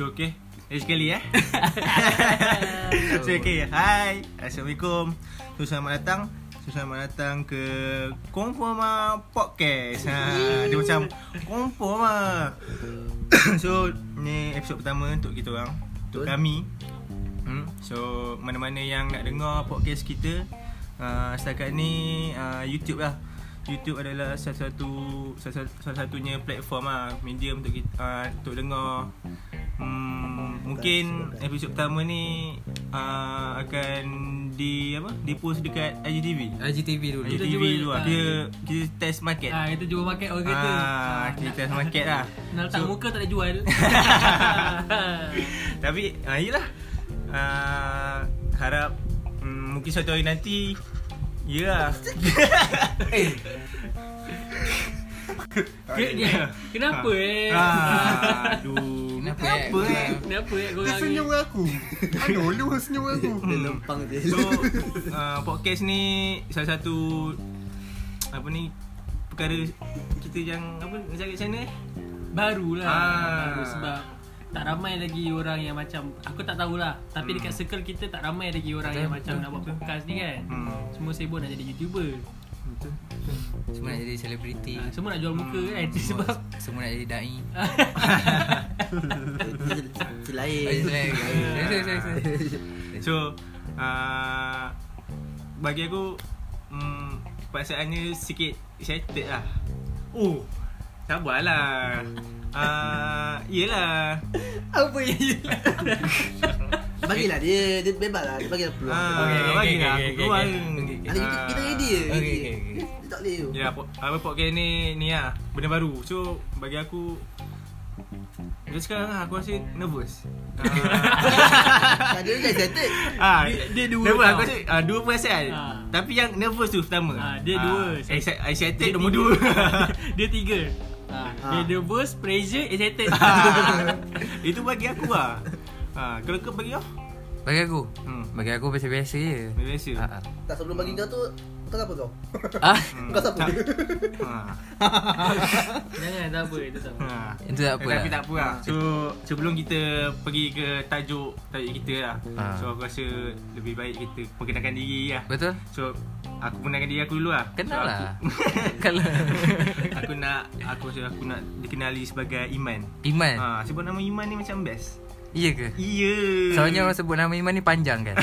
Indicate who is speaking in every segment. Speaker 1: Okey. Lagi sekali eh. so, okay. Hai. Assalamualaikum. So, selamat datang. So, selamat datang ke Konforma Podcast. Ha, dia macam Konforma. so, ni episod pertama untuk kita orang. Untuk
Speaker 2: Betul.
Speaker 1: kami. Hmm. So, mana-mana yang nak dengar podcast kita, uh, setakat ni uh, YouTube lah. YouTube adalah salah satu salah, satu- salah satunya platform lah medium untuk kita, uh, untuk dengar Hmm, mungkin episod pertama ni uh, akan di apa? Di post dekat IGTV.
Speaker 2: IGTV dulu.
Speaker 3: Kita
Speaker 1: IGTV
Speaker 3: cuba-
Speaker 1: dulu lah.
Speaker 3: ah.
Speaker 1: Kita kita test market.
Speaker 3: Ha, kita jual market orang kata.
Speaker 1: Ah, kita test market lah.
Speaker 3: Nak letak
Speaker 1: So-
Speaker 3: muka tak ada jual.
Speaker 1: Tapi uh, yelah uh, Harap um, Mungkin suatu hari nanti Yelah
Speaker 3: Ke- dia- kenapa, eh?
Speaker 1: ah, Aduh
Speaker 2: Kenapa, eh?
Speaker 1: Kenapa eh
Speaker 3: Kenapa eh korang
Speaker 4: Dia senyum dengan aku Ano lu senyum dengan aku
Speaker 2: Dia lempang je.
Speaker 1: So uh, Podcast ni Salah satu Apa ni Perkara Kita yang Apa Nak cakap macam mana eh
Speaker 3: Barulah
Speaker 1: Ah.
Speaker 3: Baru sebab tak ramai lagi orang yang macam Aku tak tahulah
Speaker 1: Hmm.
Speaker 3: Tapi dekat circle kita tak ramai lagi orang yang macam nak buat podcast ni kan
Speaker 1: Hmm
Speaker 3: Semua sibuk nak jadi YouTuber
Speaker 1: Betul Hmm.
Speaker 2: Semua nak jadi selebriti.
Speaker 3: ha, Semua nak jual muka kan
Speaker 2: Semua,
Speaker 3: Sebab
Speaker 2: semua nak jadi dai.
Speaker 4: Si lain
Speaker 2: Eh, sorry,
Speaker 1: Ah.
Speaker 2: sorry, sorry, sorry.
Speaker 1: So uh, Bagi aku mm, Perasaannya sikit excited lah Oh Sabarlah uh, Yelah
Speaker 2: Apa yang
Speaker 4: Bagilah dia Dia bebas lah Dia bagi lah peluang
Speaker 1: uh,
Speaker 2: Okay,
Speaker 1: Bagi
Speaker 2: okay,
Speaker 1: lah
Speaker 2: okay,
Speaker 1: aku
Speaker 2: okay,
Speaker 1: keluar
Speaker 2: okay, okay, okay.
Speaker 4: Ada kita,
Speaker 1: Ah.
Speaker 4: kita ready je
Speaker 2: Okay, okay, okay.
Speaker 4: Dia tak boleh tu
Speaker 1: Ya, po- apa podcast ni ni lah Benda baru So bagi aku Macam sekarang lah aku rasa nervous
Speaker 4: Tak ada dah excited
Speaker 1: Ah,
Speaker 3: Dia- dia dua
Speaker 1: nervous,
Speaker 3: tau.
Speaker 1: aku rasa ah, dua perasaan
Speaker 3: Ah.
Speaker 1: Tapi yang nervous tu pertama
Speaker 3: Ah, dia dua.
Speaker 1: Ah, exci- Excited
Speaker 3: Dia
Speaker 1: nombor
Speaker 3: tiga.
Speaker 1: dua
Speaker 3: Dia tiga ha, Dia
Speaker 4: Ah.
Speaker 3: nervous, pressure, excited
Speaker 1: Ha. Ah. Itu bagi aku lah ha, Kalau kau bagi kau
Speaker 2: Bagi aku.
Speaker 1: Hmm.
Speaker 2: Bagi aku macam biasa je.
Speaker 1: Biasa
Speaker 2: Ha, ha.
Speaker 4: Tak sebelum bagi kau tu Kau siapa kau?
Speaker 2: Ah,
Speaker 1: Hmm.
Speaker 4: Kau siapa?
Speaker 1: Tak. ha.
Speaker 3: Jangan tak apa Itu tak apa
Speaker 1: ha.
Speaker 2: Itu tak apa
Speaker 1: Tapi
Speaker 2: lah.
Speaker 1: tak apa lah So sebelum kita pergi ke tajuk Tajuk kita lah
Speaker 2: Ha.
Speaker 1: So aku rasa lebih baik kita perkenalkan diri lah
Speaker 2: Betul?
Speaker 1: So aku perkenalkan diri aku dulu lah
Speaker 2: Kenal
Speaker 1: so,
Speaker 2: lah.
Speaker 1: aku,
Speaker 2: Kalau
Speaker 1: aku nak Aku rasa aku nak dikenali sebagai Iman
Speaker 2: Iman.
Speaker 1: ha, Sebab nama Iman ni macam best
Speaker 2: Iya ke?
Speaker 1: Iya
Speaker 2: Soalnya orang sebut nama Iman ni panjang kan?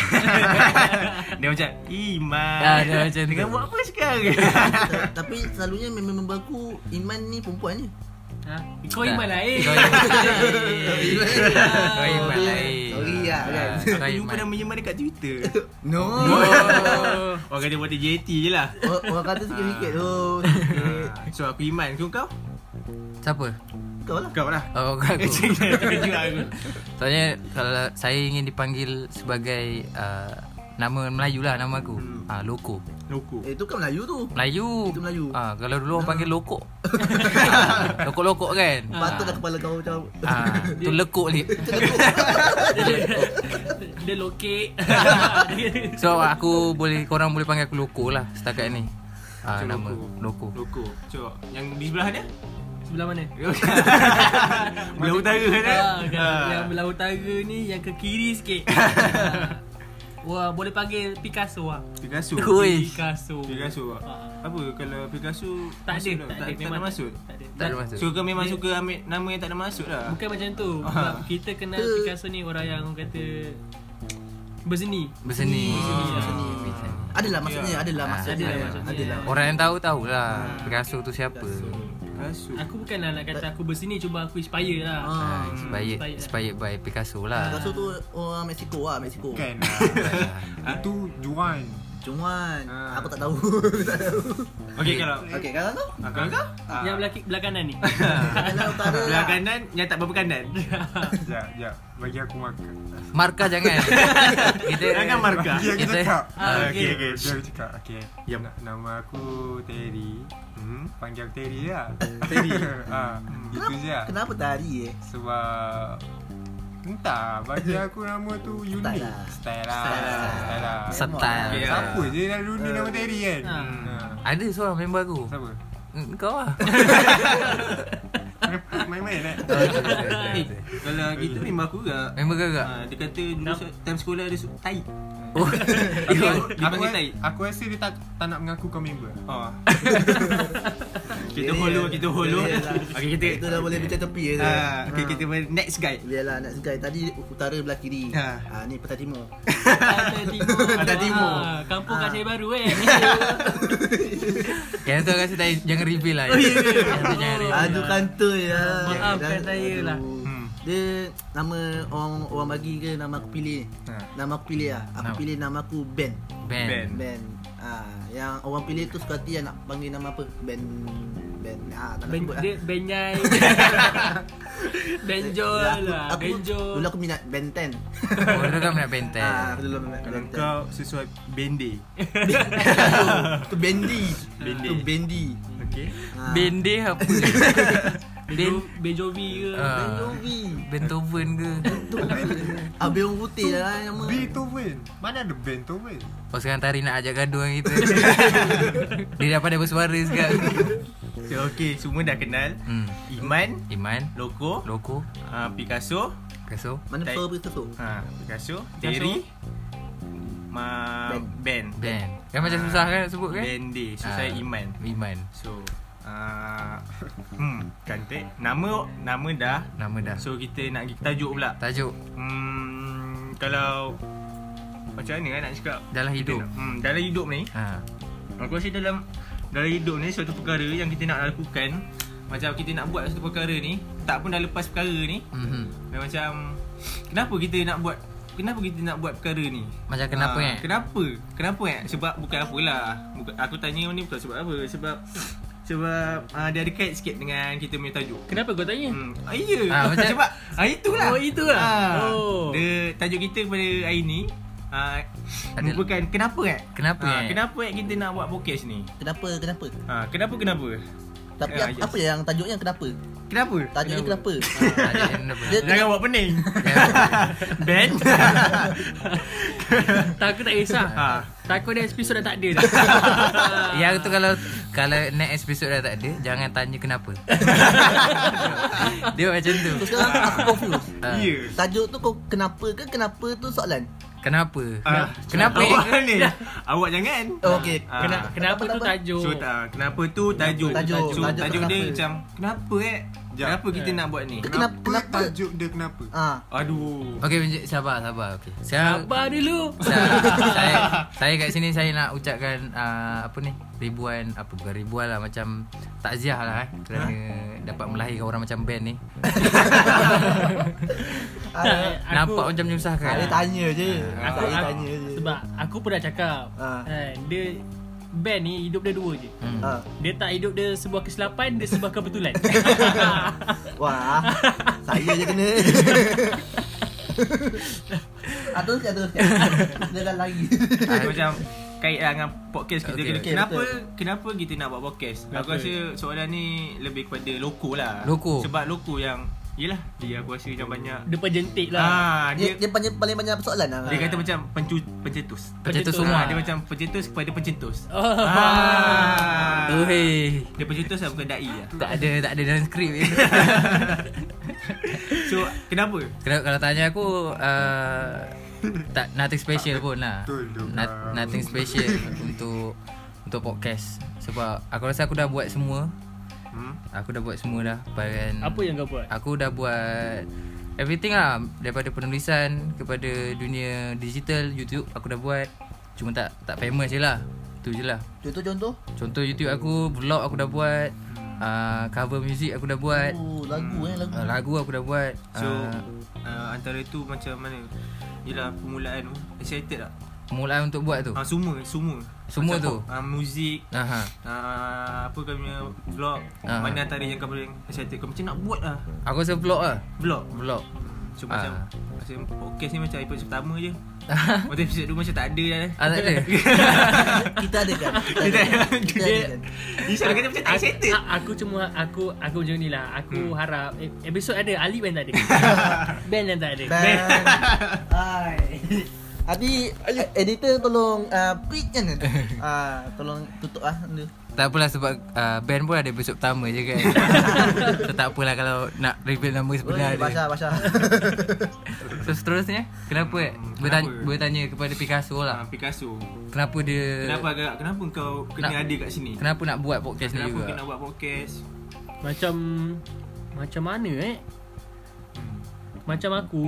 Speaker 1: Dia macam Iman
Speaker 2: Ah, dia macam tu.
Speaker 1: Dengan buat apa sekarang
Speaker 4: Ta- Tapi selalunya memang member aku Iman ni perempuan je
Speaker 3: ha? Kau
Speaker 2: Tak.
Speaker 3: iman eh. lain
Speaker 2: Ah. Kau Iman.
Speaker 3: Kau
Speaker 2: Kau Iman lain.
Speaker 4: Sorry lah, kan?
Speaker 2: Ah,
Speaker 1: Aku
Speaker 2: kau
Speaker 1: jumpa
Speaker 2: Iman.
Speaker 1: nama Iman dekat Twitter
Speaker 4: No
Speaker 1: Orang kata buat JT je lah
Speaker 4: Orang orang kata sikit-sikit "Oh, tu
Speaker 1: Ah, So aku Iman Kau kau?
Speaker 2: Siapa?
Speaker 4: Kau lah
Speaker 1: Kau lah
Speaker 2: Oh, kau aku.
Speaker 1: Terkejut aku
Speaker 2: Soalnya kalau saya ingin dipanggil sebagai uh, nama Melayu lah nama aku.
Speaker 1: Hmm.
Speaker 2: Ah, loko.
Speaker 1: Loko
Speaker 4: Eh tu kan Melayu tu
Speaker 2: Melayu.
Speaker 4: Itu Melayu.
Speaker 2: Ah, kalau dulu orang panggil lokok. Ah, Lokok-lokok kan.
Speaker 4: Patutlah kepala kau macam
Speaker 2: Ah, tu lekuk lip.
Speaker 3: Dia lokek
Speaker 2: So aku boleh korang boleh panggil aku lokok lah setakat ni. Ah,
Speaker 1: So,
Speaker 2: nama loko.
Speaker 1: Loko So yang di sebelah dia
Speaker 3: Sebelah mana?
Speaker 1: Belah utara dia
Speaker 3: Ah, kan.
Speaker 1: Ah.
Speaker 3: Yang belah utara ni yang ke kiri sikit. Ah. Wah, boleh panggil Picasso lah.
Speaker 1: Picasso
Speaker 2: Ui.
Speaker 3: Picasso.
Speaker 1: Picasso
Speaker 3: Ah.
Speaker 1: Apa kalau Picasso
Speaker 3: Tak ada,
Speaker 1: masuk
Speaker 3: tak ada,
Speaker 1: Tak ada
Speaker 3: memang
Speaker 1: masuk
Speaker 3: Tak ada.
Speaker 2: Tak ada maksud.
Speaker 1: So kau memang
Speaker 3: Dia-
Speaker 1: suka ambil nama yang tak ada masuk lah
Speaker 3: Bukan macam tu. Sebab kita kenal Picasso ni orang yang orang kata berseni.
Speaker 2: Berseni.
Speaker 1: Hmm.
Speaker 4: Ah.
Speaker 3: Berseni.
Speaker 4: Adalah maksudnya Adalah
Speaker 2: Ah,
Speaker 4: maksudnya
Speaker 3: adalah maksudnya.
Speaker 4: Adalah
Speaker 2: Orang yang tahu tahulah Picasso tu siapa.
Speaker 1: Picasso
Speaker 3: Aku bukanlah nak kata aku berseni cuba aku inspire lah.
Speaker 4: Ah.
Speaker 2: Ah, inspired,
Speaker 3: Inspired.
Speaker 2: inspired by Picasso lah.
Speaker 4: Picasso tu orang Mexico lah Mexico
Speaker 5: Bukan lah. Itu Juan
Speaker 4: Cuman
Speaker 1: Ah.
Speaker 4: Aku tak tahu Tak tahu
Speaker 1: Okay kalau
Speaker 4: Okay kalau tu
Speaker 1: ah, Kalau kau Ah.
Speaker 3: Yang belah, ki- belah kanan ni.
Speaker 4: Kalau utara
Speaker 1: Belah
Speaker 4: lah
Speaker 1: kanan yang tak berapa kanan
Speaker 5: Sekejap, sekejap Bagi aku makan
Speaker 2: Markah jangan. Kita
Speaker 1: Jangan markah
Speaker 5: Bagi aku
Speaker 2: Kita-
Speaker 5: cakap
Speaker 3: Ah,
Speaker 1: okay.
Speaker 5: Okay, okay Biar aku cakap Okay
Speaker 1: Yep.
Speaker 5: Na- Nama aku Terry
Speaker 1: Hmm.
Speaker 5: Panggil aku Terry lah Terry ha, Itu je lah
Speaker 4: Kenapa tari eh
Speaker 5: Sebab Entah Bagi aku nama tu unik
Speaker 4: lah.
Speaker 5: Style lah
Speaker 4: Style lah.
Speaker 5: Style lah
Speaker 2: Style.
Speaker 1: Okay,
Speaker 5: Siapa je dalam dunia nama Terry kan
Speaker 3: Ah.
Speaker 5: Ha.
Speaker 2: Ada seorang member aku.
Speaker 5: Siapa?
Speaker 2: kau lah.
Speaker 5: Main-main eh
Speaker 2: Oh,
Speaker 1: Ah.
Speaker 2: betul, betul, betul, betul.
Speaker 1: Eh, Kalau gitu member aku juga
Speaker 2: Member kau juga?
Speaker 1: ha, Dia kata dulu se- time sekolah dia su- tai
Speaker 2: Oh.
Speaker 1: Aku, dia
Speaker 5: aku,
Speaker 1: panggil tai
Speaker 5: aku rasa dia tak, tak nak mengaku kau member
Speaker 1: ha. Kita holo, kita holo Okay kita
Speaker 4: Itu dah boleh pecah tepi ya tu.
Speaker 1: ha, Okay kita ber- next guide
Speaker 4: Yalah nak segai Tadi utara belah kiri
Speaker 1: Ha.
Speaker 4: ha. ni petang timur
Speaker 3: Ada timur.
Speaker 4: Ada timur.
Speaker 3: Ah, Kampung kat
Speaker 4: Ah.
Speaker 3: saya baru eh.
Speaker 2: Yang tu aku rasa tak- jangan reveal
Speaker 1: Oh,
Speaker 2: lah. Yang tu jangan reveal.
Speaker 4: Aduh kantor ya
Speaker 3: Maafkan saya lah.
Speaker 1: Hmm.
Speaker 4: Dia nama orang orang bagi ke nama aku pilih
Speaker 1: Ha.
Speaker 4: Nama aku pilih lah Aku
Speaker 2: Nama.
Speaker 4: pilih nama aku Ben
Speaker 2: Band.
Speaker 1: Band.
Speaker 4: Ben ha, Yang orang pilih tu suka hati yang nak panggil nama apa Ben Ben ha, tak nak
Speaker 3: Ben,
Speaker 4: sebut lah Eh,
Speaker 3: dia benyai. Benjol
Speaker 4: Dulu Ya, aku-
Speaker 3: lah.
Speaker 4: aku-
Speaker 3: Benjol.
Speaker 4: Dulu aku minat Ben 10
Speaker 2: Oh, dulu kau nak band ten.
Speaker 4: Ah, aku dulu minat
Speaker 1: Kalau
Speaker 4: Ben 10
Speaker 1: kau sesuai bende
Speaker 4: Tu Bendy
Speaker 1: Bendy.
Speaker 4: Tu Bendy
Speaker 1: Okay
Speaker 4: Ha.
Speaker 2: Bende apa? Ben
Speaker 3: Benjo- Benjovi ke.
Speaker 2: Ah.
Speaker 4: Ben Jovi
Speaker 2: Beethoven ke?
Speaker 4: kan Abang orang putih lah kan nama
Speaker 5: Beethoven Mana ada Beethoven
Speaker 2: Oh sekarang Tari nak ajak gaduh dengan kita Dia dah pandai bersuara sekarang
Speaker 1: So okay semua dah kenal
Speaker 2: hmm.
Speaker 1: Iman
Speaker 2: Iman
Speaker 1: Loko
Speaker 2: Loko
Speaker 1: uh, Picasso
Speaker 2: Keso
Speaker 4: Mana
Speaker 1: Tai-
Speaker 4: Pearl Peter tu
Speaker 1: ha, Picasso Terry Ma Ben
Speaker 2: Ben Kan macam susah kan nak sebut kan?
Speaker 1: Bende So saya
Speaker 2: Ah,
Speaker 1: Iman
Speaker 2: Iman
Speaker 1: So uh, Hmm Cantik Nama Nama dah
Speaker 2: Nama dah
Speaker 1: So kita nak pergi ke tajuk pula
Speaker 2: Tajuk
Speaker 1: Hmm Kalau Macam mana kan nak cakap Kita
Speaker 2: Dalam lah hidup
Speaker 1: nak- hmm, Dalam hidup ni
Speaker 2: ha.
Speaker 1: Aku rasa dalam Dalam hidup ni Suatu perkara yang kita nak lakukan Macam kita nak buat Suatu perkara ni Tak pun dah lepas perkara ni
Speaker 2: mm-hmm.
Speaker 1: dan macam Kenapa kita nak buat Kenapa kita nak buat perkara ni?
Speaker 2: Macam kenapa
Speaker 1: Ah,
Speaker 2: kan?
Speaker 1: Kenapa? Kenapa kan? Sebab bukan apalah bukan, Aku tanya ni bukan sebab apa Sebab Sebab uh, Dia ada kait sikit dengan kita punya tajuk
Speaker 3: Kenapa kau tanya?
Speaker 1: Hmm. Ah, ya.
Speaker 2: Ah,
Speaker 1: Ah,
Speaker 2: macam-
Speaker 1: sebab ah, itulah. Ah,
Speaker 3: Oh, itulah. Oh.
Speaker 1: Dia tajuk kita pada hari ni ah,
Speaker 2: Ada-
Speaker 1: merupakan kenapa kan?
Speaker 2: Kenapa,
Speaker 1: ah,
Speaker 2: eh?
Speaker 1: Kenapa kan kita nak buat podcast ni?
Speaker 4: Kenapa kenapa
Speaker 1: Ah, kenapa kenapa?
Speaker 4: Tapi
Speaker 1: Ah,
Speaker 4: ap-
Speaker 1: yes.
Speaker 4: apa yang tajuknya kenapa
Speaker 1: Kenapa?
Speaker 4: Tajuknya kenapa
Speaker 2: Ada yang kenapa
Speaker 4: Dia-
Speaker 1: Jangan buat pening. ben.
Speaker 3: Tak aku tak kisah.
Speaker 1: Ha.
Speaker 4: Ah.
Speaker 3: Takut dia episod dah tak ada Ah. dah. Ah.
Speaker 4: Ya.
Speaker 2: Yang Ya, tu kalau Kalau next episode dah tak ada Jangan tanya kenapa Dia macam tu
Speaker 4: Ah, So sekarang aku confused
Speaker 2: Ah.
Speaker 1: Ya.
Speaker 4: Tajuk tu kau kenapa ke kenapa tu soalan
Speaker 2: Kenapa?
Speaker 1: Ah,
Speaker 2: Kenapa? eh?
Speaker 1: Awak ni. Awak jangan.
Speaker 4: Oh, Okey
Speaker 1: Ah.
Speaker 3: Kena, kenapa tu
Speaker 4: Tak apa, tak apa.
Speaker 3: tajuk?
Speaker 1: So tak, kenapa tu tajuk
Speaker 4: Tajuk,
Speaker 1: So,
Speaker 4: tajuk
Speaker 1: tajuk dia
Speaker 4: kenapa?
Speaker 1: macam Kenapa eh?
Speaker 5: Jap.
Speaker 1: Kenapa kita nak buat ni?
Speaker 4: Ke-
Speaker 5: Kenapa,
Speaker 4: Kenapa-
Speaker 5: kenapa
Speaker 4: kenapa?
Speaker 5: tajuk dia kenapa?
Speaker 4: Ah,
Speaker 1: Aduh
Speaker 2: Okey, benci- sabar, sabar. Okey. Sekarang
Speaker 3: Sabar dulu.
Speaker 2: saya, saya saya kat sini saya nak ucapkan uh, apa ni? Ribuan apa bukan ribuan lah macam takziah lah eh kerana dapat melahirkan orang macam Ben ni.
Speaker 1: eh,
Speaker 4: ah,
Speaker 3: Aku-
Speaker 2: Nampak macam menyusahkan.
Speaker 4: Saya tanya je
Speaker 3: Aku,
Speaker 4: Saya
Speaker 3: aku,
Speaker 4: tanya je
Speaker 3: sebab aku pun dah cakap.
Speaker 1: Ah.
Speaker 4: Ha.
Speaker 3: Kan, dia band ni hidup dia dua je.
Speaker 2: Hmm.
Speaker 4: Ah.
Speaker 3: Dia tak hidup dia sebuah kesilapan, dia sebuah kebetulan.
Speaker 4: Wah Saya je kena Ah, teruskan, teruskan Jangan lagi
Speaker 1: Ah, Macam kait lah dengan podcast kita
Speaker 2: Okey,
Speaker 1: okay,
Speaker 4: okey,
Speaker 1: Kenapa
Speaker 4: betul.
Speaker 1: kenapa kita nak buat podcast? Aku
Speaker 3: Betul.
Speaker 1: rasa soalan ni lebih kepada loko lah
Speaker 2: Loko.
Speaker 1: Sebab loko yang Yelah dia aku rasa macam banyak
Speaker 3: dia penjentik lah.
Speaker 1: ah,
Speaker 4: Dia,
Speaker 1: dia,
Speaker 4: dia paling, paling banyak persoalan lah
Speaker 1: dia kata macam pencu, pencetus
Speaker 2: Pencetus
Speaker 3: Pencetus
Speaker 2: semua.
Speaker 1: ah, Dia macam pencetus kepada pencetus
Speaker 3: Oh.
Speaker 1: ah.
Speaker 2: Oi.
Speaker 1: Dia pencetus lah bukan da'i lah
Speaker 2: Tak ada tak ada dalam skrip ni.
Speaker 1: So kenapa?
Speaker 2: Kalau kalau tanya aku uh, tak nothing special pun lah.
Speaker 5: betul tu,
Speaker 2: Not,
Speaker 5: Kak.
Speaker 2: nothing special untuk untuk podcast sebab aku rasa aku dah buat semua.
Speaker 1: Hmm?
Speaker 2: Aku dah buat semua dah. Bahagian
Speaker 3: Apa yang kau buat?
Speaker 2: Aku dah buat everything lah daripada penulisan kepada dunia digital YouTube aku dah buat. Cuma tak tak famous je lah. Tu je lah.
Speaker 4: Contoh-contoh
Speaker 2: Contoh YouTube aku, vlog aku dah buat, uh, cover music aku dah buat,
Speaker 4: Oh, lagu eh, lagu
Speaker 2: uh, lagu aku dah buat.
Speaker 1: So
Speaker 2: Uh,
Speaker 1: uh, antara tu macam mana? Yelah permulaan tu Excited tak?
Speaker 2: mulaan untuk buat tu.
Speaker 1: Ha, semua, semua
Speaker 2: Oh. Semua tu?
Speaker 1: Ha, muzik
Speaker 2: Aha.
Speaker 1: ha, Apa kau punya vlog
Speaker 2: Ah.
Speaker 1: Mana antara yang kau paling excited Kau macam nak buat lah
Speaker 2: Aku rasa vlog lah.
Speaker 1: Vlog
Speaker 2: Vlog.
Speaker 1: So
Speaker 2: Ah.
Speaker 1: macam Macam podcast ni macam episode pertama je Macam episode 2 macam tak ada dah eh.
Speaker 2: Ah tak ada.
Speaker 4: Kita ada kan Kita ada
Speaker 1: Kita
Speaker 4: kan Kita ada
Speaker 1: Dia
Speaker 4: kan
Speaker 1: Isyak kata macam tak Hmm. excited
Speaker 2: Ah.
Speaker 3: A- aku cuma aku aku macam ni lah. Aku harap eh, kan? episod ada Ali band tak ada. band yang tak ada.
Speaker 4: Ben Hai Adi eh, editor tolong uh, print kan. Ah tolong tutup ah tu.
Speaker 2: Tak apalah sebab uh, band pun ada episod pertama je kan So tak apalah kalau nak reveal nama sebenar
Speaker 4: Boleh
Speaker 2: dia
Speaker 4: basah basah.
Speaker 2: So seterusnya kenapa?
Speaker 1: Hmm,
Speaker 2: Hmm, bertanya,
Speaker 1: kenapa?
Speaker 2: bertanya kepada Picasso
Speaker 1: Ah,
Speaker 2: lah
Speaker 1: Picasso.
Speaker 2: Kenapa dia
Speaker 1: Kenapa agak kenapa kau kena
Speaker 2: Eh. Nak-
Speaker 1: ada kat sini?
Speaker 2: Kenapa nak buat podcast ni
Speaker 1: Kenapa
Speaker 2: juga?
Speaker 1: kena buat podcast?
Speaker 3: Macam Macam mana eh Macam aku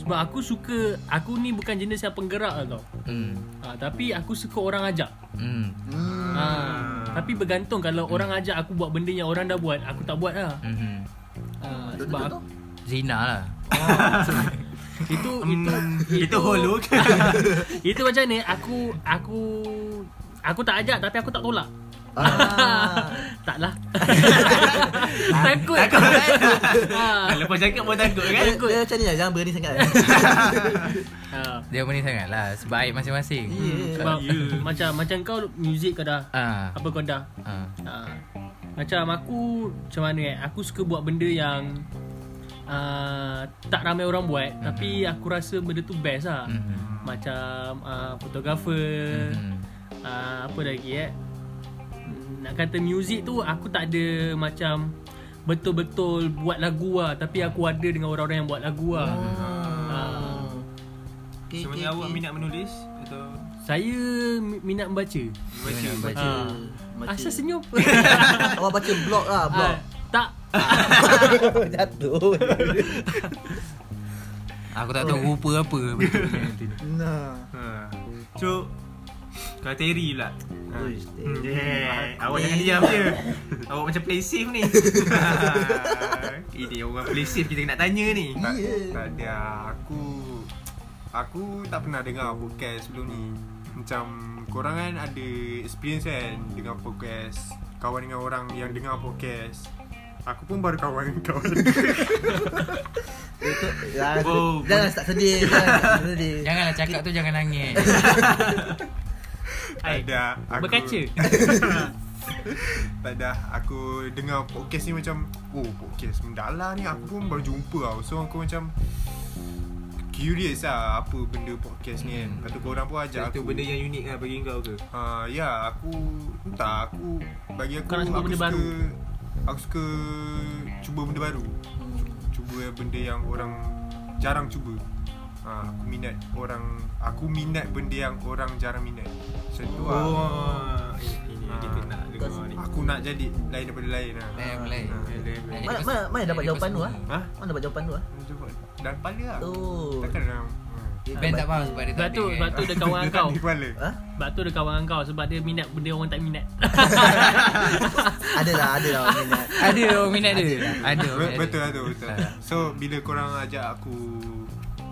Speaker 3: Sebab aku suka Aku ni bukan jenis yang penggerak lah tau
Speaker 2: Hmm.
Speaker 3: ha, Tapi aku suka orang ajak
Speaker 2: Hmm.
Speaker 4: Hmm.
Speaker 3: ha, Tapi bergantung Kalau orang ajak aku buat benda yang orang dah buat Aku tak buat lah
Speaker 2: Mhm.
Speaker 3: ha, Sebab aku,
Speaker 2: Zina lah
Speaker 3: itu, itu
Speaker 1: Hmm, kita hollow ke?
Speaker 3: Itu macam ni Aku Aku Aku tak ajak Tapi aku tak tolak
Speaker 4: Ah.
Speaker 3: Taklah Takut Takut ha.
Speaker 1: Lepas cakap pun takut kan?
Speaker 4: Dia, dia macam ni lah, jangan berani sangat.
Speaker 3: ha.
Speaker 2: Dia manis sangat lah Sebab aib masing-masing
Speaker 4: Yeah.
Speaker 3: Sebab
Speaker 1: Ya.
Speaker 3: Macam Macam kau Muzik kau dah
Speaker 2: Ah,
Speaker 3: Apa kau dah
Speaker 2: ah.
Speaker 3: ha. Macam aku Macam mana eh Aku suka buat benda yang uh, Tak ramai orang buat mm-hmm. Tapi aku rasa benda tu best lah mm-hmm.
Speaker 2: Mhm.
Speaker 3: Macam uh, Fotografer
Speaker 2: Mhm.
Speaker 3: uh, apa lagi eh Hmm, nak kata muzik tu aku tak ada macam betul-betul buat lagu lah tapi aku ada dengan orang-orang yang buat lagu lah
Speaker 2: Oh.
Speaker 4: Ah.
Speaker 3: uh,
Speaker 4: Okay,
Speaker 1: Sebenarnya awak minat menulis atau
Speaker 3: saya mi- minat membaca
Speaker 1: baca?
Speaker 2: Minat
Speaker 1: baca.
Speaker 2: baca.
Speaker 3: Ah, asal senyum
Speaker 4: Awak baca blog lah, blog.
Speaker 3: Ah, tak
Speaker 4: Jatuh.
Speaker 2: Aku tak tahu rupa apa betulnya nanti ni.
Speaker 4: Nah.
Speaker 1: Ha. So kalau Terry pula. Ha.
Speaker 4: Ui, Terry.
Speaker 1: Hmm, yeah. Awak jangan diam je. Awak macam play safe ni. Ini orang play safe kita nak tanya ni.
Speaker 5: Tak,
Speaker 4: Ya.
Speaker 5: tak ada aku aku tak pernah dengar podcast sebelum ni. Macam korang kan ada experience kan dengan podcast, kawan dengan orang yang dengar podcast. Aku pun baru kawan dengan kawan.
Speaker 4: Itu, ya,
Speaker 1: Oh,
Speaker 4: jangan start sedih. Jangan start sedih.
Speaker 2: Janganlah cakap tu jangan nangis
Speaker 5: tak ada aku
Speaker 3: berkaca
Speaker 5: Tak ada aku dengar podcast ni macam oh podcast Mendala ni aku pun baru jumpa tau. So aku macam curious lah apa benda podcast ni kan. Lepas tu korang pun ajak
Speaker 1: Itu
Speaker 5: aku.
Speaker 1: benda yang unik lah bagi kau ke?
Speaker 5: Ha, ya, aku entah aku bagi aku
Speaker 3: Kau nak cuba
Speaker 5: aku
Speaker 3: benda
Speaker 5: suka,
Speaker 3: baru?
Speaker 5: Aku suka cuba benda baru. Cuba benda yang orang jarang cuba. Ha, aku minat orang aku minat benda yang orang jarang minat. Macam tu lah.
Speaker 1: Oh, ini yang kita
Speaker 5: Ah.
Speaker 1: nak dengar ni.
Speaker 5: Aku nak jadi lain daripada lain lah.
Speaker 3: Eh,
Speaker 2: Lain daripada lain.
Speaker 5: Ha, lain daripada lain.
Speaker 4: Mana, mana, mana dapat jawapan tu ah?
Speaker 5: Ha?
Speaker 4: Mana dapat jawapan tu ah?
Speaker 5: Aku Cuba dan kepala lah.
Speaker 4: Oh.
Speaker 5: Takkan orang
Speaker 2: Ben tak faham sebab dia
Speaker 3: sebab
Speaker 2: tak
Speaker 3: tu
Speaker 2: ada
Speaker 3: sebab tu dia kawan kau
Speaker 5: Di kepala.
Speaker 4: Ha?
Speaker 3: sebab tu dia kawan kau sebab dia minat benda orang tak minat
Speaker 4: Ada lah, ada lah orang minat.
Speaker 2: Ada orang minat dia Ada orang
Speaker 5: Be-
Speaker 2: minat
Speaker 5: betul
Speaker 2: dia.
Speaker 5: lah tu betul.
Speaker 2: Ah.
Speaker 5: So bila korang ajak aku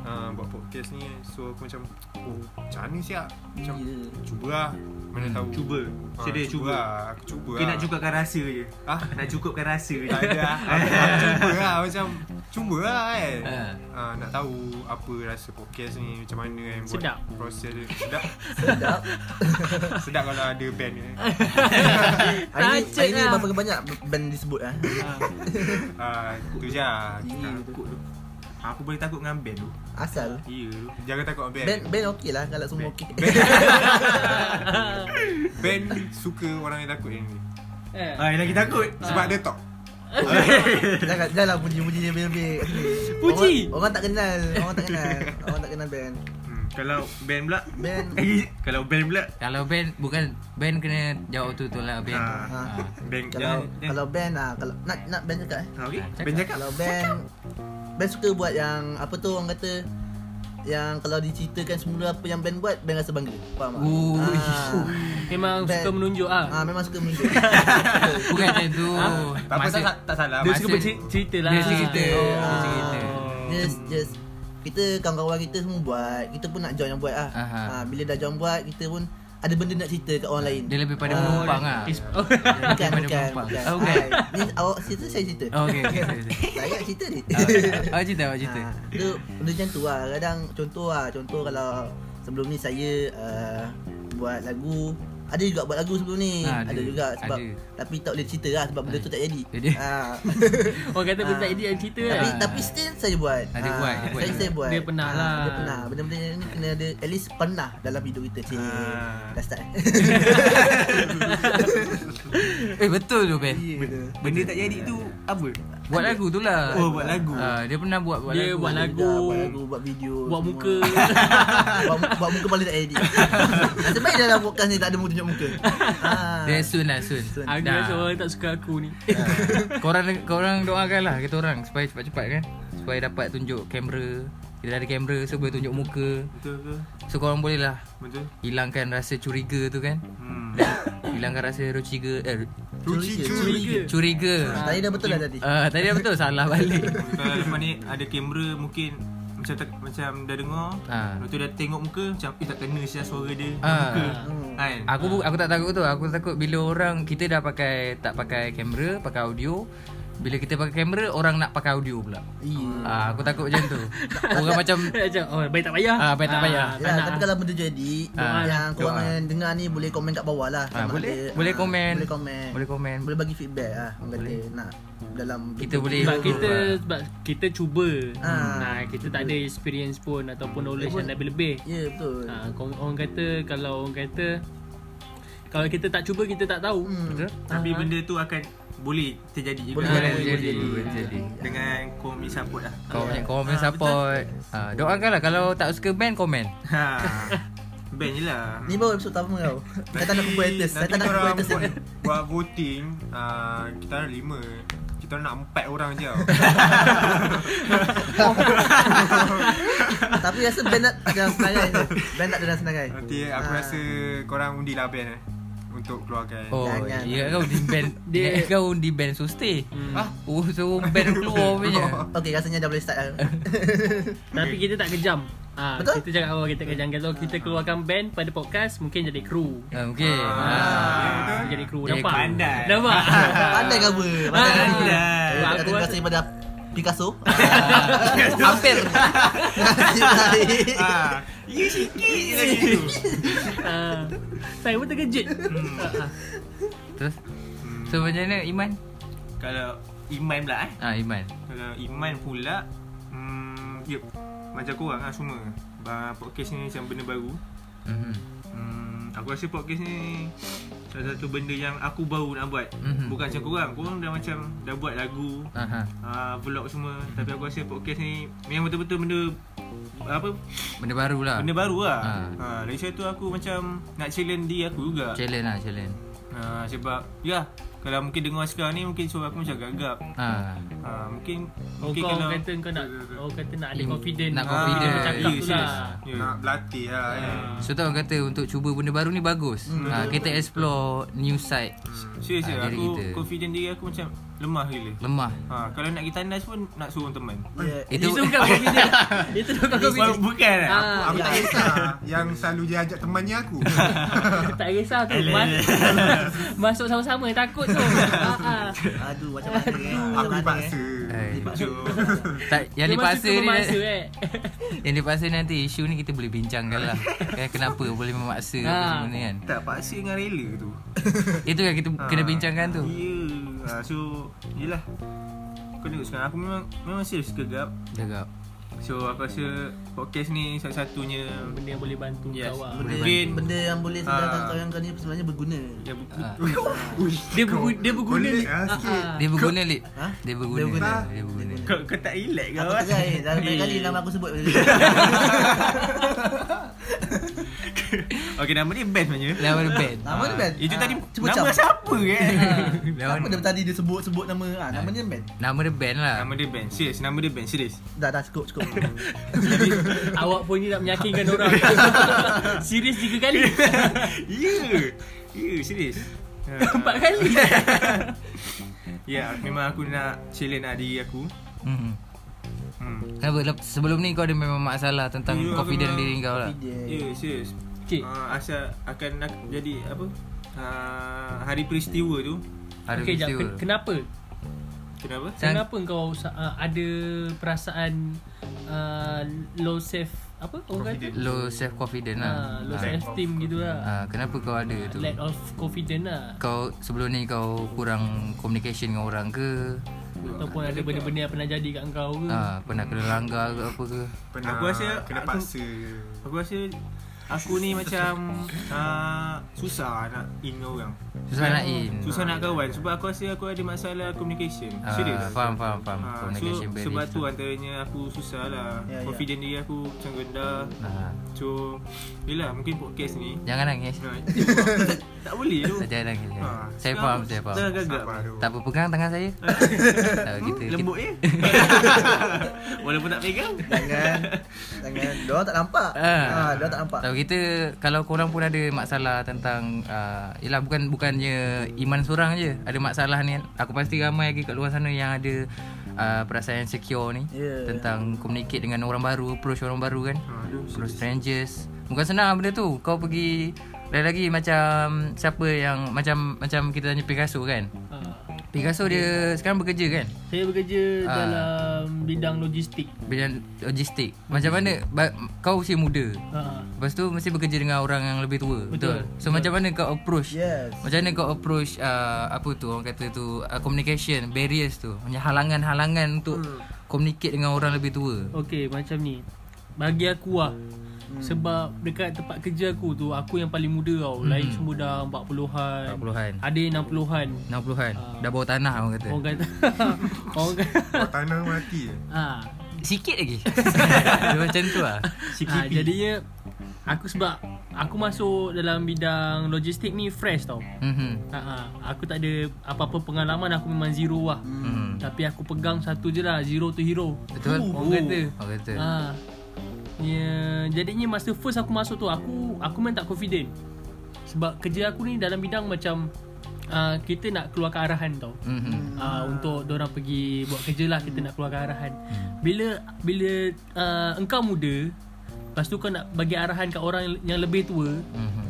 Speaker 5: uh, buat podcast ni so aku macam oh macam ni siap. Macam
Speaker 4: Ya.
Speaker 5: cuba lah mana
Speaker 2: Hmm,
Speaker 5: tahu.
Speaker 1: cuba.
Speaker 5: Ah,
Speaker 1: Sedia cuba.
Speaker 5: Lah. Aku cuba.
Speaker 1: Kita
Speaker 5: lah.
Speaker 1: nak cukupkan rasa je.
Speaker 5: Ah,
Speaker 1: Nak cukupkan rasa je.
Speaker 5: tak ada. Aku, aku cuba lah macam cuba lah kan.
Speaker 2: Ah.
Speaker 5: Ah, nak tahu apa rasa podcast ni macam mana kan buat
Speaker 3: Sedap.
Speaker 5: proses dia. Sedap.
Speaker 4: Sedap.
Speaker 5: Sedap kalau ada band ni.
Speaker 4: Hari ni,
Speaker 3: Racun
Speaker 4: hari ni
Speaker 3: lah.
Speaker 4: berapa banyak band disebut ah?
Speaker 5: Ah, tu je. lah.
Speaker 1: Aku takut tu. Aku boleh takut dengan band tu.
Speaker 4: Asal.
Speaker 1: Ya tu.
Speaker 5: Jangan takut band.
Speaker 4: Band band okey lah kalau semua okey.
Speaker 3: Ah.
Speaker 5: Band suka orang yang takut yang ni.
Speaker 3: Eh.
Speaker 1: Ah, lagi takut.
Speaker 5: Sebab dia talk.
Speaker 4: Jangan janganlah puji-puji dia lebih.
Speaker 3: Puji?
Speaker 4: Orang, orang tak kenal, orang tak kenal. Orang tak kenal band.
Speaker 5: Hmm.
Speaker 1: Kalau band pula
Speaker 4: Band
Speaker 1: Lagi kalau band pula
Speaker 2: Kalau Ben bukan Ben kena jawab tu tu lah Ben
Speaker 1: Ah.
Speaker 4: ha.
Speaker 2: Ah.
Speaker 1: band
Speaker 4: Kalau
Speaker 1: jangan-
Speaker 4: kalau band ah kalau nak nak band cakap eh.
Speaker 1: Ah, okey.
Speaker 2: Ah, cakap.
Speaker 1: Band cakap.
Speaker 4: Kalau band Band suka buat yang Apa tu orang kata Yang kalau diceritakan semula Apa yang band buat Band rasa bangga Faham tak?
Speaker 2: Ui.
Speaker 3: memang
Speaker 4: Ben.
Speaker 3: suka menunjuk ah
Speaker 4: Ah, ah, memang suka Ah. menunjuk
Speaker 2: Bukan macam tu
Speaker 5: Tak apa, tak, tak salah.
Speaker 1: Dia
Speaker 2: Masa-
Speaker 1: suka bercerita.
Speaker 3: cerita lah
Speaker 2: Dia cerita Dia
Speaker 4: Ah.
Speaker 2: cerita
Speaker 4: Just just Kita kawan-kawan kita semua buat Kita pun nak join yang buat lah ah,
Speaker 2: Aha.
Speaker 4: Bila dah join buat Kita pun Ada benda nak cerita kat orang lain
Speaker 2: Dia lebih pada
Speaker 4: Ah,
Speaker 2: menumpang lah
Speaker 3: Is- oh.
Speaker 2: Dia lebih
Speaker 4: Bukan
Speaker 2: pada
Speaker 4: bukan,
Speaker 2: menumpang.
Speaker 4: bukan.
Speaker 2: Ah, bukan.
Speaker 4: Ah, Ni awak cerita saya cerita
Speaker 2: Oh, okey, okey, okey, okey.
Speaker 4: Saya cerita ni
Speaker 2: Ah, Awak cerita Awak cerita
Speaker 4: Ha, dia benda macam tu lah. Kadang contoh lah. Contoh kalau sebelum ni saya uh, eh, buat lagu. Ada juga buat lagu sebelum ni.
Speaker 2: Ha, ada.
Speaker 4: ada. juga sebab
Speaker 2: Ada.
Speaker 4: tapi tak boleh cerita lah sebab benda tu tak jadi.
Speaker 2: Jadi. Ya.
Speaker 4: Ha.
Speaker 3: Orang kata benda
Speaker 4: Ah.
Speaker 3: tak jadi yang cerita
Speaker 4: tapi
Speaker 3: kan.
Speaker 4: tapi still saya buat.
Speaker 2: Ada
Speaker 4: Ah,
Speaker 2: buat, dia buat.
Speaker 4: Saya, saya buat.
Speaker 3: Dia pernah
Speaker 4: Ah,
Speaker 3: lah.
Speaker 4: Dia pernah. Benda-benda yang ni kena ada at least pernah dalam hidup kita. Cik.
Speaker 1: Ah.
Speaker 4: Dah start.
Speaker 2: Eh betul tu Ben.
Speaker 5: Benda tak jadi tu apa?
Speaker 2: Buat lagu tu lah.
Speaker 5: Oh, buat lagu.
Speaker 2: Ah, dia pernah buat buat
Speaker 3: Dia
Speaker 2: lagu.
Speaker 3: buat
Speaker 4: Ada
Speaker 3: lagu.
Speaker 4: juga buat lagu, buat video.
Speaker 3: Buat
Speaker 4: semua.
Speaker 3: muka.
Speaker 4: buat, buat muka paling tak edit. Nasib baik dalam podcast ni tak ada tunjuk muka. Ha.
Speaker 2: Dia soon lah soon.
Speaker 4: Soon.
Speaker 3: Aku
Speaker 2: Dah.
Speaker 3: rasa orang tak suka aku ni.
Speaker 2: Ah. korang korang doakan lah kita orang supaya cepat-cepat kan. Supaya dapat tunjuk kamera. Kita ada kamera so boleh tunjuk muka.
Speaker 1: Betul betul.
Speaker 2: So korang boleh lah
Speaker 1: Betul.
Speaker 2: hilangkan rasa curiga tu kan.
Speaker 1: Hmm.
Speaker 2: Hilangkan rasa curiga eh
Speaker 5: Cuci
Speaker 3: Curiga.
Speaker 2: curiga.
Speaker 4: Tadi dah betul lah tadi.
Speaker 2: Ah, tadi dah betul salah balik.
Speaker 1: Kalau lepas ni ada kamera mungkin macam tak, macam dah dengar.
Speaker 2: Ah.
Speaker 1: Lepas tu dah tengok muka macam eh tak kena sial suara dia.
Speaker 2: Ah.
Speaker 1: Muka.
Speaker 4: Hmm.
Speaker 1: Kan?
Speaker 2: Aku bu- aku tak takut tu. Aku takut bila orang kita dah pakai tak pakai kamera, pakai audio. Bila kita pakai kamera, orang nak pakai audio pula.
Speaker 4: Iya.
Speaker 2: Ah, aku takut macam tu. Orang macam
Speaker 3: Macam oh baik tak payah.
Speaker 2: Ah, baik tak payah.
Speaker 3: tak
Speaker 4: Ya,
Speaker 3: nak.
Speaker 4: tapi kalau benda jadi
Speaker 2: Ah,
Speaker 4: yang korang
Speaker 2: doa.
Speaker 4: yang dengar ni boleh komen kat bawah lah.
Speaker 2: Ah,
Speaker 4: Sama
Speaker 2: boleh.
Speaker 4: ada,
Speaker 2: Boleh
Speaker 4: ah,
Speaker 2: komen.
Speaker 4: Boleh komen.
Speaker 2: boleh komen.
Speaker 4: Boleh bagi feedback lah. Orang kata nak dalam
Speaker 2: Kita boleh
Speaker 3: Sebab kita
Speaker 2: Ah.
Speaker 3: sebab kita cuba.
Speaker 4: Ah.
Speaker 3: Nah, kita tak ada experience pun ataupun knowledge yang lebih-lebih.
Speaker 4: Ya betul.
Speaker 3: Ha, kau- orang kata kalau orang kata kalau kita tak cuba kita tak tahu.
Speaker 4: Hmm.
Speaker 2: Betul?
Speaker 1: Tapi benda tu akan boleh terjadi juga.
Speaker 4: Boleh,
Speaker 2: Boleh
Speaker 4: boleh,
Speaker 2: jadi,
Speaker 4: boleh.
Speaker 2: boleh jadi.
Speaker 1: Dengan komi support lah.
Speaker 2: Kau punya kau punya support. Ah, doakanlah kalau tak suka band komen.
Speaker 1: Ha. Band je lah.
Speaker 4: Ni baru episod pertama kau. Saya tak nak kumpul haters. Saya tak nak kumpul
Speaker 5: orang
Speaker 4: haters ni.
Speaker 5: buat, buat voting ah, Kita orang lima Kita orang nak empat orang je tau.
Speaker 4: Tapi rasa band tak ada dalam senangai. je. Band tak ada dalam senangai.
Speaker 5: Nanti aku
Speaker 4: Ah.
Speaker 5: rasa korang undi lah band eh Untuk keluarkan
Speaker 2: Oh,
Speaker 4: Jangan.
Speaker 2: ya kau di band.
Speaker 3: Dia-
Speaker 2: Dia kau di band Suste.
Speaker 4: Ah,
Speaker 3: Hmm.
Speaker 2: Oh, so band keluar punya.
Speaker 4: Okay rasanya dah boleh start lah.
Speaker 3: Tapi kita tak kejam. Ha,
Speaker 4: Betul?
Speaker 3: kita jangan awal kita kejam. Kalau kita keluarkan band pada podcast mungkin jadi kru.
Speaker 2: Ah, okey. Ah.
Speaker 1: Ah.
Speaker 3: Jadi kru
Speaker 2: Jadi
Speaker 3: nampak.
Speaker 2: kru.
Speaker 1: Pandai.
Speaker 3: Nampak.
Speaker 1: Ha.
Speaker 4: Pandai cover. Pandai
Speaker 3: Ah.
Speaker 4: cover.
Speaker 1: Pandai.
Speaker 4: Kalau
Speaker 3: Aku
Speaker 4: Terima
Speaker 3: rasa-
Speaker 4: kasih daripada Picasso.
Speaker 2: Hampir.
Speaker 4: Terima kasih.
Speaker 1: Ah. You sikit je lagi tu.
Speaker 3: Ah, Saya pun terkejut. Ah, ah.
Speaker 2: Terus So macam mana Iman?
Speaker 1: Hmm. Kalau Iman pula eh.
Speaker 2: Ah Iman.
Speaker 1: Kalau Iman pula hmm, yep. Macam korang lah semua Ba- Podcast ni macam benda baru
Speaker 2: Mhm.
Speaker 1: hmm, Aku rasa podcast ni Salah satu benda yang aku baru nak buat
Speaker 2: Mhm.
Speaker 1: Bukan macam korang Korang dah macam Dah buat lagu
Speaker 2: Aha.
Speaker 1: uh, Vlog semua
Speaker 3: Mhm.
Speaker 1: Tapi aku rasa podcast ni Memang betul-betul benda Apa
Speaker 2: Benda baru
Speaker 3: Ah.
Speaker 2: lah.
Speaker 1: Benda baru lah
Speaker 2: Ha.
Speaker 1: ha. Dari situ aku macam Nak challenge diri aku juga
Speaker 2: Challenge lah, challenge.
Speaker 1: ha, Sebab Ya Kalau mungkin dengar sekarang ni Mungkin suara aku macam gagap
Speaker 2: Ah.
Speaker 1: ha, Mungkin
Speaker 3: Oh,
Speaker 1: Mungkin
Speaker 3: kau kata kau nak oh kata nak ada
Speaker 2: Im-
Speaker 3: confident.
Speaker 2: nak
Speaker 3: Ah,
Speaker 2: confident.
Speaker 1: Ya,
Speaker 3: Cakap tu
Speaker 1: serius.
Speaker 3: lah.
Speaker 1: Ya.
Speaker 5: Nak berlatih lah kan
Speaker 1: Ah.
Speaker 2: So tahu orang kata untuk cuba benda baru ni bagus. Ah, kita explore new side.
Speaker 1: Serius ha,
Speaker 2: Ah, diri
Speaker 1: aku
Speaker 2: kita.
Speaker 1: confident diri aku macam lemah gila.
Speaker 2: Lemah.
Speaker 1: Ha, kalau nak pergi tandas pun nak suruh teman.
Speaker 4: Ya.
Speaker 2: Itu
Speaker 3: Itu bukan confident. Itu bukan confident.
Speaker 1: Bukan, bukan lah.
Speaker 3: Ah,
Speaker 5: Aku
Speaker 4: Ya.
Speaker 5: tak kisah Yang selalu dia ajak temannya aku
Speaker 3: tak kisah tu. Mas- Masuk sama-sama takut tu. Ah, ah.
Speaker 4: Aduh macam mana eh.
Speaker 5: Aku
Speaker 4: Macam mana eh.
Speaker 5: dipaksa
Speaker 2: Eh,
Speaker 4: Dipaksa.
Speaker 2: tak, yang
Speaker 3: Dia masuk
Speaker 2: dipaksa
Speaker 3: tu
Speaker 2: ni
Speaker 3: memaksa, eh.
Speaker 2: Yang dipaksa nanti isu ni kita boleh bincangkan lah kan, Kenapa boleh memaksa ha.
Speaker 3: Ah.
Speaker 2: semua ni kan
Speaker 1: Tak paksa dengan rela tu.
Speaker 2: Itu yang kita
Speaker 1: Ha,
Speaker 2: kena bincangkan tu
Speaker 1: Ya. Ha, so, yelah. Kau tengok sekarang aku memang memang serius gegap.
Speaker 2: Cakap
Speaker 1: So aku rasa podcast ni satu-satunya
Speaker 3: Benda yang boleh bantu
Speaker 1: Yes.
Speaker 3: kau ah.
Speaker 4: Benda,
Speaker 1: Mungkin.
Speaker 4: benda yang boleh sedarkan
Speaker 1: Ah.
Speaker 4: kau yang kau ni sebenarnya berguna.
Speaker 1: yang bu-
Speaker 2: Ah.
Speaker 3: Dia berguna dia berguna.
Speaker 5: Boleh
Speaker 1: ha?
Speaker 5: lah sikit
Speaker 3: Ah, ah.
Speaker 2: Dia berguna Lip
Speaker 4: Ha?
Speaker 2: Dia berguna
Speaker 4: Dia berguna.
Speaker 2: Dia berguna
Speaker 1: kau, kau tak relax kau. ha? Ya.
Speaker 4: Aku terai Dah banyak kali nama aku sebut benda tu.
Speaker 1: Okey nama dia best sebenarnya.
Speaker 2: Nama dia band
Speaker 4: Nama dia
Speaker 1: Ah,
Speaker 4: band.
Speaker 1: Itu
Speaker 4: Ah,
Speaker 1: tadi
Speaker 4: cuba
Speaker 1: nama
Speaker 4: cap.
Speaker 1: siapa kan?
Speaker 4: Apa dia tadi dia sebut-sebut nama ah nama dia band.
Speaker 2: Nama dia band
Speaker 5: ah.
Speaker 2: lah
Speaker 1: Nama dia band. Serius, nama dia band. Serius.
Speaker 4: Dah dah cukup cukup.
Speaker 3: Awak pun ni nak meyakinkan orang. Serius tiga kali.
Speaker 1: Ya. Ya, serius. Ha.
Speaker 3: Empat kali.
Speaker 1: Ya, memang aku nak challenge lah diri aku.
Speaker 2: hmm.
Speaker 1: Hmm.
Speaker 2: Kenapa Lep- sebelum ni kau ada memang masalah Tentang
Speaker 1: Ya,
Speaker 2: confident
Speaker 1: memang
Speaker 2: diri kau lah
Speaker 1: Ya, serius.
Speaker 3: Okey.
Speaker 1: Uh,
Speaker 5: Ah,
Speaker 1: asal akan nak jadi apa?
Speaker 5: Ah,
Speaker 1: Uh, hari peristiwa tu.
Speaker 2: Ada
Speaker 3: Okey, jap.
Speaker 2: peristiwa
Speaker 3: Ken- Kenapa?
Speaker 1: Kenapa?
Speaker 2: Sang-
Speaker 3: ah, Kenapa kau uh, ada perasaan uh, ah, low self apa orang kata?
Speaker 2: Low self confident
Speaker 3: Ha,
Speaker 2: lah.
Speaker 3: low
Speaker 2: Ah.
Speaker 3: self esteem gitu lah.
Speaker 2: Ah, kenapa kau ada tu?
Speaker 3: Lack of confident lah.
Speaker 2: Kau sebelum ni kau kurang communication dengan orang ke?
Speaker 3: Ataupun ada benda-benda yang pernah jadi kat kau
Speaker 1: Hmm.
Speaker 3: ke.
Speaker 2: Ah, pernah kena langgar ke apa ke?
Speaker 5: Pernah
Speaker 1: Aku rasa-
Speaker 5: kena
Speaker 1: aku-
Speaker 5: paksa.
Speaker 1: Aku rasa aku ni macam uh, susah nak in dengan orang.
Speaker 2: Susah nak in.
Speaker 1: Susah nak kawan sebab aku rasa aku ada masalah communication.
Speaker 2: ya. Ah,
Speaker 1: Serius.
Speaker 2: faham faham faham.
Speaker 1: Ah,
Speaker 2: Communication lah.
Speaker 1: so,
Speaker 2: barrier.
Speaker 1: sebab tu antaranya aku susah lah yeah,
Speaker 4: Ya, ya.
Speaker 1: Confident diri aku macam rendah
Speaker 2: Ah,
Speaker 1: So Yelah mungkin podcast ni
Speaker 2: jangan nangis.
Speaker 1: nah, itu lah. Tak boleh tu
Speaker 2: Tak jangan nangis. jangan.
Speaker 1: Ah,
Speaker 2: Saya
Speaker 1: sekarang
Speaker 2: faham,
Speaker 1: aku
Speaker 2: saya
Speaker 1: Dah
Speaker 2: faham.
Speaker 1: gagap
Speaker 5: Sabar tu.
Speaker 2: Tak apa pegang tangan saya. Tahu kita.
Speaker 1: Lembut je Walaupun tak pegang
Speaker 4: Tangan Tangan Diorang tak nampak
Speaker 2: Ah.
Speaker 4: ha, Diorang tak nampak
Speaker 2: Tahu kita kalau korang pun ada masalah tentang uh, Yelah bukan bukannya iman seorang je Ada masalah ni Aku pasti ramai lagi kat luar sana yang ada uh, Perasaan insecure ni
Speaker 4: Ya.
Speaker 2: Tentang communicate dengan orang baru Approach orang baru kan
Speaker 1: Aduh
Speaker 2: Approach strangers Bukan senang lah benda tu Kau pergi lain lagi macam siapa yang macam macam kita tanya Picasso kan.
Speaker 3: Ha.
Speaker 2: Picasso dia sekarang bekerja kan
Speaker 3: Saya bekerja
Speaker 2: Ah.
Speaker 3: dalam bidang logistik.
Speaker 2: bidang logistik. Macam mana ba- kau usia muda
Speaker 3: Ha.
Speaker 2: Lepas tu mesti bekerja dengan orang yang lebih tua.
Speaker 3: Betul.
Speaker 2: Betul. So macam mana kau approach?
Speaker 4: Yes
Speaker 2: Macam mana kau approach uh, apa tu orang kata tu uh, communication barriers tu. Macam halangan-halangan untuk hmm. communicate dengan orang lebih tua.
Speaker 3: Okey, macam ni. Bagi aku lah. Sebab dekat tempat kerja aku tu aku yang paling muda tau. Lain semua dah 40-an.
Speaker 2: 40-an.
Speaker 3: Ada yang 60-an.
Speaker 2: 60-an. Dah bawa tanah orang kata.
Speaker 3: Orang kata Orang kata
Speaker 5: Buat tanah mati je.
Speaker 3: ha.
Speaker 2: Sikit lagi. Dia macam tu lah.
Speaker 3: ha, Jadinya Aku sebab Aku masuk dalam bidang logistik ni fresh tau
Speaker 2: Mhm.
Speaker 3: ha, ha. Aku tak ada apa-apa pengalaman Aku memang zero lah
Speaker 2: Mhm.
Speaker 3: Tapi aku pegang satu je lah Zero to hero
Speaker 2: Betul?
Speaker 3: Orang kata
Speaker 2: Orang kata.
Speaker 3: ha. Ya, jadinya masa first aku masuk tu Aku aku memang tak confident Sebab kerja aku ni dalam bidang macam uh, Kita nak keluarkan arahan tau
Speaker 2: Mhm.
Speaker 3: uh, untuk orang pergi buat kerja lah kita nak keluarkan arahan. Bila bila uh, engkau muda, lepas tu kau nak bagi arahan kat orang yang lebih tua,
Speaker 2: Mhm.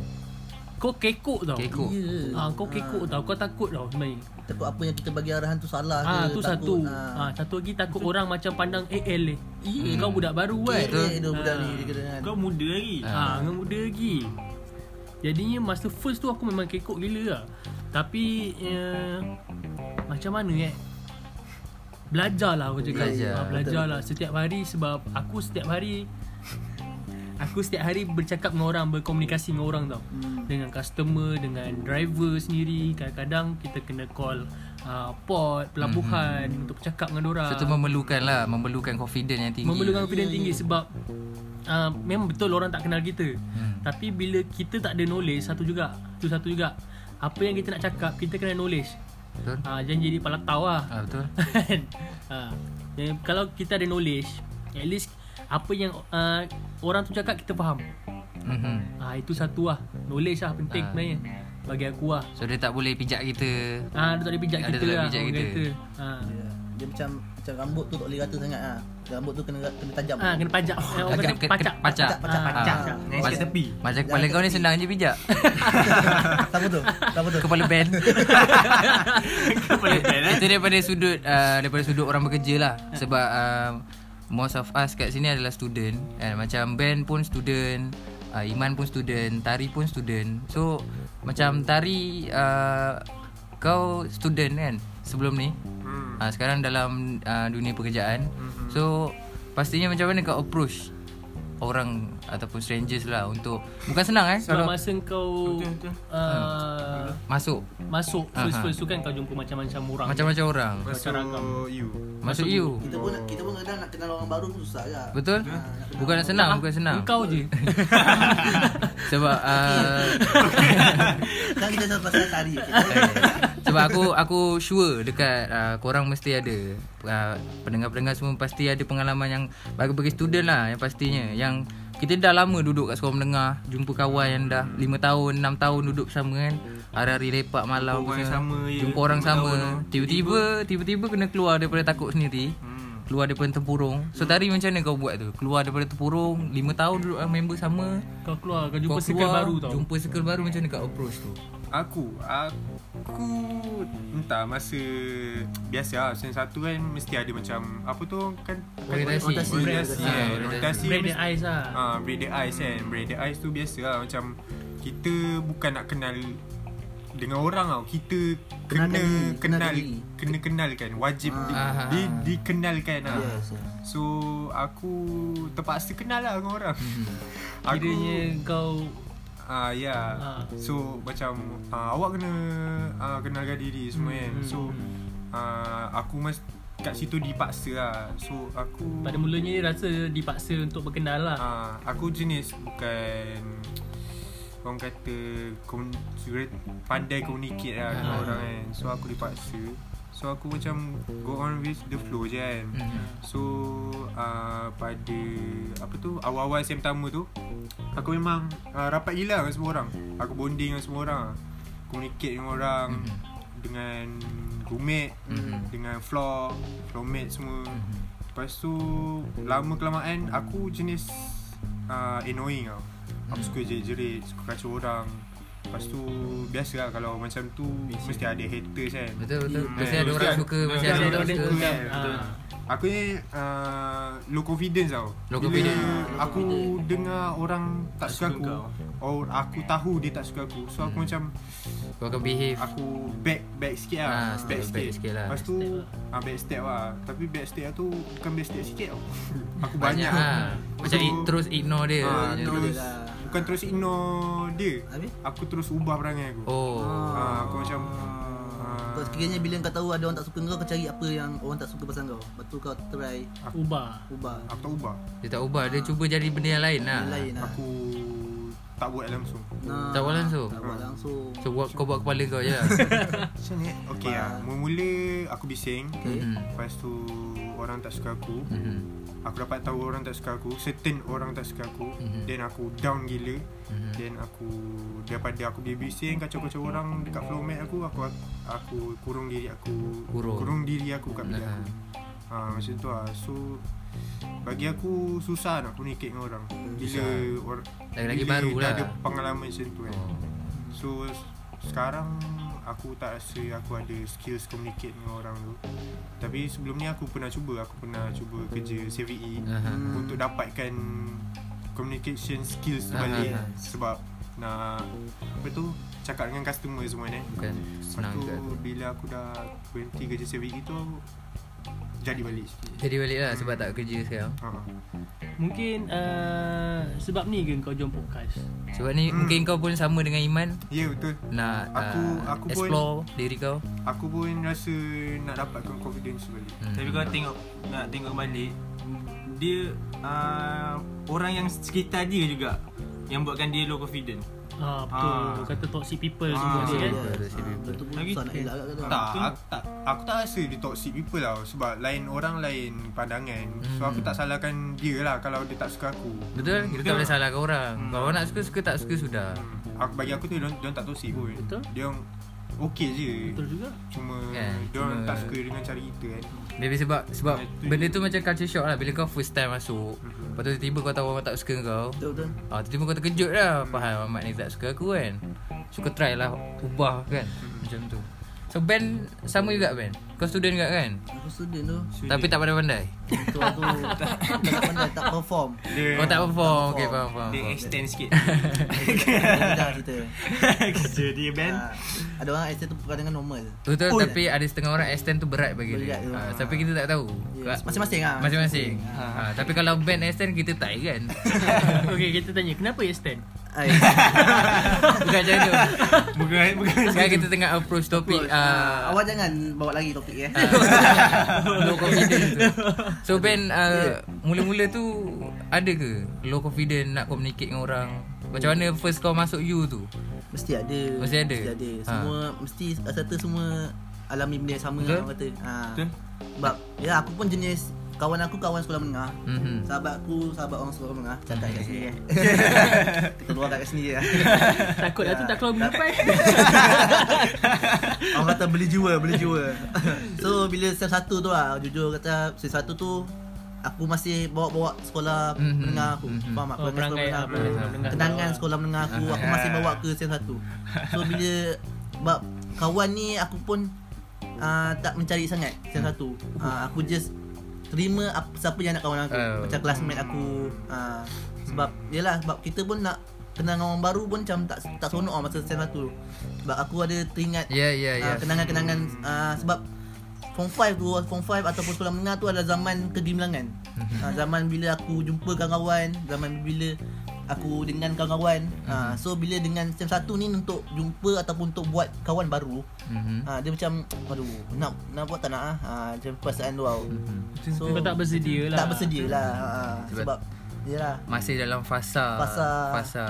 Speaker 3: kau kekok tau.
Speaker 2: Kekok.
Speaker 3: Ah kau kekok tau, kau takut tau sebenarnya.
Speaker 4: Ya. Takut apa yang kita bagi arahan tu salah ke
Speaker 3: Ah tu
Speaker 4: takut,
Speaker 3: satu. Ah
Speaker 4: ah.
Speaker 3: satu lagi takut orang macam pandang AL eh. Kau budak baru kan.
Speaker 4: Kira tu budak ni dia kena kan
Speaker 1: Kau muda lagi
Speaker 3: Ah, dengan muda lagi. Jadinya masa first tu aku memang kekok gila lah. Tapi uh, macam mana eh? Belajarlah aku cakap.
Speaker 2: Belajar,
Speaker 3: Ah, belajarlah setiap hari sebab aku setiap hari aku setiap hari bercakap dengan orang, berkomunikasi dengan orang tau. Hmm. Dengan customer, dengan driver sendiri. Kadang-kadang kita kena call uh, port, pelabuhan hmm. untuk bercakap dengan orang
Speaker 2: So tu memerlukan lah, memerlukan confidence yang tinggi. Hmm.
Speaker 3: memerlukan confidence tinggi sebab uh, memang betul orang tak kenal kita. Hmm. Tapi bila kita tak ada knowledge satu juga, tu satu juga. Apa yang kita nak cakap, kita kena knowledge.
Speaker 2: Betul?
Speaker 3: Ah uh, jangan jadi palatau lah.
Speaker 2: Ah betul.
Speaker 3: ha. Dan kalau kita ada knowledge, at least apa yang uh, orang tu cakap kita faham.
Speaker 2: Mhm.
Speaker 3: Ah uh, itu satu lah. Knowledge lah penting
Speaker 2: Ah.
Speaker 3: sebenarnya bagi aku lah.
Speaker 2: So dia tak boleh pijak kita.
Speaker 3: Ah dia tak boleh pijak
Speaker 2: Ada
Speaker 3: kita
Speaker 2: tak boleh
Speaker 3: lah.
Speaker 2: pijak
Speaker 3: orang
Speaker 2: kita.
Speaker 3: kata. Ah.
Speaker 4: Ya. Dia macam Macam rambut tu tak boleh rata sangat ah. Rambut tu kena kena tajam
Speaker 3: Ah kena pajak. Orang
Speaker 2: Agak
Speaker 3: kata
Speaker 2: ke-
Speaker 3: pacak.
Speaker 2: ke- Oh, pacak.
Speaker 4: Pacak,
Speaker 3: Ah.
Speaker 4: pacak.
Speaker 2: Ah.
Speaker 1: Naik kat
Speaker 2: Macam-
Speaker 1: tepi.
Speaker 2: Macam kepala kau ni senang je pijak
Speaker 4: Siapa tu? Siapa tu?
Speaker 2: Kepala band
Speaker 1: Kepala band eh
Speaker 2: Itu daripada sudut uh, Daripada sudut orang bekerja lah Sebab uh, Most of us kat sini adalah student kan? Macam band pun student uh, Iman pun student Tari pun student So Macam tari uh, Kau student kan Sebelum ni
Speaker 5: Hmm.
Speaker 2: uh, Sekarang dalam uh, Dunia pekerjaan
Speaker 1: Hmm.
Speaker 2: So Pastinya macam mana kau approach Orang Ataupun strangers lah Untuk Bukan senang eh
Speaker 3: Sebab
Speaker 2: Kalau
Speaker 3: masa kau
Speaker 1: Betul, betul.
Speaker 3: uh,
Speaker 2: Masuk
Speaker 3: masuk first-first tu kan kau jumpa macam-macam orang.
Speaker 2: Macam-macam orang
Speaker 5: Masuk you.
Speaker 2: Masuk you
Speaker 4: Kita pun kita pun kadang nak kenal orang baru pun susah juga.
Speaker 2: Betul? Bukan nak senang, bukan senang.
Speaker 3: Engkau je.
Speaker 2: Sebab uh,
Speaker 4: Kan kita selalu pasal tari. okey?
Speaker 2: sebab aku aku sure dekat uh, korang mesti ada uh, pendengar-pendengar semua pasti ada pengalaman yang bagi bagi student lah yang pastinya yang kita dah lama duduk kat sekolah menengah, jumpa kawan yang dah 5 tahun, 6 tahun duduk bersama kan. Hari-hari lepak malam
Speaker 1: Jumpa orang
Speaker 2: semua.
Speaker 1: sama, ya.
Speaker 2: Jumpa orang
Speaker 1: Lima
Speaker 2: sama.
Speaker 1: tahun tu.
Speaker 2: Tiba-tiba tiba-tiba kena keluar daripada takut sendiri.
Speaker 1: Hmm.
Speaker 2: Keluar daripada tempurung. So tadi macam mana kau buat tu? Keluar daripada tempurung, 5 tahun duduk dengan member sama.
Speaker 3: Kau keluar, kau jumpa
Speaker 2: Kau
Speaker 3: circle
Speaker 2: keluar,
Speaker 3: baru tau.
Speaker 2: Jumpa circle baru macam mana kau approach tu?
Speaker 5: Aku Aku Entah masa Biasa lah Season 1 kan Mesti ada macam Apa tu orang kan
Speaker 2: Orientasi.
Speaker 5: Orientasi
Speaker 4: Orientasi.
Speaker 5: Orientasi kan.
Speaker 2: Ah,
Speaker 5: Orientasi
Speaker 3: Break the
Speaker 5: mesti-
Speaker 3: ice lah
Speaker 5: Ah, Break the ice kan Break the ice tu biasa lah Macam Kita bukan nak kenal Dengan orang tau Kita
Speaker 4: Kenal
Speaker 5: Kena
Speaker 4: diri, kenal
Speaker 5: Kenal
Speaker 4: diri.
Speaker 5: Kena kenalkan Wajib di,
Speaker 2: Ah.
Speaker 5: di, Dikenalkan lah
Speaker 4: Yes, yes.
Speaker 5: So Aku Terpaksa kenal lah dengan orang
Speaker 3: Hmm.
Speaker 5: Aku
Speaker 3: Kiranya kau
Speaker 5: Ah ya. Yeah.
Speaker 3: Ah.
Speaker 5: So macam ah, awak kena ah, kenalkan diri semua kan.
Speaker 3: Hmm,
Speaker 5: So ah, aku mas kat situ dipaksa lah. So aku
Speaker 3: pada mulanya rasa dipaksa untuk berkenal lah
Speaker 5: ah, aku jenis bukan orang kata komun, pandai communicate lah dengan
Speaker 3: Ah.
Speaker 5: orang kan. So aku dipaksa. So aku macam go on with the flow je kan.
Speaker 2: Hmm.
Speaker 5: So uh, pada apa tu awal-awal SEM pertama tu aku memang uh, rapat gila dengan semua orang. Aku bonding dengan semua orang. Communicate dengan orang
Speaker 2: Mhm.
Speaker 5: dengan roommate,
Speaker 2: Mhm.
Speaker 5: dengan floor, floormate semua. Lepas tu lama kelamaan aku jenis uh, annoying tau. Aku suka jerit-jerit, suka kacau orang. Lepas tu biasalah kalau macam tu mesti ada haters kan.
Speaker 2: Betul betul.
Speaker 5: Hmm.
Speaker 2: Mesti ada
Speaker 5: Mesti
Speaker 2: orang
Speaker 5: ada-
Speaker 2: suka,
Speaker 5: mesti
Speaker 2: mesti ada orang
Speaker 3: ada
Speaker 2: suka.
Speaker 3: orang
Speaker 5: kan.
Speaker 3: Ah.
Speaker 5: Aku ni uh, low confidence tau.
Speaker 2: Low
Speaker 5: Bila
Speaker 2: confidence.
Speaker 5: Aku dengar orang tak suka
Speaker 1: suka
Speaker 5: aku.
Speaker 1: kau.
Speaker 5: Or aku tahu dia tak suka aku. So aku
Speaker 2: Hmm.
Speaker 5: macam
Speaker 2: Kau akan behave.
Speaker 5: aku back back sikit lah.
Speaker 2: Ah, step back sikit lah.
Speaker 5: Lepas tu
Speaker 3: Back step
Speaker 5: ah back step lah. Tapi back step tu bukan back step sikit tau. aku
Speaker 2: Banyak
Speaker 5: banyak.
Speaker 2: ah. Macam
Speaker 5: So,
Speaker 2: i- terus ignore dia.
Speaker 5: ah,
Speaker 2: Macam tu.
Speaker 5: terus
Speaker 4: lah.
Speaker 5: bukan terus ignore dia.
Speaker 4: Habis?
Speaker 5: Aku terus ubah perangai aku.
Speaker 2: Oh.
Speaker 5: Ah, aku macam ah,
Speaker 4: Kau sekiranya bila kau tahu ada orang tak suka kau Kau cari apa yang orang tak suka pasal kau Lepas tu kau try
Speaker 3: ubah
Speaker 4: ubah
Speaker 2: Ya.
Speaker 5: aku tak ubah.
Speaker 2: Dia tak ubah, dia cuba jadi benda yang lain lah.
Speaker 4: Yang lain lah
Speaker 5: Aku tak buat langsung.
Speaker 4: nah,
Speaker 2: Tak buat langsung?
Speaker 4: Tak buat langsung
Speaker 2: So buat, kau buat kepala kau je lah.
Speaker 5: Macam ni Okay lah Mula-mula aku bising
Speaker 2: Mhm.
Speaker 5: Lepas tu Orang tak suka aku
Speaker 2: Mhm.
Speaker 5: Aku dapat tahu orang tak suka aku Certain orang tak suka aku
Speaker 2: Mhm.
Speaker 5: Then aku down gila
Speaker 2: Mhm.
Speaker 5: Then aku Daripada aku bila bising
Speaker 2: Hmm.
Speaker 5: Kacau-kacau orang Dekat floormat aku Aku aku kurung diri aku
Speaker 2: Kurung.
Speaker 5: kurung diri aku kat bilik
Speaker 2: Aha.
Speaker 5: aku ha, Macam tu lah So Bagi aku Susah nak communicate dengan orang Bila or,
Speaker 2: Hmm. Lagi-lagi
Speaker 5: bila
Speaker 2: baru
Speaker 5: dah
Speaker 2: lah.
Speaker 5: ada pengalaman macam tu kan
Speaker 2: Oh.
Speaker 5: So s- sekarang aku tak rasa aku ada skills communicate dengan orang tu Tapi sebelum ni aku pernah cuba Aku pernah cuba kerja CVE
Speaker 2: Aha.
Speaker 5: hmm. Untuk dapatkan communication skills tu
Speaker 2: Ah,
Speaker 5: balik
Speaker 2: ah, ah.
Speaker 5: Sebab nak apa tu cakap dengan customer semua ni
Speaker 2: Bukan
Speaker 5: Lepas
Speaker 2: senang
Speaker 5: tu
Speaker 2: ke.
Speaker 5: bila aku dah berhenti kerja CVE tu Jadi balik sikit
Speaker 2: Jadi balik lah sebab tak kerja sekarang.
Speaker 5: ha. ah.
Speaker 3: mungkin uh, sebab ni ke kau join podcast
Speaker 2: Sebab ni
Speaker 5: Hmm.
Speaker 2: mungkin kau pun sama dengan Iman
Speaker 5: Ya yeah, betul
Speaker 2: nak
Speaker 5: Aku-
Speaker 2: ah,
Speaker 5: aku pun-
Speaker 2: explore diri kau.
Speaker 5: Aku pun rasa nak dapatkan confidence balik
Speaker 2: Hmm.
Speaker 1: Tapi kalau tengok nak tengok balik dia uh, orang yang sekitar dia juga yang buatkan dia low confident.
Speaker 3: ah betul
Speaker 1: Ah.
Speaker 3: kau kata toxic people
Speaker 5: Ah,
Speaker 3: semua ni kan
Speaker 2: Betul, betul,
Speaker 4: Ah,
Speaker 2: betul.
Speaker 4: Betul pun
Speaker 1: Lagi-
Speaker 4: susah nak elak kat kau
Speaker 5: Tak,
Speaker 1: Betul.
Speaker 5: aku tak aku tak rasa dia toxic people tau sebab lain orang lain pandangan. So aku tak salahkan dia lah kalau dia tak suka aku.
Speaker 2: Betul? Kita tak boleh salahkan orang.
Speaker 1: Hmm.
Speaker 2: Kalau orang nak suka suka tak suka sudah.
Speaker 5: Aku bagi aku tu dia dia tak toxic pun.
Speaker 3: Betul.
Speaker 5: Dia orang okey je.
Speaker 3: betul juga
Speaker 5: Cuma
Speaker 2: Kan,
Speaker 5: dia orang
Speaker 2: cuma-
Speaker 5: tak suka dengan cara kita kan.
Speaker 2: Maybe sebab sebab
Speaker 5: Itu
Speaker 2: benda tu macam culture shock lah bila kau first time masuk. Lepas tu tiba-tiba kau tahu orang tak suka kau.
Speaker 4: Betul betul
Speaker 2: Ah tiba-tiba kau terkejut lah faham Ahmad ni tak suka aku kan. Suka try lah ubah kan. Macam tu. So Ben sama juga Ben. Kau student juga kan?
Speaker 4: Aku student tu
Speaker 2: Tapi tak pandai-pandai.
Speaker 4: Betul aku tak pandai tak perform
Speaker 5: Dia
Speaker 2: Kau Oh, tak perform. Okey faham faham.
Speaker 1: Dia
Speaker 2: faham.
Speaker 1: extend sikit.
Speaker 4: Dah kita
Speaker 1: Kerja dia Ben.
Speaker 4: Ah, Ada orang accent tu perkadangan normal
Speaker 2: Betul
Speaker 4: Full.
Speaker 2: tapi ada setengah orang extend tu berat bagi dia.
Speaker 4: Berat tu.
Speaker 2: Ha, tapi kita tak tahu.
Speaker 4: Ya,
Speaker 2: Ka-
Speaker 4: Masing-masing lah
Speaker 2: Masing-masing. ah. Ha, tapi kalau band extend kita tak kan.
Speaker 3: okey kita tanya kenapa extend
Speaker 4: Ai.
Speaker 2: Bukan macam tu.
Speaker 1: Bukan bukan
Speaker 2: Sekarang kita tengah approach topik ah,
Speaker 4: Awak jangan bawa lagi topik ya
Speaker 2: uh, low confident tu. So Ben uh, mula-mula tu ada ke low confident nak communicate dengan orang? Macam mana first kau masuk U tu?
Speaker 4: Mesti ada
Speaker 2: Mesti ada?
Speaker 4: Mesti ada
Speaker 2: Ha.
Speaker 4: Semua Mesti rata semua Alami benda yang sama
Speaker 2: Betul?
Speaker 4: lah orang kata ha.
Speaker 1: Betul.
Speaker 4: Sebab Ya aku pun jenis Kawan aku kawan sekolah menengah
Speaker 2: Mhm.
Speaker 4: Sahabat aku Sahabat orang sekolah menengah Cakap kat sini eh. Kita keluar kat sini ya.
Speaker 3: takut lah tu
Speaker 4: Ya,
Speaker 3: tak keluar
Speaker 4: tak-
Speaker 3: berapa
Speaker 4: Orang kata beli jiwa Beli jiwa So bila sem satu tu lah Jujur kata Sem satu tu aku masih bawa-bawa sekolah
Speaker 2: Mhm,
Speaker 4: menengah aku.
Speaker 2: mhm.
Speaker 4: Faham tak?
Speaker 3: Oh,
Speaker 4: Perangai
Speaker 3: perangai, ah,
Speaker 4: sekolah menengah
Speaker 3: perangai
Speaker 4: aku.
Speaker 3: menengah.
Speaker 4: Kenangan sekolah menengah aku, aku masih bawa ke sem satu. So bila bab kawan ni aku pun uh, tak mencari sangat sem satu. Uh, aku just terima apa, siapa yang nak kawan aku.
Speaker 2: Oh.
Speaker 4: Macam classmate aku. Uh, sebab yalah sebab kita pun nak kenal dengan orang baru pun macam tak tak seronok lah masa sem satu. Sebab aku ada teringat
Speaker 2: Ya ya ya.
Speaker 4: Ah, kenangan-kenangan ah, sebab form 5 tu form 5 ataupun sekolah menengah tu adalah zaman kegemilangan.
Speaker 3: Mhm.
Speaker 4: Ah, zaman bila aku jumpa kawan-kawan, zaman bila aku dengan kawan-kawan.
Speaker 3: Mhm.
Speaker 4: Ah, so bila dengan SEM 1 ni untuk jumpa ataupun untuk buat kawan baru,
Speaker 2: Mhm.
Speaker 4: ah, dia macam aduh nak nak buat tak nak ah. Ah, macam perasaan tu tau.
Speaker 2: Mm-hmm.
Speaker 4: So
Speaker 3: Kau tak bersedia lah
Speaker 4: tak bersedia lah. Ah, sebab
Speaker 2: Sebab-
Speaker 4: yalah
Speaker 2: Masih dalam fasa
Speaker 4: Fasa.
Speaker 2: fasa.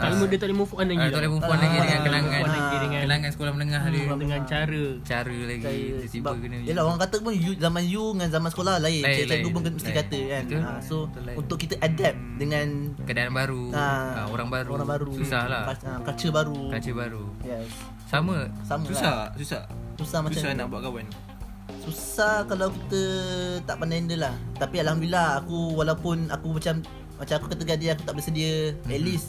Speaker 3: Tak boleh dia tak boleh move on lagi lah.
Speaker 2: Ah, tak boleh move on
Speaker 4: Ah,
Speaker 2: lagi
Speaker 4: tak
Speaker 2: dengan
Speaker 4: boleh
Speaker 2: kenangan
Speaker 4: move on lagi
Speaker 3: dengan- Hmm,
Speaker 2: kenangan sekolah menengah dia.
Speaker 3: Dengan, dengan cara
Speaker 2: Cara lagi
Speaker 4: Saya-
Speaker 2: tiba-tiba kena
Speaker 4: Yalah orang kata pun you, zaman you dengan zaman sekolah lah, lain.
Speaker 2: Lain,
Speaker 4: Cikgu
Speaker 2: lain.
Speaker 4: pun mesti
Speaker 2: Lain.
Speaker 4: kata kan.
Speaker 2: Betul.
Speaker 4: Ha, so
Speaker 2: Betul, lain.
Speaker 4: untuk kita adapt dengan
Speaker 2: keadaan baru,
Speaker 4: Ah,
Speaker 2: ah, orang baru.
Speaker 4: orang baru
Speaker 2: Susah lah.
Speaker 4: Kac- ah, culture baru
Speaker 2: Kaca baru.
Speaker 4: yes
Speaker 2: Sama.
Speaker 4: sama lah
Speaker 1: Susah, susah.
Speaker 4: susah macam
Speaker 1: Susah nak buat kawan.
Speaker 4: susah kalau kita tak pandai handle lah tapi alhamdulillah aku walaupun aku macam macam aku kata tadi aku tak bersedia mm-hmm. at least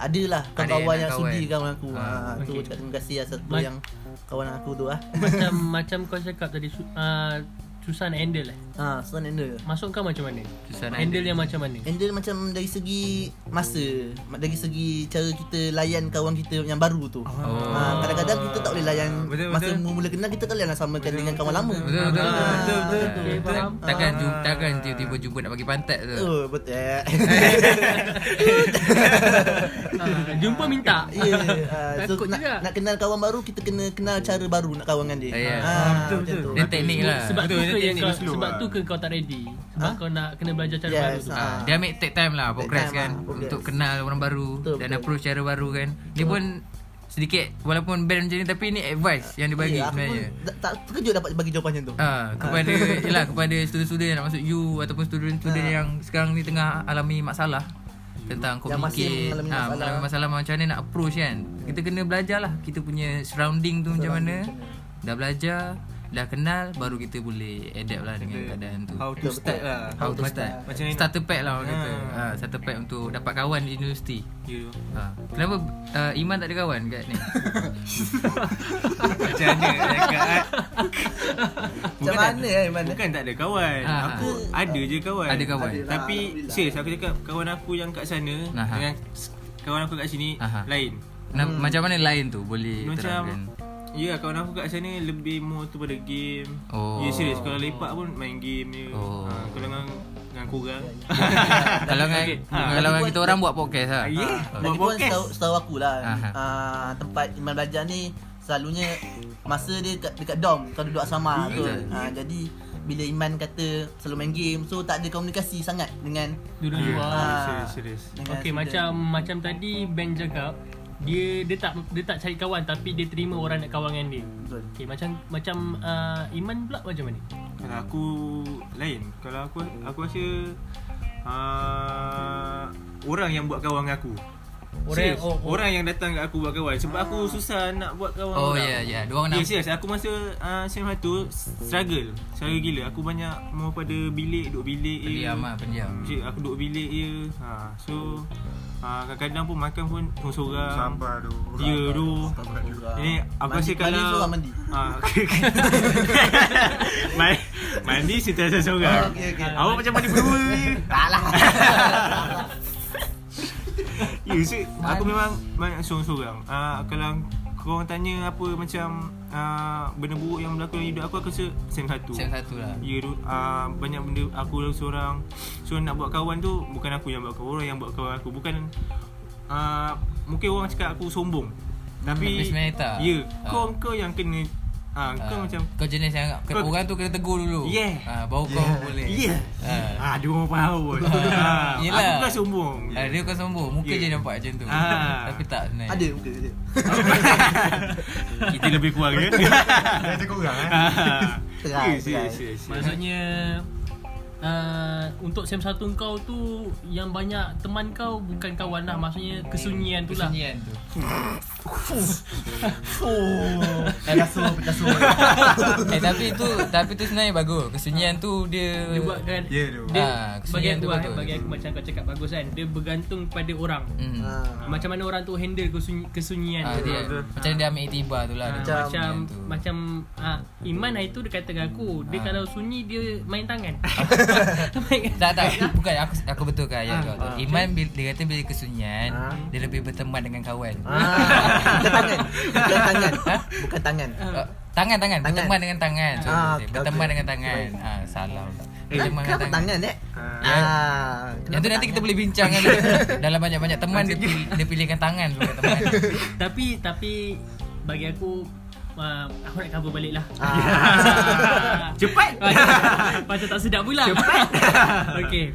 Speaker 4: adalah
Speaker 2: Mhm. Ada
Speaker 4: kawan-kawan
Speaker 2: yang
Speaker 4: yang
Speaker 2: nak
Speaker 4: sudi
Speaker 2: kawan.
Speaker 4: kawan aku ha,
Speaker 2: Ah.
Speaker 4: tu
Speaker 3: Okay.
Speaker 4: cakap terima kasih lah satu
Speaker 3: Ma-
Speaker 4: yang kawan aku tu ah
Speaker 3: Macam macam kau cakap tadi su- ah, Susah nak handle lah
Speaker 4: ha so handle
Speaker 3: Masuk kau macam mana?
Speaker 2: Susah nak
Speaker 3: Handle yang macam mana?
Speaker 4: handle macam dari segi masa dari segi cara kita layan kawan kita yang baru tu
Speaker 2: Oh.
Speaker 4: Ha, kadang-kadang kita tak boleh layan
Speaker 1: Betul,
Speaker 4: masa
Speaker 1: betul.
Speaker 4: mula-mula kenal kita tak boleh lah samakan dengan kawan lama.
Speaker 2: Betul betul.
Speaker 4: Ah,
Speaker 2: betul,
Speaker 1: betul, betul,
Speaker 2: Ah,
Speaker 3: betul. faham.
Speaker 2: Takkan
Speaker 1: Ah.
Speaker 2: jumpa takkan tiba-tiba jumpa nak bagi pantat tu.
Speaker 4: Oh, betul. Ya.
Speaker 3: Ah, jumpa minta
Speaker 2: Ya
Speaker 4: ah, so
Speaker 3: Takut
Speaker 4: nak,
Speaker 3: juga.
Speaker 4: nak kenal kawan baru kita kena kenal cara baru nak kawan dengan dia.
Speaker 2: Ah, ya.
Speaker 4: Ah,
Speaker 1: Ah, betul,
Speaker 4: macam
Speaker 1: betul.
Speaker 4: tu.
Speaker 2: Dia teknik lah.
Speaker 3: Sebab
Speaker 1: Betul,
Speaker 3: tu
Speaker 1: dia
Speaker 3: ke yang
Speaker 1: teknik
Speaker 3: kau,
Speaker 5: slow
Speaker 3: sebab
Speaker 5: lah.
Speaker 3: tu ke kau tak ready Sebab
Speaker 4: Ha?
Speaker 3: kau nak kena belajar cara
Speaker 4: Yes,
Speaker 3: baru tu
Speaker 4: ah.
Speaker 2: Ah, dia ambil take time lah progress
Speaker 4: time
Speaker 2: kan
Speaker 4: lah, progress.
Speaker 2: untuk kenal orang baru
Speaker 4: Betul,
Speaker 2: dan
Speaker 4: betul.
Speaker 2: approach cara baru kan. Dia pun sedikit walaupun band macam ni tapi ni advice yang dia bagi
Speaker 4: Ya, aku pun
Speaker 2: sebenarnya.
Speaker 4: tak- tak terkejut dapat bagi jawapan macam tu.
Speaker 2: Ah, kepada yalah kepada student-student yang nak masuk U ataupun student-student yang sekarang ni tengah alami masalah tentang kau
Speaker 4: Yang masih
Speaker 2: fikir
Speaker 4: mengalami
Speaker 2: ah,
Speaker 4: masalah.
Speaker 2: mengalami masalah macam mana nak approach kan. Kita kena belajar lah kita punya surrounding tu macam mana. Dah belajar, dah kenal baru kita boleh adapt lah dengan keadaan tu.
Speaker 1: How to start lah.
Speaker 2: How to start.
Speaker 1: Macam ni.
Speaker 2: Starter pack lah orang kata. Ah, starter pack untuk dapat kawan di universiti.
Speaker 1: You.
Speaker 2: Ha. Kenapa uh, Iman tak ada kawan kat ni?
Speaker 1: Macam mana nak cakap? "Ah,
Speaker 4: Macam mana eh mana?
Speaker 1: Bukan tak ada kawan.
Speaker 2: Ah.
Speaker 1: Aku ada je kawan.
Speaker 2: Ada kawan.
Speaker 4: Ada lah,
Speaker 1: Tapi
Speaker 4: Alhamdulillah.
Speaker 1: serius aku cakap kawan aku yang kat sana
Speaker 2: Aha.
Speaker 1: dengan s- kawan aku kat sini
Speaker 2: Aha.
Speaker 1: lain.
Speaker 2: Kenapa, Macam mana lain tu boleh terangkan?
Speaker 1: Macam Ya kawan aku kat sana lebih more tu pada game
Speaker 2: Oh.
Speaker 1: Ya serius kalau lepak pun main game je
Speaker 2: Oh.
Speaker 1: ha, Kalau dengan, dengan korang
Speaker 2: kalau dengan
Speaker 1: Ah,
Speaker 4: lagi
Speaker 2: kalau dengan
Speaker 4: pun-
Speaker 2: kita orang buat podcast lah.
Speaker 1: Ah, Ya buat
Speaker 4: Lagi pun
Speaker 1: podcast
Speaker 4: setahu, setahu aku lah
Speaker 2: Aha.
Speaker 4: ah, Tempat Iman belajar ni Selalunya Masa dia dekat, dekat dom Kau duduk asrama tu
Speaker 2: Hmm. Betul.
Speaker 4: ah, Jadi Bila Iman kata Selalu main game So tak ada komunikasi sangat Dengan
Speaker 3: Duduk
Speaker 1: Ya,
Speaker 3: luar
Speaker 1: Serius serius
Speaker 4: dengan
Speaker 3: Okay ah.
Speaker 4: student.
Speaker 3: macam macam tadi Ben cakap dia dia tak dia tak cari kawan tapi dia terima orang nak kawan dengan dia.
Speaker 4: Betul.
Speaker 3: Okay macam macam uh, Iman pula macam mana?
Speaker 1: Kalau aku lain Kalau aku aku rasa uh, Orang yang buat kawan dengan aku
Speaker 3: Orang
Speaker 1: Serius,
Speaker 3: yang- oh, Ah. oh.
Speaker 1: orang yang datang kat aku buat kawan Sebab aku susah nak buat kawan
Speaker 2: Oh
Speaker 1: orang.
Speaker 2: ya ya, dua orang
Speaker 1: Ya
Speaker 2: nak.
Speaker 1: serius aku masa uh, sem satu struggle Struggle gila Aku banyak mau pada bilik Duduk bilik je.
Speaker 2: Pendiam lah, pendiam.
Speaker 1: Cik aku duduk bilik je ha, So ha, kadang-kadang pun makan pun seorang-seorang
Speaker 5: Sabar tu
Speaker 1: Ya tu
Speaker 4: Sabar korang.
Speaker 1: Ini aku
Speaker 4: Mandi-
Speaker 1: rasa kalau
Speaker 4: Mandi seorang mandi
Speaker 2: Eh.
Speaker 1: ha, okay, okay. mandi, mandi sentiasa seorang
Speaker 4: Ah, Okey, okey.
Speaker 1: Awak macam mandi berdua je
Speaker 4: Tak lah
Speaker 1: Ya so, aku memang banyak seorang-seorang ha, Kalau korang tanya apa macam uh, benda buruk yang berlaku dalam hidup aku aku rasa sem satu
Speaker 2: Sem satu lah.
Speaker 1: Ya tu uh, banyak benda aku dah seorang So nak buat kawan tu bukan aku yang buat kawan Orang yang buat kawan aku Bukan uh, Mungkin orang cakap aku sombong Tapi
Speaker 2: Hmm, tapi sebenarnya tak.
Speaker 1: Ya
Speaker 2: Ah.
Speaker 1: kau, kau yang kena uh, Kau
Speaker 2: Ah,
Speaker 1: macam
Speaker 2: kau jenis yang kau,
Speaker 1: Kau-
Speaker 2: orang tu kena tegur dulu.
Speaker 1: Yeah.
Speaker 2: Ah, baru kau boleh.
Speaker 1: Ya
Speaker 2: Ah.
Speaker 1: Ah, dia orang faham pun
Speaker 2: Ah,
Speaker 1: ah,
Speaker 2: yelah.
Speaker 1: Aku bukan sombong
Speaker 2: Ah, dia kau sombong. Muka
Speaker 1: Ya.
Speaker 2: je nampak macam tu.
Speaker 1: Ah.
Speaker 2: Tapi tak sebenarnya.
Speaker 4: Ada muka dia
Speaker 1: Kita lebih kurang ya
Speaker 5: Dah cakap orang eh
Speaker 1: Ah. Ya, ya,
Speaker 4: Terang, terang.
Speaker 1: ya, ya.
Speaker 3: Maksudnya uh, untuk sem satu kau tu yang banyak teman kau bukan kawan lah maksudnya lah. kesunyian tu lah.
Speaker 2: Kesunyian tu.
Speaker 4: Oh Dah rasa macam Dah semua
Speaker 2: eh tapi tu tapi tu sebenarnya bagus. Kesunyian tu dia
Speaker 3: Dia buatkan
Speaker 5: Ya tu.
Speaker 3: dia,
Speaker 2: Ah,
Speaker 3: bagi
Speaker 2: kesunyian
Speaker 3: aku
Speaker 2: tu
Speaker 3: lah,
Speaker 2: bagus.
Speaker 3: bagi aku macam kau cakap bagus kan Dia bergantung kepada orang
Speaker 2: Hmm.
Speaker 4: ha.
Speaker 1: Ah.
Speaker 3: Macam mana orang tu handle kesunyi, kesunyian
Speaker 2: Ah,
Speaker 3: tu
Speaker 2: dia,
Speaker 5: betul.
Speaker 2: macam dia ambil iktibar tu
Speaker 3: Ah,
Speaker 2: lah dia
Speaker 3: macam macam,
Speaker 2: kesunyian tu.
Speaker 3: macam ah, Iman hari tu dia kata dengan aku Dia
Speaker 2: Ah.
Speaker 3: kalau sunyi dia main tangan Main
Speaker 2: tak tak bukan aku aku betulkan
Speaker 3: Ah,
Speaker 2: ayat kau tu.
Speaker 4: ah.
Speaker 2: Iman bila, dia kata bila kesunyian
Speaker 4: Ah.
Speaker 2: dia lebih berteman dengan kawan.
Speaker 4: Ah, bukan tangan Bukan tangan Bukan tangan
Speaker 2: Ah, Tangan tangan,
Speaker 4: Tangan.
Speaker 2: berteman dengan tangan. So,
Speaker 4: Ah,
Speaker 2: betul.
Speaker 4: okey,
Speaker 2: berteman
Speaker 4: okey.
Speaker 2: dengan tangan. Ah salah.
Speaker 4: Eh, Kenapa tangan eh? Ah,
Speaker 2: Ya.
Speaker 5: Ah,
Speaker 2: Yang tu nanti kita boleh bincang kan Dalam banyak-banyak teman dia, pilih, dia pilihkan tangan sebagai teman kan.
Speaker 3: Tapi tapi bagi aku uh, aku nak cover balik lah.
Speaker 4: Ah.
Speaker 3: Cepat. Macam tak sedap pula. Cepat. Okey.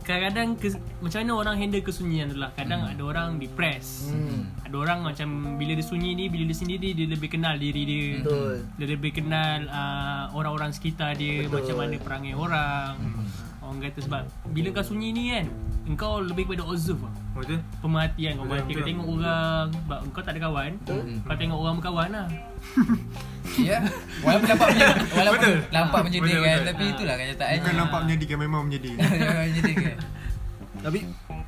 Speaker 3: Kadang-kadang kes, macam mana orang handle kesunyian tu lah. Kadang ada orang depressed.
Speaker 4: Hmm.
Speaker 3: Ada orang macam bila dia sunyi ni, bila dia sendiri dia lebih kenal diri dia.
Speaker 4: Betul.
Speaker 3: Dia lebih kenal uh, orang-orang sekitar dia, Betul.
Speaker 4: Betul.
Speaker 3: macam mana perangai orang. Orang kata sebab bila kau sunyi ni kan, engkau lebih kepada observe. Lah
Speaker 1: Oh tu?
Speaker 3: pemerhatian kau
Speaker 1: Betul,
Speaker 3: merhati kau
Speaker 1: betul.
Speaker 3: tengok orang sebab kau tak ada kawan kau tengok orang berkawan lah
Speaker 2: Ya Walaupun nampak menjadi Walaupun
Speaker 5: Betul.
Speaker 2: nampak
Speaker 5: Ah,
Speaker 2: menjadi
Speaker 5: betul,
Speaker 2: kan
Speaker 5: betul.
Speaker 2: Tapi
Speaker 3: Ah.
Speaker 2: itulah kenyataannya
Speaker 5: Bukan nampak menyedihkan memang menyedihkan.
Speaker 2: Memang menjadi kan
Speaker 1: Tapi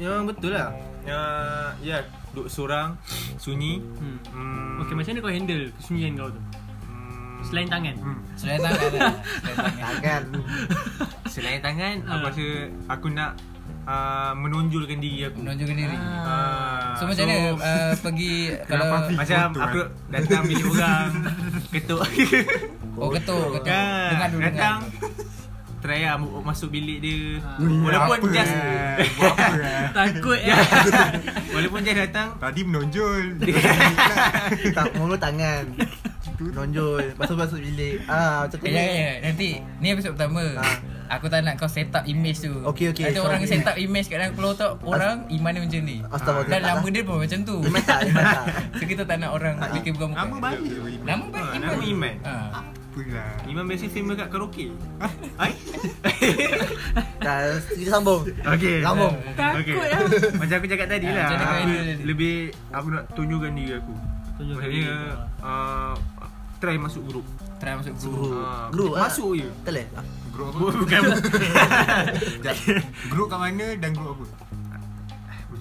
Speaker 1: memang betul lah. Uh, ya, yeah, duduk seorang, sunyi.
Speaker 3: hmm.
Speaker 1: Hmm,
Speaker 3: Okay, macam mana kau handle kesunyian kau tu?
Speaker 1: Hmm,
Speaker 3: Selain tangan
Speaker 5: Hmm.
Speaker 2: Selain tangan lah Selain tangan
Speaker 4: Tangan.
Speaker 1: selain tangan,
Speaker 5: Ha.
Speaker 3: Ah.
Speaker 1: aku rasa aku nak uh, menonjolkan diri aku.
Speaker 2: Menonjolkan diri
Speaker 1: Ah,
Speaker 2: So macam mana uh, pergi Kalau
Speaker 5: Kenapa Afiq?
Speaker 1: Macam
Speaker 5: Betul,
Speaker 1: aku
Speaker 5: eh.
Speaker 1: datang bilik orang, ketuk.
Speaker 2: Oh ketuk ketuk Dengar
Speaker 1: kan,
Speaker 2: dulu dengar
Speaker 1: datang. Try lah mu- masuk bilik dia.
Speaker 3: Ah.
Speaker 1: Walaupun
Speaker 5: Buat apa,
Speaker 1: just Ya.
Speaker 5: eh? Buat apa, eh?
Speaker 3: Takut eh
Speaker 1: walaupun just datang
Speaker 5: Tadi menonjol. lah.
Speaker 4: Tak mulu tangan. Nonjol, masuk-masuk bilik. Ah, macam tu.
Speaker 2: Eh ya ya Nanti Ni episod pertama
Speaker 4: Ah.
Speaker 2: Aku tak nak kau set up image tu
Speaker 4: Okey, okey,
Speaker 2: Nanti orang
Speaker 4: sorry.
Speaker 2: set up image kat dalam kepala otak Orang iman dia macam ni
Speaker 4: Astaghfirullah.
Speaker 2: Dan lama dia pun macam tu
Speaker 4: Iman tak, Ha, iman tak.
Speaker 2: So kita tak nak orang fikir bukan-bukan
Speaker 5: Nama baik.
Speaker 2: Nama
Speaker 4: Ha,
Speaker 2: baik
Speaker 1: Ah,
Speaker 2: Iman
Speaker 1: nama Iman.
Speaker 2: Ah.
Speaker 5: Pula.
Speaker 1: Iman biasa famous kat karaoke. Hai?
Speaker 4: Dah, kita sambung.
Speaker 1: Okey.
Speaker 4: Sambung.
Speaker 1: Takut okay. lah Macam aku cakap tadi
Speaker 2: Ah,
Speaker 1: lah
Speaker 2: macam mana kau
Speaker 1: aku
Speaker 2: handle tadi?
Speaker 1: Lebih Aku nak tunjukkan diri aku
Speaker 3: Tunjukkan
Speaker 1: Maksudnya
Speaker 3: diri ah. kau.
Speaker 1: uh, Try masuk grup
Speaker 2: Try masuk guru
Speaker 4: Guru.
Speaker 1: Ah,
Speaker 4: Guru. ah.
Speaker 1: Masuk je
Speaker 4: Betul eh? Ah,
Speaker 5: Grup apa?
Speaker 1: Bukan
Speaker 5: Sekejap. Grup kat mana dan grup apa?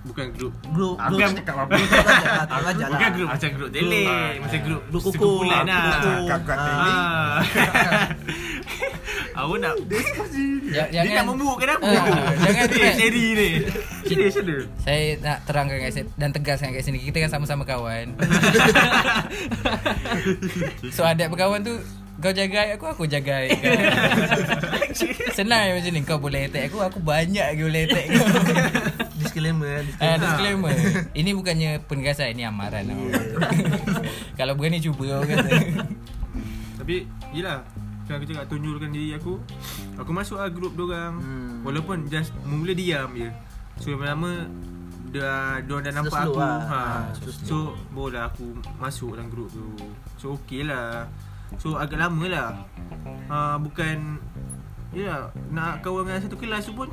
Speaker 1: Bukan grup
Speaker 4: Guru.
Speaker 1: Aku
Speaker 4: guru-
Speaker 1: yang Ah, cakap apa
Speaker 4: guru tak ajar lah, tak ajar lah.
Speaker 1: Bukan grup macam grup tele
Speaker 5: Ah,
Speaker 1: Macam
Speaker 5: ya.
Speaker 1: grup
Speaker 4: Grup kuku,
Speaker 1: sekumpulan
Speaker 4: grup
Speaker 1: lah
Speaker 4: kuku.
Speaker 5: Cakap kat
Speaker 4: Ah.
Speaker 5: tele.
Speaker 1: Ah. Aku nak kan
Speaker 2: Ja-
Speaker 1: Dia nak
Speaker 2: Jangan
Speaker 1: membuat
Speaker 5: kan?
Speaker 1: kenapa
Speaker 2: Ah, jangan
Speaker 1: Eh,
Speaker 2: threat.
Speaker 1: Sherry ni Serius ada
Speaker 2: Saya nak terangkan kat sini Dan tegaskan kat sini Kita kan sama-sama kawan So adat berkawan tu Kau jaga air aku Aku jaga air kau Senang je macam ni Kau boleh attack aku Aku banyak lagi boleh attack kau
Speaker 1: eh,
Speaker 4: Disclaimer.
Speaker 2: Ah,
Speaker 4: disclaimer.
Speaker 2: disclaimer Ini bukannya penegasan Ini amaran tau. Kalau berani cuba kau kata
Speaker 1: Tapi Yelah Macam aku cakap tunjukkan diri aku Aku masuk lah grup dorang
Speaker 4: Hmm.
Speaker 1: Walaupun just Mula diam je So lama-lama Dah Diorang dah nampak
Speaker 4: Slow-slow
Speaker 1: aku
Speaker 4: lah.
Speaker 1: ha.
Speaker 4: Ah,
Speaker 1: So Barulah aku Masuk dalam grup tu So okay lah So agak lama lah ha, Bukan Yelah Nak kawan dengan satu kelas tu pun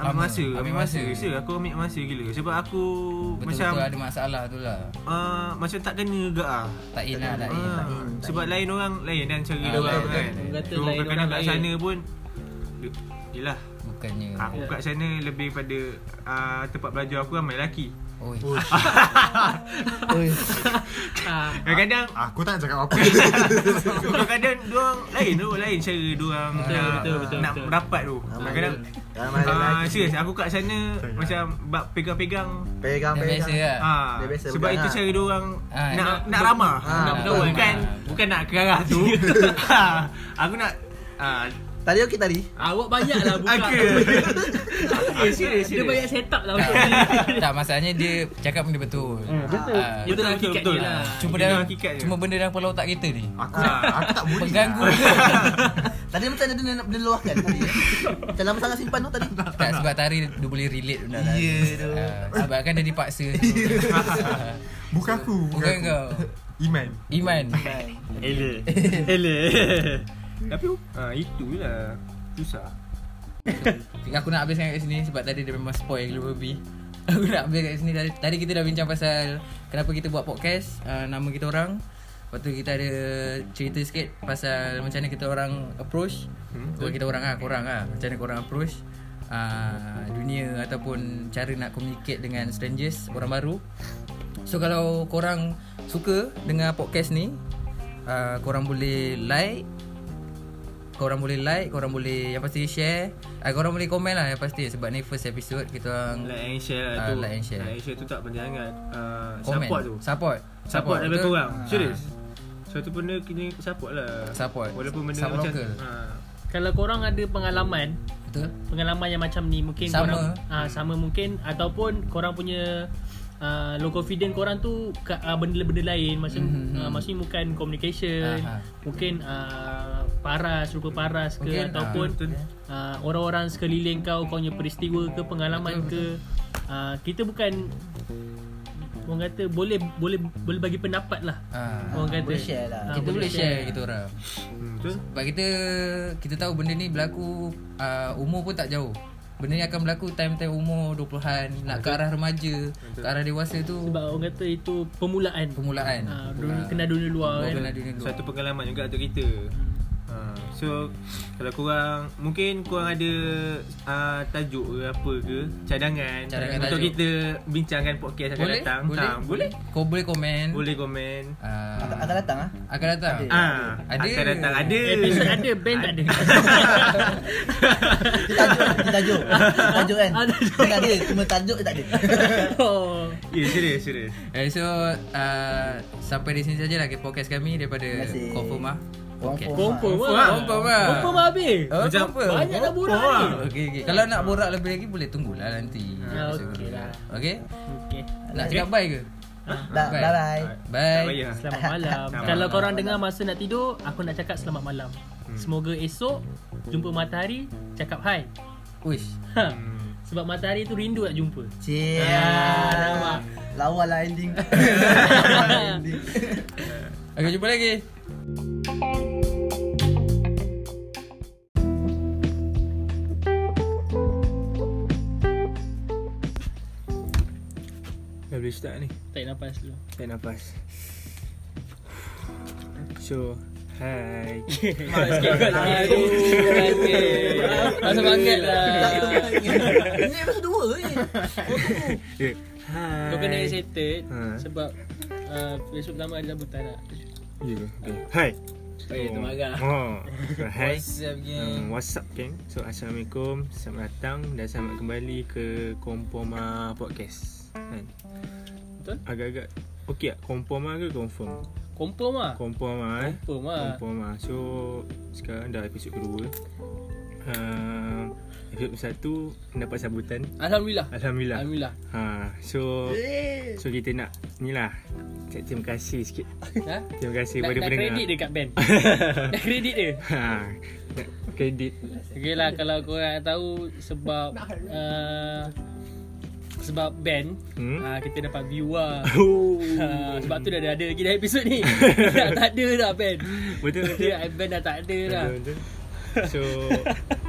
Speaker 2: Lama,
Speaker 1: Ambil masa
Speaker 2: ambil
Speaker 1: Ambil masa,
Speaker 2: masa.
Speaker 1: Serius, Aku ambil masa gila Sebab aku Macam
Speaker 2: Betul-betul ada masalah tu lah
Speaker 1: uh, Macam tak kena gak ah
Speaker 2: Tak in lah tak in, tak
Speaker 1: Ah,
Speaker 2: in.
Speaker 1: sebab lain orang lain kan cara
Speaker 2: Ah,
Speaker 1: dia orang
Speaker 2: betul,
Speaker 1: kan.
Speaker 2: betul.
Speaker 3: Orang kata
Speaker 1: So
Speaker 3: lain
Speaker 1: kadang-kadang
Speaker 3: orang
Speaker 1: kat
Speaker 3: lain.
Speaker 1: sana pun Yelah
Speaker 2: Bukannya
Speaker 1: Ah, Aku kat sana lebih pada uh, Tempat belajar aku ramai lelaki
Speaker 2: Oi.
Speaker 1: Oh,
Speaker 4: Oi.
Speaker 3: ah,
Speaker 1: Kadang-kadang
Speaker 5: Aku tak nak cakap apa.
Speaker 1: Kadang-kadang diorang lain tu Lain cara diorang
Speaker 3: Betul,
Speaker 1: nak,
Speaker 3: betul, betul,
Speaker 1: nak
Speaker 3: betul.
Speaker 1: rapat tu
Speaker 4: Ramai
Speaker 1: Kadang-kadang
Speaker 4: Ramai
Speaker 1: Ah,
Speaker 4: lelaki.
Speaker 1: serius aku kat sana
Speaker 5: Betul,
Speaker 1: macam bab pegang-pegang
Speaker 4: Pegang,
Speaker 2: Dah
Speaker 4: pegang.
Speaker 2: biasa lah
Speaker 1: ah
Speaker 4: Dia biasa
Speaker 1: sebab
Speaker 4: pegang,
Speaker 1: itu
Speaker 4: ah.
Speaker 1: cara dia orang
Speaker 2: Ah,
Speaker 1: nak
Speaker 3: nak-
Speaker 1: nak kan? ramah
Speaker 4: Ah,
Speaker 2: nak
Speaker 1: bukan
Speaker 2: berkawan.
Speaker 1: bukan, bukan nak kerah tu Ah, aku nak ah
Speaker 4: Tadi okey tadi?
Speaker 3: Awak banyak lah buka
Speaker 1: Aku Eh serius
Speaker 3: Dia
Speaker 1: serius.
Speaker 3: banyak set up lah
Speaker 2: Tak,
Speaker 3: untuk
Speaker 2: tak masalahnya dia cakap benda betul.
Speaker 1: Hmm,
Speaker 4: betul.
Speaker 2: Ah,
Speaker 3: Itu hakikat dia lah
Speaker 1: Itu
Speaker 2: cuma dalam
Speaker 1: hakikat dia.
Speaker 2: cuma benda dalam kepala otak kita ni.
Speaker 5: Aku tak, aku tak boleh.
Speaker 2: Pengganggu
Speaker 5: lah.
Speaker 2: ke?
Speaker 4: Tadi macam mana dia nak dia luahkan tadi? eh? Macam lama sangat simpan tu tadi.
Speaker 2: tak sebab tari dia boleh relate benda lah.
Speaker 4: Ya, tu.
Speaker 2: Ah, sebab kan dia dipaksa. Ah,
Speaker 5: Bukan aku.
Speaker 2: Bukan
Speaker 5: aku.
Speaker 2: kau.
Speaker 5: Iman.
Speaker 2: Iman.
Speaker 1: Ele. Ele. Tapi ah
Speaker 5: lah.
Speaker 1: itulah susah.
Speaker 2: Aku nak habiskan kat sini sebab tadi dia memang spoil gila babi. Aku nak habis kat sini tadi, tadi uh, kita dah bincang pasal kenapa kita buat podcast, ah, nama kita orang. Lepas tu kita ada cerita sikit pasal macam mana kita orang approach hmm, Bukan kita orang lah, korang lah Macam mana korang approach uh, Dunia ataupun cara nak communicate dengan strangers, orang baru So kalau korang suka dengar podcast ni uh, Korang boleh like Korang boleh like, korang boleh yang pasti share uh, Korang boleh komen lah yang pasti Sebab ni first episode kita orang
Speaker 1: Like and share lah
Speaker 2: Ah,
Speaker 1: tu
Speaker 2: like and share.
Speaker 1: Like and share tu tak penting sangat uh,
Speaker 2: komen
Speaker 1: Support tu
Speaker 2: Support
Speaker 1: Support daripada
Speaker 2: betul?
Speaker 1: korang
Speaker 2: Ah.
Speaker 1: Serius Suatu benda kena support lah
Speaker 2: Support.
Speaker 1: Walaupun benda
Speaker 2: Support
Speaker 1: macam
Speaker 2: local.
Speaker 1: ha,
Speaker 3: Kalau korang ada pengalaman
Speaker 2: Betul
Speaker 3: Pengalaman yang macam ni Mungkin
Speaker 2: Sama.
Speaker 3: korang ha, Sama mungkin Ataupun korang punya Uh, low confident korang tu ka- uh, benda-benda lain macam
Speaker 2: Mhm.
Speaker 3: mm-hmm. uh, maksudnya bukan communication
Speaker 2: Aha.
Speaker 3: mungkin uh, paras rupa paras ke
Speaker 2: Mungkin, ah,
Speaker 3: ataupun
Speaker 1: betul.
Speaker 3: uh, orang-orang sekeliling kau kau punya peristiwa ke pengalaman ke uh, kita bukan orang kata boleh boleh boleh bagi pendapat lah
Speaker 2: Ah.
Speaker 3: orang kata
Speaker 4: boleh share lah.
Speaker 3: Ah,
Speaker 2: Kita boleh share kita orang
Speaker 1: Oh, hmm, Betul
Speaker 2: Sebab kita kita tahu benda ni berlaku uh, umur pun tak jauh. Benda ni akan berlaku time-time umur 20-an nak ke arah remaja, ke arah dewasa tu
Speaker 3: sebab orang kata itu permulaan
Speaker 2: permulaan.
Speaker 1: Ah,
Speaker 3: uh, dunia, kena dunia luar
Speaker 2: Baru
Speaker 3: kan
Speaker 2: kenal dunia luar.
Speaker 1: Satu pengalaman juga untuk kita ha, So Kalau korang Mungkin korang ada uh, Tajuk ke apa ke Cadangan,
Speaker 2: Cadangan
Speaker 1: Untuk
Speaker 2: tajuk.
Speaker 1: kita Bincangkan podcast akan
Speaker 2: Boleh?
Speaker 1: datang
Speaker 2: Boleh?
Speaker 1: Ha, boleh
Speaker 2: Kau boleh komen.
Speaker 1: Boleh komen
Speaker 2: Uh,
Speaker 4: Akan akan datang ah.
Speaker 2: akan datang.
Speaker 1: Ah,
Speaker 2: Ada.
Speaker 1: akan datang ada.
Speaker 3: episode ada band tak ada
Speaker 4: Dia tajuk, dia tajuk. Dia tajuk kan.
Speaker 3: Ah, tajuk.
Speaker 4: Dia tak ada, cuma tajuk dia tak ada.
Speaker 3: oh.
Speaker 1: Ya, yeah, serius, serius.
Speaker 2: Eh, so uh, sampai di sini sajalah ke podcast kami daripada
Speaker 4: Terima kasih.
Speaker 2: Confirm ah. Podcast.
Speaker 3: Confirm
Speaker 1: Confirm
Speaker 3: lah
Speaker 1: lah.
Speaker 2: Confirm lah.
Speaker 3: Confirm lah habis
Speaker 2: Oh,
Speaker 1: Macam
Speaker 2: confirm.
Speaker 3: banyak nak borak
Speaker 2: Confirm
Speaker 3: ni.
Speaker 2: lah. Okey okey. Kalau nak borak lebih lagi boleh tunggulah nanti.
Speaker 3: Ah, okey lah.
Speaker 2: Okey.
Speaker 3: okay.
Speaker 2: Nak cakap bye ke?
Speaker 4: Dah,
Speaker 2: Bye.
Speaker 4: bye bye.
Speaker 2: Bye.
Speaker 1: Tak payah.
Speaker 3: Selamat malam
Speaker 1: Selamat
Speaker 3: Kalau
Speaker 1: malam.
Speaker 3: korang dengar masa nak tidur Aku nak cakap selamat malam Semoga esok Jumpa matahari Cakap hai
Speaker 2: Uish.
Speaker 3: ha. Sebab matahari tu rindu nak jumpa
Speaker 4: Cik.
Speaker 3: Ah, lawak.
Speaker 4: Lawa lah ending. Lawa lah ending.
Speaker 2: Okay, jumpa lagi.
Speaker 1: Dah boleh start ni.
Speaker 3: Tarik nafas dulu
Speaker 1: Tarik nafas. So, hai.
Speaker 3: Masa banget lah
Speaker 4: Ini episode 2 ni.
Speaker 1: Eh, Hai.
Speaker 3: Kau kena excited
Speaker 1: Ha.
Speaker 3: Sebab uh, Besok pertama ada buta nak
Speaker 1: Ya, okay. Hai.
Speaker 3: Oh ya tu marah
Speaker 1: Oh. Hai.
Speaker 4: Siap
Speaker 1: Um, what's up geng? So Assalamualaikum Selamat datang dan selamat kembali ke Kompoma Podcast kan?
Speaker 3: Betul.
Speaker 1: Agak-agak Okey tak? Kompoma ke confirm?
Speaker 3: Confirm lah
Speaker 1: Kompoma eh
Speaker 3: Confirm lah
Speaker 1: Kompoma So Sekarang dah episod kedua uh, Episod satu Mendapat sambutan
Speaker 3: Alhamdulillah
Speaker 1: Alhamdulillah
Speaker 3: Alhamdulillah
Speaker 1: ha, So So kita nak Ni lah Cak terima kasih sikit
Speaker 3: ha?
Speaker 1: Terima kasih
Speaker 3: Nak,
Speaker 1: kepada
Speaker 3: nak
Speaker 1: pendengar
Speaker 3: kredit dia kat band Nak kredit dia
Speaker 1: ha, nak Kredit
Speaker 3: Okey lah kalau korang nak tahu sebab uh, sebab band
Speaker 1: Hmm?
Speaker 3: hmm? uh, kita dapat view lah.
Speaker 1: Oh.
Speaker 3: Uh, sebab tu dah dah ada lagi dah episod ni. dah tak ada dah band.
Speaker 1: Betul betul
Speaker 3: Dah band dah tak ada dah.
Speaker 1: Betul, betul. So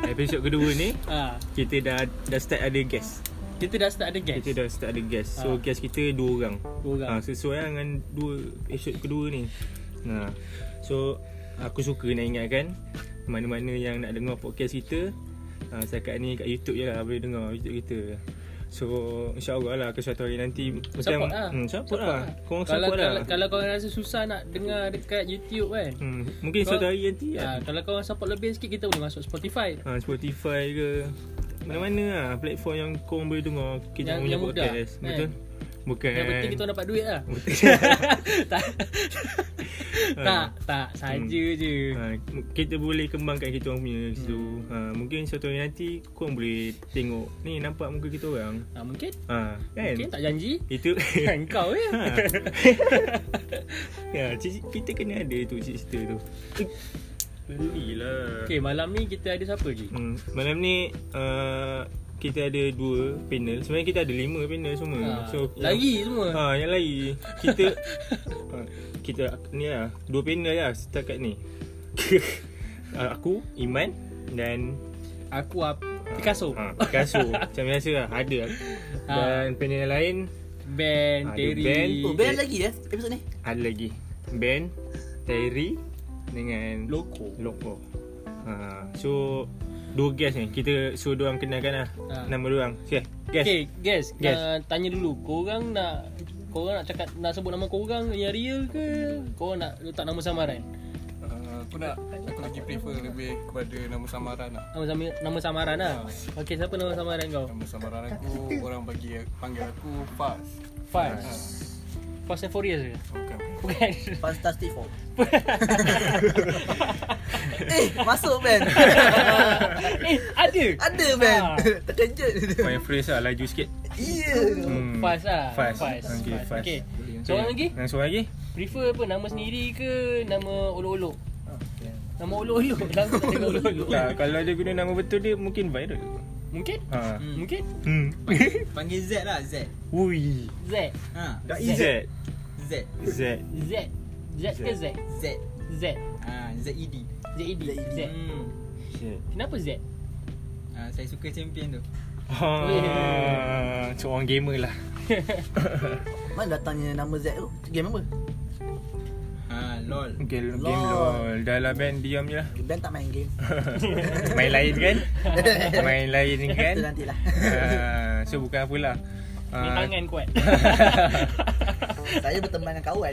Speaker 1: Episod kedua ni
Speaker 3: Ha,
Speaker 1: Kita dah Dah start ada guest
Speaker 3: kita dah start ada guest.
Speaker 1: Kita dah start ada guest So
Speaker 3: Ah.
Speaker 1: guest kita dua orang
Speaker 3: Dua orang.
Speaker 1: ha, Sesuai lah dengan Dua episod kedua ni ha. So Aku suka nak ingatkan Mana-mana yang nak dengar podcast kita ha, Setakat ni kat YouTube je lah Boleh dengar YouTube kita So InsyaAllah lah Ke suatu hari nanti
Speaker 3: Support lah.
Speaker 1: hmm, Support, lah Korang
Speaker 3: kalau,
Speaker 1: support
Speaker 3: kalau,
Speaker 1: lah
Speaker 3: kalau korang rasa susah nak dengar dekat YouTube kan.
Speaker 1: hmm, Mungkin
Speaker 3: Kau-
Speaker 1: suatu hari nanti ha,
Speaker 3: Ha, kalau korang support lebih sikit kita boleh masuk Spotify.
Speaker 1: ha, Spotify ke Mana-mana lah Platform yang korang boleh dengar Kita
Speaker 3: Yang-
Speaker 1: punya
Speaker 3: yang mudah,
Speaker 1: podcast
Speaker 3: kan?
Speaker 1: Betul? Bukan
Speaker 3: Yang penting kita orang dapat duit lah.
Speaker 1: Betul.
Speaker 3: tak, tak, tak, saja je.
Speaker 1: ha, Kita boleh kembangkan kita orang punya So
Speaker 3: Hmm.
Speaker 1: ha, Mungkin suatu hari nanti Korang boleh tengok Ni nampak muka kita orang
Speaker 3: Ha, mungkin,
Speaker 1: ha, Kan?
Speaker 3: mungkin tak janji.
Speaker 1: Itu
Speaker 3: Kau ya.
Speaker 1: ha. ya, cik, kita kena ada tu cerita tu Belilah
Speaker 3: Okay, malam ni kita ada siapa lagi?
Speaker 1: Hmm, malam ni uh, kita ada dua panel. Sebenarnya kita ada lima panel semua.
Speaker 3: Ha, lari semua.
Speaker 1: Hmm, Ha, yang lari. Kita ha, kita ni lah dua panel lah setakat ni. Ah, aku Iman dan
Speaker 3: Aku ap Picasso,
Speaker 1: ha, Picasso macam biasa lah ada
Speaker 3: Ha.
Speaker 1: dan panel yang lain
Speaker 3: Ben,
Speaker 1: Ada
Speaker 3: Terry.
Speaker 1: Ben.
Speaker 6: Hmm.
Speaker 4: Oh, band lagi ya episod ni.
Speaker 1: ada lagi Ben Terry Dengan
Speaker 5: Loko
Speaker 1: Loko ha, So Dua guest ni Kita suruh diorang kenalkan lah
Speaker 3: Ha.
Speaker 1: Nama diorang Okay Guest
Speaker 3: Okay, guys,
Speaker 1: Guess.
Speaker 3: guys. Uh, tanya dulu. Korang nak korang nak cakap nak sebut nama korang yang real ke korang nak letak nama samaran?
Speaker 7: Uh, aku nak aku lagi prefer lebih kepada nama samaran lah.
Speaker 3: Nama sama, nama samaran lah. Okey, siapa nama samaran kau?
Speaker 7: Nama samaran aku orang bagi panggil aku Faz. Ha.
Speaker 3: Fast. Fast and Furious ke?
Speaker 7: Bukan.
Speaker 3: Bukan.
Speaker 4: Fantastic Four Eh masuk Ben
Speaker 3: eh, ada.
Speaker 4: Ada Ben
Speaker 3: Ah.
Speaker 4: Terkejut
Speaker 1: Main phrase lah Laju sikit
Speaker 4: Ya
Speaker 1: hmm.
Speaker 3: Fast lah.
Speaker 1: Fast.
Speaker 3: Fast.
Speaker 1: Okay,
Speaker 3: Fast.
Speaker 1: fast.
Speaker 3: Okay. Seorang lagi?
Speaker 1: Yang seorang lagi
Speaker 3: Prefer apa nama sendiri ke nama olok-olok? Nama olok-olok. Lama tak tengok Ah, olok-olok.
Speaker 1: tak, Kalau dia guna nama betul dia Mungkin viral
Speaker 3: Mungkin?
Speaker 1: ha.
Speaker 3: Mungkin?
Speaker 1: hmm.
Speaker 6: Panggil Z lah Z
Speaker 1: Ui
Speaker 3: Z.
Speaker 6: ha.
Speaker 1: Dah
Speaker 3: Z.
Speaker 1: Z
Speaker 6: Z
Speaker 1: Z
Speaker 3: Z. Z ke Z?
Speaker 6: Z
Speaker 3: Z.
Speaker 6: ha. Z-E-D
Speaker 3: Z-E-D.
Speaker 4: E
Speaker 3: Z.
Speaker 6: hmm.
Speaker 3: Kenapa Z?
Speaker 6: ha. Saya suka champion tu
Speaker 1: Ha, seorang gamer lah
Speaker 4: Mana datangnya nama Z tu Game apa Ah,
Speaker 6: ha. LOL
Speaker 1: Game, game lol Dah lah Ben diam je lah
Speaker 4: Ben tak main game
Speaker 1: Main lain kan Main lain kan
Speaker 4: Itu nantilah
Speaker 1: Ah, So bukan apalah
Speaker 3: Ni
Speaker 1: Ah,
Speaker 3: tangan kuat.
Speaker 4: Saya berteman dengan kawan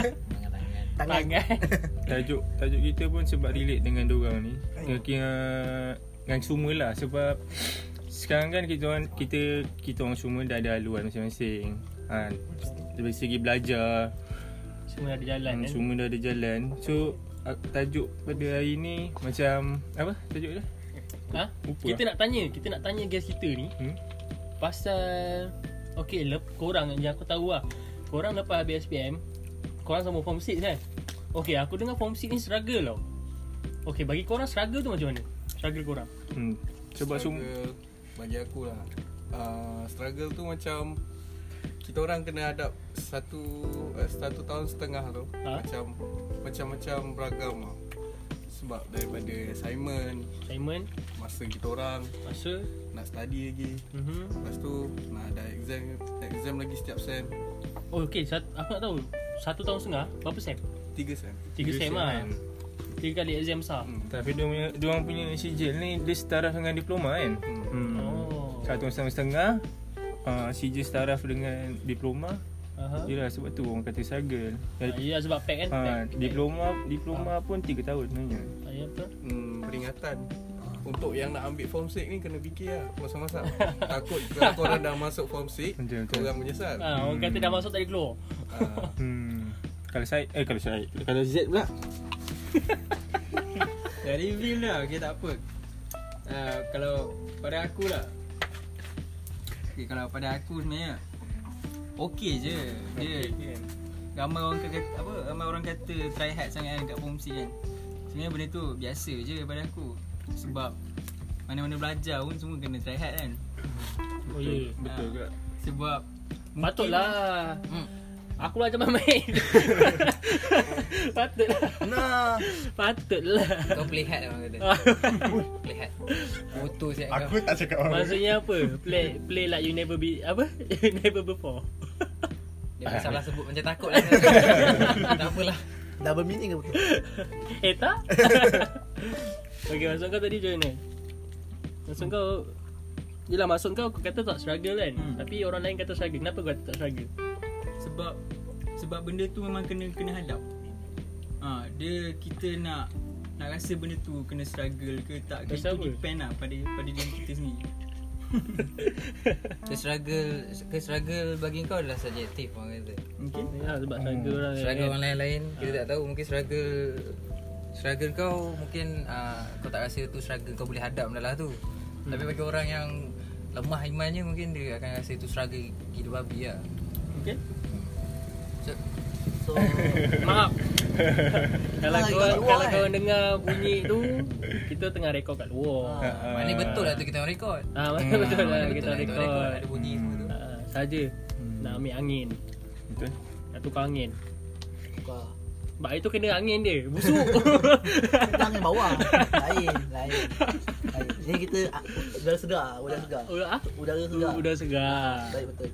Speaker 4: Tangan
Speaker 3: tangan.
Speaker 1: Tajuk tajuk kita pun sebab relate dengan dorang ni. Kira dengan semua lah sebab sekarang kan kita orang kita kita orang semua dah ada haluan masing-masing. Ha, dari segi belajar,
Speaker 3: Semua ada jalan
Speaker 1: hmm,
Speaker 3: kan.
Speaker 1: semua dah ada jalan. So ah, tajuk pada hari ni macam apa tajuk dia?
Speaker 3: Ha?
Speaker 1: Lupa
Speaker 3: Kita
Speaker 1: lah.
Speaker 3: nak tanya, kita nak tanya guest kita ni
Speaker 1: Hmm?
Speaker 3: pasal okey lep korang yang aku tahu lah. Korang lepas habis SPM, korang sama form 6 kan? Okey, aku dengar form 6 ni struggle tau. Okey, bagi korang struggle tu macam mana? Struggle korang.
Speaker 1: Hmm. Sebab semua
Speaker 7: Struggle bagi aku lah. Uh, struggle tu macam kita orang kena hadap satu uh, satu tahun setengah tu
Speaker 3: Ha?
Speaker 7: ha? macam macam-macam beragam lah. Sebab daripada assignment
Speaker 3: Simon,
Speaker 7: masa kita orang
Speaker 3: masa
Speaker 7: nak study lagi.
Speaker 3: Mhm.
Speaker 7: Lepas tu nak ada exam exam lagi setiap sem.
Speaker 3: Oh, okey, sat- aku nak tahu. Satu tahun setengah, berapa sem?
Speaker 7: Tiga sem.
Speaker 3: Tiga sem lah. Tiga kali exam sah.
Speaker 7: Hmm.
Speaker 1: tapi dia punya dia orang punya sijil ni dia setara dengan diploma kan. Hmm.
Speaker 3: Oh.
Speaker 1: Satu setengah uh, sijil setara dengan diploma
Speaker 3: Aha.
Speaker 1: Yelah sebab tu orang kata struggle
Speaker 3: Ah, Ya sebab pack kan. pack,
Speaker 1: ha,
Speaker 3: pack.
Speaker 1: Diploma
Speaker 6: Ah.
Speaker 1: diploma pun 3 tahun sebenarnya
Speaker 3: Ah, Ya betul.
Speaker 7: hmm, peringatan
Speaker 1: Ha.
Speaker 7: untuk yang nak ambil form 6 ni kena fikir lah Masa-masa Takut kalau korang dah masuk form 6
Speaker 1: Betul, betul.
Speaker 7: Korang menyesal
Speaker 3: Ah, orang kata dah masuk tak boleh keluar.
Speaker 7: Ah,
Speaker 1: hmm. Kalau saya Eh kalau saya Kalau Z pula
Speaker 6: Dah Ya, reveal dah Okay tak apa uh, Kalau pada aku lah okay, Kalau pada aku sebenarnya Okay je Dia Ramai orang kata apa ramai orang kata try hard sangat kan kat form C kan. Sebenarnya benda tu biasa je pada aku. Sebab mana-mana belajar pun semua kena try hard kan.
Speaker 3: Oh ya.
Speaker 1: Betul
Speaker 6: Ah,
Speaker 1: juga
Speaker 6: Sebab
Speaker 3: Patutlah. Aku lah macam main. Patutlah.
Speaker 4: Nah
Speaker 3: Patutlah.
Speaker 2: Kau play hard orang
Speaker 3: Ah.
Speaker 2: kata Play hard Motor siap kau
Speaker 5: Aku tak cakap apa
Speaker 3: Maksudnya apa? Play play like you never be apa? You never before.
Speaker 2: Dia pun salah sebut macam takut lah Tak apalah
Speaker 4: Double meaning ke betul
Speaker 3: Eh tak? Okey, maksud kau tadi macam mana? Maksud kau Yelah maksud kau kau kata tak struggle kan
Speaker 6: Hmm.
Speaker 3: Tapi orang lain kata struggle Kenapa kau kata tak struggle?
Speaker 6: sebab sebab benda tu memang kena kena hadap. Ha, dia kita nak nak rasa benda tu kena struggle ke tak ke
Speaker 3: Pasal
Speaker 6: itu
Speaker 3: apa?
Speaker 6: depend lah pada pada diri kita sendiri.
Speaker 1: Ha.
Speaker 2: Ke struggle Ke struggle bagi kau adalah subjektif orang kata
Speaker 6: Mungkin
Speaker 3: Ya sebab struggle orang Ah.
Speaker 2: Struggle orang lain-lain Kita tak tahu mungkin struggle Struggle kau mungkin ah, Kau tak rasa tu struggle kau boleh hadap dalam tu
Speaker 3: Hmm.
Speaker 2: Tapi bagi orang yang Lemah imannya mungkin dia akan rasa tu struggle gila babi lah
Speaker 3: Mungkin?
Speaker 2: So,
Speaker 4: So
Speaker 3: Maaf Kalau
Speaker 4: Ah,
Speaker 3: kau
Speaker 4: kat luar
Speaker 3: kalau
Speaker 4: kan?
Speaker 3: kau dengar bunyi tu Kita tengah rekod kat luar
Speaker 1: Ah.
Speaker 2: Maknanya betul lah tu kita orang record
Speaker 3: Ah, mana betul
Speaker 2: Ah,
Speaker 3: lah kita
Speaker 2: mana betul lah kita orang
Speaker 3: rekod.
Speaker 2: record Ada bunyi semua tu
Speaker 3: Ah, saja nak ambil angin.
Speaker 1: Betul
Speaker 3: Nak tukar angin.
Speaker 4: Kau
Speaker 3: Sebab itu kena angin dia. Busuk.
Speaker 4: Tangan bawah Lain Lain Lain Ni kita ah, Udara segar Udara segar
Speaker 3: Udah ah.
Speaker 4: Udara segar
Speaker 3: Udah segar.
Speaker 4: Baik betul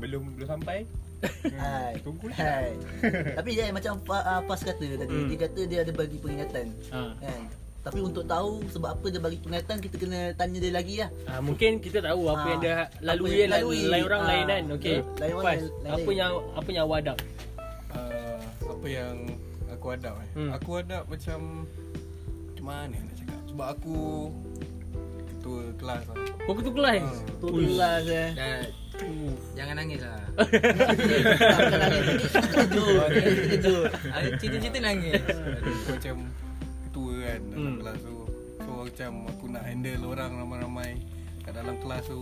Speaker 5: Belum belum sampai
Speaker 4: Hai. Hai. Tapi dia macam uh, Pas kata tadi, dia kata dia ada bagi peringatan.
Speaker 3: Ah.
Speaker 4: Kan? Tapi untuk tahu sebab apa dia bagi peringatan kita kena tanya dia lagi lah.
Speaker 3: Ah, mungkin kita tahu apa
Speaker 4: Ah,
Speaker 3: yang dia
Speaker 4: apa
Speaker 3: lalui kan,
Speaker 4: yang lalui.
Speaker 3: lain orang
Speaker 4: Ah,
Speaker 3: lain kan. Okey.
Speaker 4: lain orang
Speaker 3: Lepas,
Speaker 4: lain-
Speaker 3: apa
Speaker 4: lain.
Speaker 3: yang apa yang awak hadap?
Speaker 7: uh, apa yang aku hadap eh.
Speaker 3: Hmm.
Speaker 7: Hmm. Aku hadap macam macam mana nak cakap? Sebab aku ketua kelas lah.
Speaker 3: Kau eh? ketua kelas.
Speaker 7: Ah.
Speaker 4: Tu lah saya.
Speaker 2: Dah, jangan nangis lah
Speaker 4: Bukan lagi. Terkejut. Terkejut.
Speaker 2: Ah, Cerita-cerita nangis
Speaker 7: Aku macam ketua kan dalam
Speaker 3: Hmm.
Speaker 7: kelas tu. So macam aku nak handle orang ramai-ramai kat dalam kelas tu.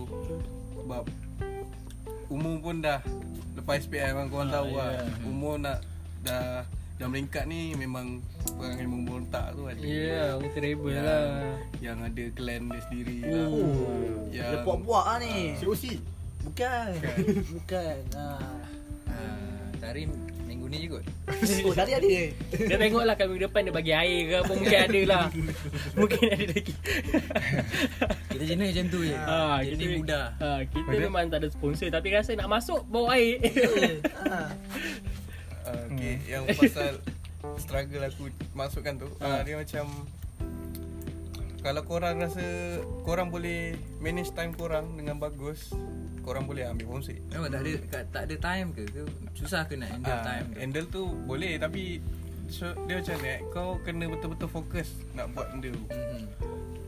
Speaker 7: Sebab umur pun dah lepas SPM kan
Speaker 3: Ah,
Speaker 7: korang tahu
Speaker 3: ya,
Speaker 7: lah. Umur nak dah dah melingkat ni memang perangai memberontak tu ada.
Speaker 3: Ya, yeah, terrible
Speaker 7: yang,
Speaker 3: lah. Hmm.
Speaker 7: yang ada clan dia sendiri lah.
Speaker 3: Oh.
Speaker 7: Yang
Speaker 4: Dia puak-puak lah ni.
Speaker 5: COC
Speaker 4: Bukan. Bukan. Ah.
Speaker 2: Ah, Tarim minggu ni je kot
Speaker 4: Oh, tadi ada.
Speaker 3: Dia tengoklah kat minggu depan dia bagi air ke apa mungkin ada lah. mungkin ada lagi.
Speaker 2: Kita jenis macam tu je
Speaker 3: Ah,
Speaker 2: Jenis mudah
Speaker 3: Ah, kita memang tak ada sponsor tapi rasa nak masuk bawa air.
Speaker 4: Ah.
Speaker 7: Ah,
Speaker 2: Hmm.
Speaker 7: okay. Yang pasal struggle aku masukkan tu
Speaker 2: Hmm.
Speaker 7: ah, Dia macam Kalau korang rasa Korang boleh manage time korang dengan bagus Korang boleh ambil homesick
Speaker 2: Memang tak ada, kat- tak ada time ke? ke? Susah ke nak handle
Speaker 7: Ah,
Speaker 2: time tu?
Speaker 7: Handle tu boleh tapi so, Dia macam ni eh, Kau kena betul-betul fokus Nak buat benda tu
Speaker 2: Mm-mm.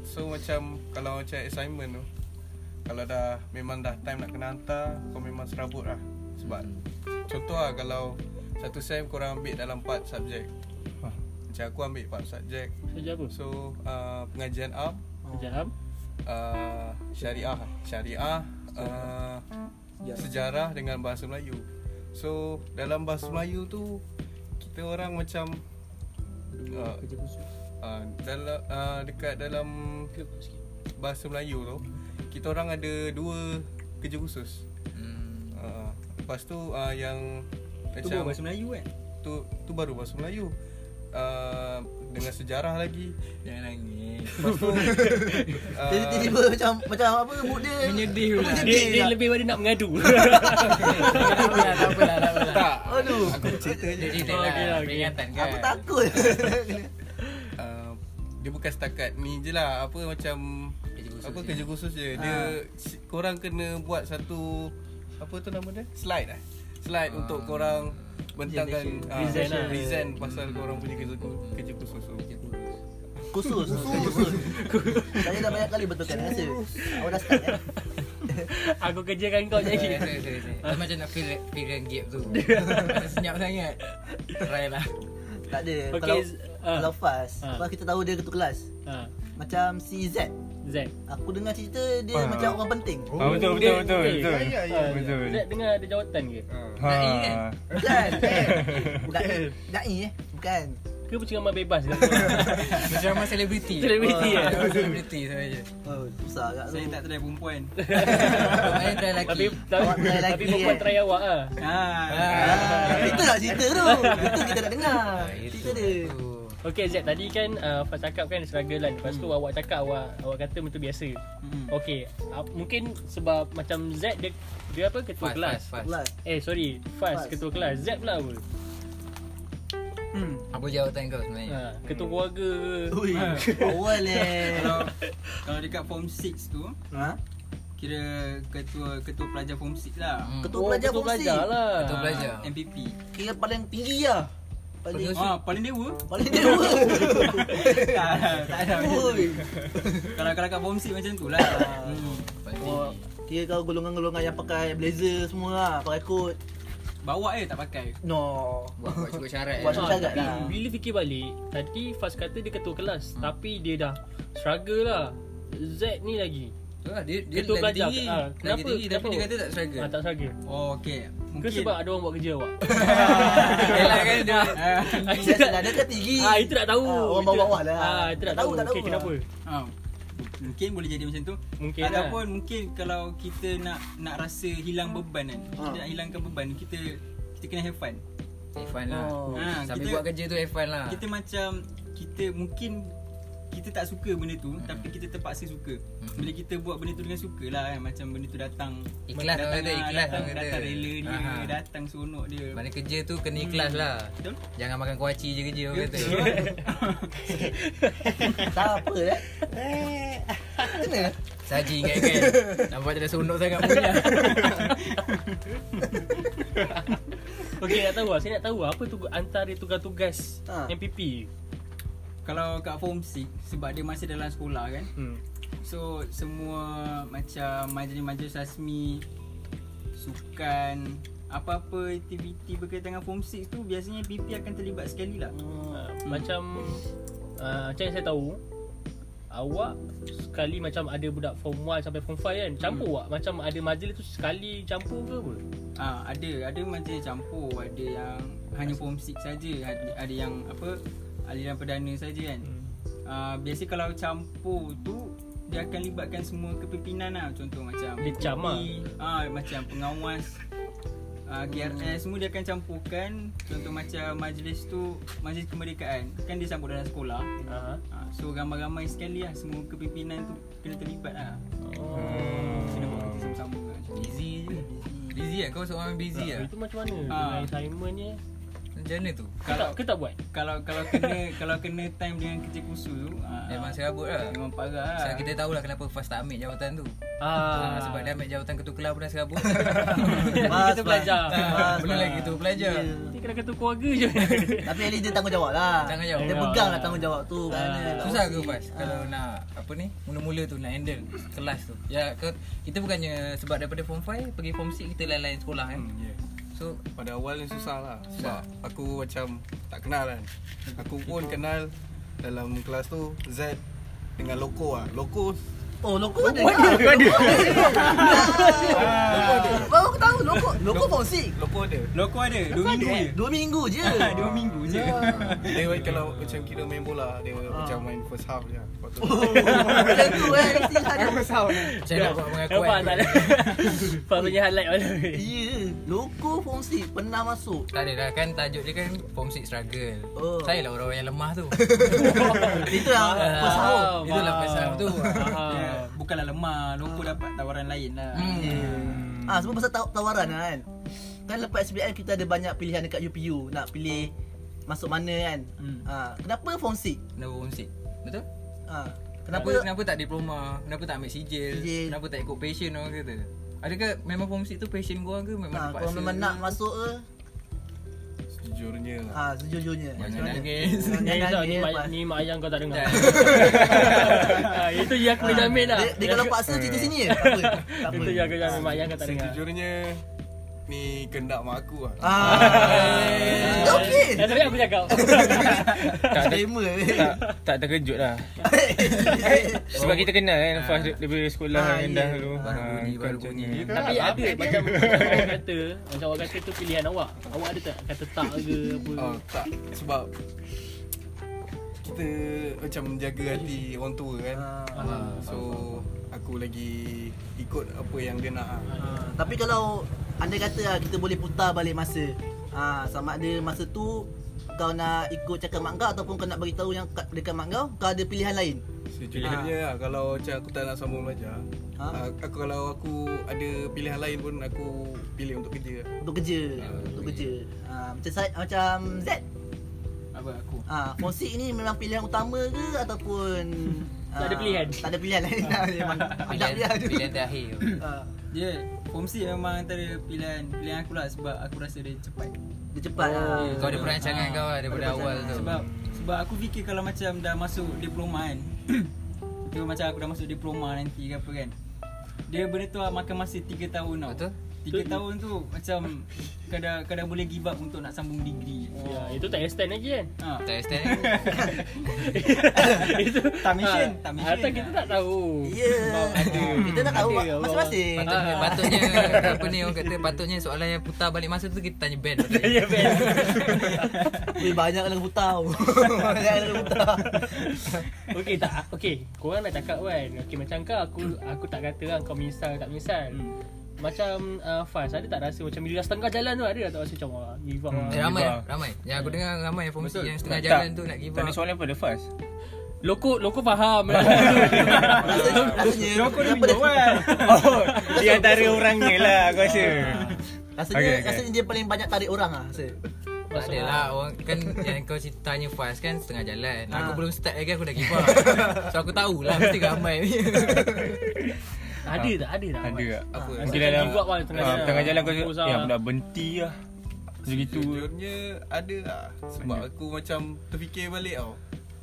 Speaker 7: So macam Kalau macam assignment tu Kalau dah Memang dah time nak kena hantar Kau memang serabut lah Sebab Contoh lah kalau Satu sem korang ambil dalam 4 subjek Macam aku ambil 4 subjek
Speaker 3: Kerja
Speaker 4: Oh.
Speaker 3: apa?
Speaker 7: So uh, Pengajian up
Speaker 3: Sekejap.
Speaker 7: uh, Syariah Syariah uh, Sejarah dengan bahasa Melayu So Dalam bahasa Melayu tu Kita orang macam uh, uh, dalam, uh, Dekat dalam bahasa Melayu tu kita orang ada dua kerja khusus.
Speaker 2: Hmm.
Speaker 7: Uh, lepas tu uh, yang
Speaker 6: Tu bukan bahasa Melayu kan?
Speaker 7: tu tu baru bahasa Melayu. Uh, dengan sejarah lagi.
Speaker 2: Jangan nangis
Speaker 7: Lepas tu
Speaker 4: Jadi
Speaker 7: uh,
Speaker 4: tiba-tiba macam macam apa mood dia.
Speaker 2: Menyedih pula
Speaker 3: Dia, dia lebih pada nak mengadu.
Speaker 2: Tak apalah, tak apalah, tak apalah
Speaker 7: tak.
Speaker 4: Aduh.
Speaker 7: Aku cerita je.
Speaker 2: Jadi
Speaker 3: Oh, okey
Speaker 2: tak
Speaker 3: lah,
Speaker 2: lah,
Speaker 3: okey.
Speaker 2: peringatan kan
Speaker 4: Aku takut.
Speaker 7: Uh, dia bukan setakat ni je lah apa macam
Speaker 2: Kerja khusus
Speaker 7: apa
Speaker 2: je.
Speaker 7: kerja khusus je dia
Speaker 1: Ah.
Speaker 7: si- korang kena buat satu apa tu nama dia slide eh
Speaker 1: Ah.
Speaker 7: slide untuk korang bentangkan ah,
Speaker 3: Reason lah.
Speaker 7: reason pasal korang punya kerja khu- kerja khusus tu
Speaker 4: Khusus. Khusus. Saya dah banyak kali betulkan rasa. Awak dah start kan?
Speaker 3: Aku kerjakan kau
Speaker 2: Saya
Speaker 3: jadi.
Speaker 2: rasa, saya rasa. Dia Macam nak fill, fill yang gap tu Macam Senyap sangat Try lah
Speaker 4: Tak ada.
Speaker 3: Okay,
Speaker 4: Kalau
Speaker 3: z- ah.
Speaker 4: kalau fast,
Speaker 3: Ah.
Speaker 4: sebab kita tahu dia ketua kelas.
Speaker 3: Ha,
Speaker 4: Macam si Z.
Speaker 3: Zack.
Speaker 4: Aku dengar cerita dia
Speaker 5: Ah.
Speaker 4: macam orang penting.
Speaker 7: Oh.
Speaker 1: Ah, betul betul betul betul.
Speaker 5: Ya ya
Speaker 3: Ha,
Speaker 1: betul.
Speaker 3: Zack dengar ada jawatan ke?
Speaker 1: Ha.
Speaker 7: kan?
Speaker 2: kan?
Speaker 4: Bukan. eh. Bukan. Dai eh. Bukan.
Speaker 3: Ke pencengaman bebas ke?
Speaker 2: Macam orang selebriti
Speaker 3: Selebriti, eh?
Speaker 2: Orang Selebriti sebenarnya
Speaker 4: Oh, susah agak tu.
Speaker 6: Saya tak try perempuan.
Speaker 2: Saya try
Speaker 3: tapi
Speaker 2: lelaki
Speaker 4: Awak
Speaker 3: tapi,
Speaker 4: try lelaki,
Speaker 3: tapi perempuan
Speaker 4: eh?
Speaker 3: try awak ah.
Speaker 6: Ha.
Speaker 4: Ah, itu nak cerita tu. Itu kita nak dengar.
Speaker 2: Ah,
Speaker 4: Cerita dia.
Speaker 2: Oh.
Speaker 3: Okey Zack tadi kan uh, Faz cakap kan struggle kan. Lepas tu
Speaker 4: Hmm.
Speaker 3: awak cakap awak awak kata betul biasa.
Speaker 6: Hmm.
Speaker 3: Okey, uh, mungkin sebab macam Zack dia dia apa ketua
Speaker 2: Fast,
Speaker 3: kelas.
Speaker 2: fast, fast
Speaker 4: Kelas.
Speaker 3: Eh sorry, Faz
Speaker 4: Faz.
Speaker 3: ketua kelas. Zack pula apa?
Speaker 6: Hmm.
Speaker 2: Apa jawatan kau sebenarnya?
Speaker 3: Ha, ketua keluarga ke? Ah.
Speaker 4: Ui, awal eh.
Speaker 6: Kalau kalau dekat form 6 tu
Speaker 4: Ha?
Speaker 6: kira ketua ketua pelajar form 6 lah.
Speaker 2: Hmm.
Speaker 4: Ketua pelajar
Speaker 3: ketua
Speaker 4: fungsi.
Speaker 3: pelajar lah.
Speaker 2: Ketua pelajar
Speaker 6: MPP.
Speaker 4: Kira paling tinggi lah. Paling
Speaker 6: Ah, paling dewa.
Speaker 4: paling dewa.
Speaker 6: tak ada, tak ada. macam tu.
Speaker 4: Ui.
Speaker 6: Kalau kalau kat form 6 macam tu lah. Hmm.
Speaker 2: Paling
Speaker 4: Wah, Oh, Kira kau golongan-golongan yang pakai blazer semua lah, pakai kot.
Speaker 6: Bawa je tak pakai.
Speaker 4: No.
Speaker 2: Buat buat cukup syarat
Speaker 4: Buat
Speaker 2: eh.
Speaker 4: cukup
Speaker 3: Ha,
Speaker 4: sangat
Speaker 3: tapi
Speaker 4: lah.
Speaker 3: bila fikir balik Tadi Faz kata dia ketua kelas Tapi dia dah struggle lah Z ni lagi
Speaker 2: Tu lah, dia, dia
Speaker 3: Ketua
Speaker 2: lagi
Speaker 3: pelajar.
Speaker 2: tinggi
Speaker 3: Ah,
Speaker 2: Lagi
Speaker 3: kenapa?
Speaker 2: tinggi tapi
Speaker 3: Kenapa?
Speaker 2: dia kata tak struggle
Speaker 3: ha, Tak struggle
Speaker 6: Oh, okey.
Speaker 3: Ke
Speaker 6: Mungkin
Speaker 3: sebab ada orang buat kerja awak
Speaker 2: Yelah kan dia
Speaker 6: Ah,
Speaker 4: Biasalah, dia kan tinggi.
Speaker 3: Ah itu tak tahu.
Speaker 4: Ah, orang
Speaker 3: Itu-
Speaker 4: bawah-bawah lah.
Speaker 3: Ah itu tak
Speaker 4: Tak
Speaker 3: tahu.
Speaker 4: tahu, tak
Speaker 3: Okey
Speaker 4: tahu
Speaker 3: kenapa?
Speaker 6: ah, mungkin boleh jadi macam tu.
Speaker 3: Mungkin lah.
Speaker 6: Ataupun mungkin kalau kita nak nak rasa hilang beban kan. Kita
Speaker 4: Ah.
Speaker 6: nak hilangkan beban, kita kita kena have fun.
Speaker 2: Have fun lah
Speaker 4: Oh.
Speaker 2: Sambil
Speaker 6: kita-
Speaker 2: buat kerja tu have fun lah
Speaker 6: Kita macam kita mungkin kita tak suka benda tu
Speaker 1: Hmm.
Speaker 6: tapi kita terpaksa suka.
Speaker 2: Hmm.
Speaker 6: Bila kita buat benda tu dengan suka lah kan macam benda tu datang
Speaker 2: Ikhlas orang
Speaker 6: datang,
Speaker 2: kata,
Speaker 6: ah,
Speaker 2: ikhlas
Speaker 6: datang,
Speaker 2: orang kata.
Speaker 6: datang rela dia,
Speaker 2: Aha.
Speaker 6: datang seronok dia.
Speaker 2: Mana kerja tu kena ikhlas lah
Speaker 6: Betul?
Speaker 2: Jangan makan kuaci je kerja orang kata
Speaker 4: Tak apa eh.
Speaker 2: Kena Saji ingat kan Nampak tak ada seronok sangat pun ya.
Speaker 3: Okey nak tahu lah Saya nak tahu lah Apa tu antara tugas-tugas
Speaker 4: Ha.
Speaker 3: MPP
Speaker 6: Kalau kat form 6 sebab dia masih dalam sekolah kan.
Speaker 3: hmm.
Speaker 6: So semua macam majlis-majlis rasmi sukan apa-apa aktiviti berkaitan dengan form 6 tu biasanya PP akan terlibat sekali lah.
Speaker 3: Uh, macam uh, Macam yang saya tahu Awak sekali macam ada budak form 1 sampai form 5 kan Campur awak Macam ada majlis tu sekali campur ke apa?
Speaker 6: Ah ada ada macam campur, ada yang hanya form 6 saja, ada, ada yang apa aliran perdana saja kan. Ah biasa kalau campur tu dia akan libatkan semua kepimpinan lah Contoh macam
Speaker 3: Dia cam lah.
Speaker 6: ah, Macam pengawas ah, KRS semua dia akan campurkan Contoh macam majlis tu Majlis kemerdekaan Kan dia sambut dalam sekolah
Speaker 3: Uh-huh.
Speaker 6: ah, So ramai-ramai sekali lah Semua kepimpinan tu kena terlibat lah Kena buat kerja sama-sama lah macam tu.
Speaker 2: Busy je Busy lah kau seorang busy lah
Speaker 3: Oh, Itu macam mana?
Speaker 6: Ah.
Speaker 3: Dengan assignment ni
Speaker 2: Macam mana tu
Speaker 3: Ke tak,
Speaker 6: Kalau
Speaker 3: ke tak buat?
Speaker 6: kalau kalau kena kalau kena time dengan kerja kursus tu ah,
Speaker 2: Memang serabut lah
Speaker 6: memang parah lah.
Speaker 2: Sebab kita tahulah kenapa Fas tak ambil jawatan tu
Speaker 3: Ah,
Speaker 2: Ah, sebab dia ambil jawatan ketua kelas pun dah serabut
Speaker 4: Mas,
Speaker 3: Kita belajar.
Speaker 4: Mas.
Speaker 2: Ah,
Speaker 4: Mas,
Speaker 2: Belum
Speaker 4: Mas.
Speaker 2: lagi ketua pelajar
Speaker 4: Ya.
Speaker 3: Nanti kena ketua keluarga je
Speaker 4: Tapi at least dia tanggungjawab lah
Speaker 2: Tanggungjawab.
Speaker 4: Dia pegang lah tanggungjawab tu
Speaker 2: Susah ke Fas
Speaker 3: Ah.
Speaker 2: kalau nak apa ni mula-mula tu nak handle kelas tu. Ya kau, kita bukannya sebab daripada form 5 pergi form 6 kita lain-lain sekolah kan.
Speaker 7: Hmm,
Speaker 3: ya.
Speaker 7: yeah.
Speaker 2: So
Speaker 7: Pada awalnya susah lah Sebab aku macam tak kenal kan Aku pun kenal dalam kelas tu Z dengan Loko lah Loko
Speaker 4: Oh loko ada Loko ada Loko ada Baru aku tahu loko Loko fungsi
Speaker 7: Loko ada
Speaker 6: Loko ada, dua minggu je.
Speaker 4: Dua minggu je
Speaker 6: Dua minggu je.
Speaker 7: Dia kalau macam kita main bola Dia
Speaker 1: Ah.
Speaker 7: macam main first half je Lepas tu
Speaker 4: Macam tu eh Istilah dia
Speaker 2: macam mana nak buat pengakuan?
Speaker 3: Nampak
Speaker 2: tu?
Speaker 3: tak ada Fas punya highlight mana
Speaker 4: Ya Loko fungsi Pernah masuk
Speaker 2: Tak ada dah kan tajuk dia kan form 6 struggle.
Speaker 4: Oh.
Speaker 2: Saya lah orang yang lemah tu.
Speaker 4: Itu
Speaker 2: Ah.
Speaker 4: yang
Speaker 3: Ah,
Speaker 4: Pas tahu
Speaker 2: Faham. Itulah pasal tu.
Speaker 6: Ya, Bukanlah lemah, Loko dapat tawaran lain lah.
Speaker 2: Hmm.
Speaker 4: Ah sebab pasal taw- tawaran lah kan. Kan lepas SBM kita ada banyak pilihan dekat UPU nak pilih masuk mana kan.
Speaker 6: Hmm.
Speaker 4: Ah kenapa form 6?
Speaker 2: Kenapa form 6? Betul?
Speaker 4: Ah
Speaker 2: Kenapa
Speaker 4: kenapa
Speaker 2: kenapa tak diploma? Kenapa tak ambil sijil?
Speaker 4: Sijil.
Speaker 2: Kenapa tak ikut passion orang kata? Adakah memang form 6 tu passion kau ke memang
Speaker 4: Ah,
Speaker 2: terpaksa?
Speaker 4: kalau memang nak masuk ke
Speaker 7: Sejujurnya lah
Speaker 4: ah sejujurnya.
Speaker 2: Jangan
Speaker 4: Macam mana?
Speaker 2: nangis.
Speaker 4: Jangan
Speaker 3: Jangan risau ni,
Speaker 4: nangis,
Speaker 3: mak,
Speaker 4: Mas.
Speaker 3: ni mak ayah kau tak dengar Ah, Itu yang aku boleh
Speaker 4: Ah,
Speaker 3: jamin lah
Speaker 4: Dia, dia kalau paksa cerita sini je. Tak apa. Tak apa.
Speaker 3: Itu yang aku jamin mak ayah kau tak dengar
Speaker 7: Sejujurnya Ni kendak mak aku lah
Speaker 4: Ah. Okey.
Speaker 3: Dah sampai Eh. aku cakap
Speaker 4: Disclaimer.
Speaker 8: tak, tak terkejut lah Eh, Sebab kita kenal kan Fas daripada sekolah
Speaker 4: Ah,
Speaker 8: ah, rendah
Speaker 4: ya.
Speaker 8: dulu
Speaker 2: Baru
Speaker 8: Ah,
Speaker 2: bunyi,
Speaker 8: kau
Speaker 2: baru
Speaker 8: macam
Speaker 2: bunyi.
Speaker 8: ni.
Speaker 3: Tapi ada macam macam awak kata Macam awak kata tu pilihan awak Awak ada tak kata tak ke apa
Speaker 7: Oh, tak sebab kita macam jaga hati orang tua kan.
Speaker 4: Ah.
Speaker 7: So aku lagi ikut apa yang dia nak. ah.
Speaker 4: Ah, Tapi kalau anda kata ah, kita boleh putar balik masa. Ah sama ada masa tu kau nak ikut cakap mak kau ataupun kau nak bagi tahu yang kat- dekat mak kau kau ada pilihan lain.
Speaker 7: Sejujurnya lah, kalau macam aku tak nak sambung belajar,
Speaker 4: Ha?
Speaker 7: ah, aku kalau aku ada pilihan lain pun aku pilih untuk kerja.
Speaker 4: Untuk kerja Untuk kerja ha, Macam saya, macam Z
Speaker 6: Apa aku?
Speaker 4: ha, Form 6 ni memang pilihan utama ke Ataupun
Speaker 3: Tak ada
Speaker 4: ah,
Speaker 3: pilihan.
Speaker 4: Tak ada pilihan lain lah Memang Ada
Speaker 2: Pilihan,
Speaker 4: pilihan tu
Speaker 2: pilihan terakhir.
Speaker 4: Ha,
Speaker 6: Dia form C Ya, memang antara pilihan pilihan aku lah sebab aku rasa dia cepat.
Speaker 4: Dia cepat lah
Speaker 2: Kau ada perancangan
Speaker 6: Ah,
Speaker 2: kau lah daripada
Speaker 4: ada
Speaker 2: awal tu.
Speaker 4: perancangan.
Speaker 6: Sebab sebab aku fikir kalau macam dah masuk diploma kan. Itu macam aku dah masuk diploma nanti ke apa kan. Dia benda tu lah makan masa 3 tahun tau.
Speaker 2: Betul.
Speaker 6: 3 tahun tu macam kadang kadang boleh give up untuk nak sambung degree.
Speaker 3: Ya,
Speaker 2: Oh.
Speaker 3: itu tak extend lagi kan
Speaker 6: Ha.
Speaker 2: Tak extend.
Speaker 3: Itu
Speaker 6: Tak mission,
Speaker 3: ah,
Speaker 6: tak mission.
Speaker 3: Atau kita tak tahu
Speaker 4: Ya Kita nak tahu lah.
Speaker 3: Ada, ya
Speaker 4: masing-masing
Speaker 2: Patutnya,
Speaker 8: Ah.
Speaker 2: patutnya apa ni orang kata patutnya soalan yang putar balik masa tu kita tanya Ben.
Speaker 3: Ya, Ben.
Speaker 4: Weh banyak kena hutau Banyak kena hutau
Speaker 3: Okey tak okey korang nak cakap kan okey macam kau aku aku tak kata kan kau menyesal tak menyesal macam uh, Faz ada tak rasa macam bila dah setengah jalan tu ada tak rasa macam wah give up
Speaker 8: Hmm.
Speaker 2: Eh, ramai
Speaker 8: Give up.
Speaker 2: ramai. Yang aku dengar ramai yang fungsi yang setengah
Speaker 8: Tak,
Speaker 2: jalan tu nak give
Speaker 8: Tak ada
Speaker 2: up.
Speaker 8: soalan pada Fas
Speaker 3: Loko loko faham.
Speaker 4: Rasanya
Speaker 6: Rokok dia
Speaker 4: kenapa
Speaker 6: minum kan
Speaker 8: Oh, di antara orangnya lah aku rasa.
Speaker 7: Ah.
Speaker 4: Rasanya
Speaker 8: Okay, okay.
Speaker 4: rasanya dia paling banyak tarik orang ah rasa.
Speaker 2: Tak ada lah orang kan yang kau cerita tanya fast kan setengah jalan. Aku
Speaker 4: Ah.
Speaker 2: belum start lagi aku dah give up. so aku tahulah mesti ramai. ni.
Speaker 3: Ada tak? Ada tak?
Speaker 8: Ada tak?
Speaker 2: Apa?
Speaker 8: Mungkin dalam
Speaker 3: Give up lah tengah
Speaker 8: ah,
Speaker 3: jalan.
Speaker 8: tengah jalan kau
Speaker 3: Fokus lah.
Speaker 8: ya aku dah berhenti lah. Macam gitu.
Speaker 7: Sejujurnya ada lah Sebab
Speaker 8: Ada.
Speaker 7: aku macam terfikir balik tau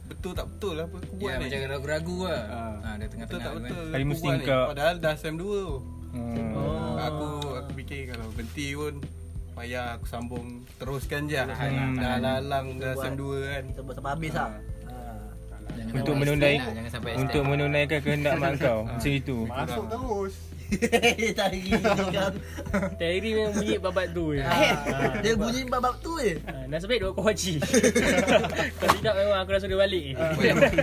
Speaker 7: Betul tak betul lah apa aku buat
Speaker 2: Ya
Speaker 7: ni
Speaker 2: macam ragu-ragu lah. Ha,
Speaker 7: Ah.
Speaker 2: dah
Speaker 7: Betul
Speaker 2: tengah-tengah
Speaker 7: tak betul
Speaker 8: Hari
Speaker 7: aku
Speaker 8: mesti
Speaker 7: buat ni.
Speaker 8: kau-
Speaker 7: Padahal dah SEM 2 tau
Speaker 8: Hmm.
Speaker 3: Oh.
Speaker 7: Aku aku fikir kalau berhenti pun Payah aku sambung Teruskan je lah
Speaker 8: Hmm.
Speaker 7: Dah lalang dah SEM 2 kan
Speaker 4: Kita buat sampai habis ah.
Speaker 2: Jangan
Speaker 8: Untuk
Speaker 2: sampai
Speaker 8: menundai
Speaker 2: extend lah, jangan sampai
Speaker 8: untuk
Speaker 2: extend.
Speaker 8: menunaikan kehendak mak kau. Macam itu.
Speaker 5: Masuk terus
Speaker 4: Ah. Tarik kan. Ah.
Speaker 3: Terry memang bunyi babat tu je.
Speaker 4: Dia bunyi babak tu je.
Speaker 3: Ah, Nasib baik dua kau haji. Kalau tidak memang aku rasa dia balik.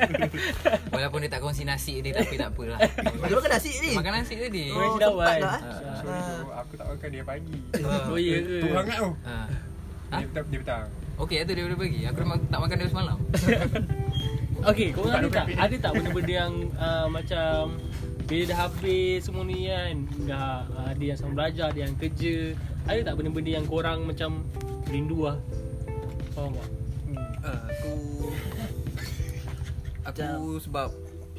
Speaker 2: Walaupun dia tak kongsi nasi dia tapi tak apalah.
Speaker 4: Dia makan nasi ni.
Speaker 2: Makan nasi tadi.
Speaker 3: Oh,
Speaker 4: Oh,
Speaker 3: dah
Speaker 4: sempat
Speaker 3: wan.
Speaker 4: tak?
Speaker 2: Ah.
Speaker 4: Ah.
Speaker 5: So, Oh, Aku tak makan dia pagi
Speaker 3: Oh ya ke?
Speaker 5: Tu hangat tu
Speaker 2: Ha. Ha?
Speaker 5: Dia petang Dia petang
Speaker 2: Okey, itu dia boleh bagi. Aku dah ma- tak makan dari semalam.
Speaker 3: Okey, kau ada tak? Ada tak benda-benda yang ah, macam bila dah habis semua ni kan dah ah, ada yang sama belajar, ada yang kerja. Ada tak benda-benda yang korang macam rindu lah? Faham tak?
Speaker 7: Ah, Aku Aku sebab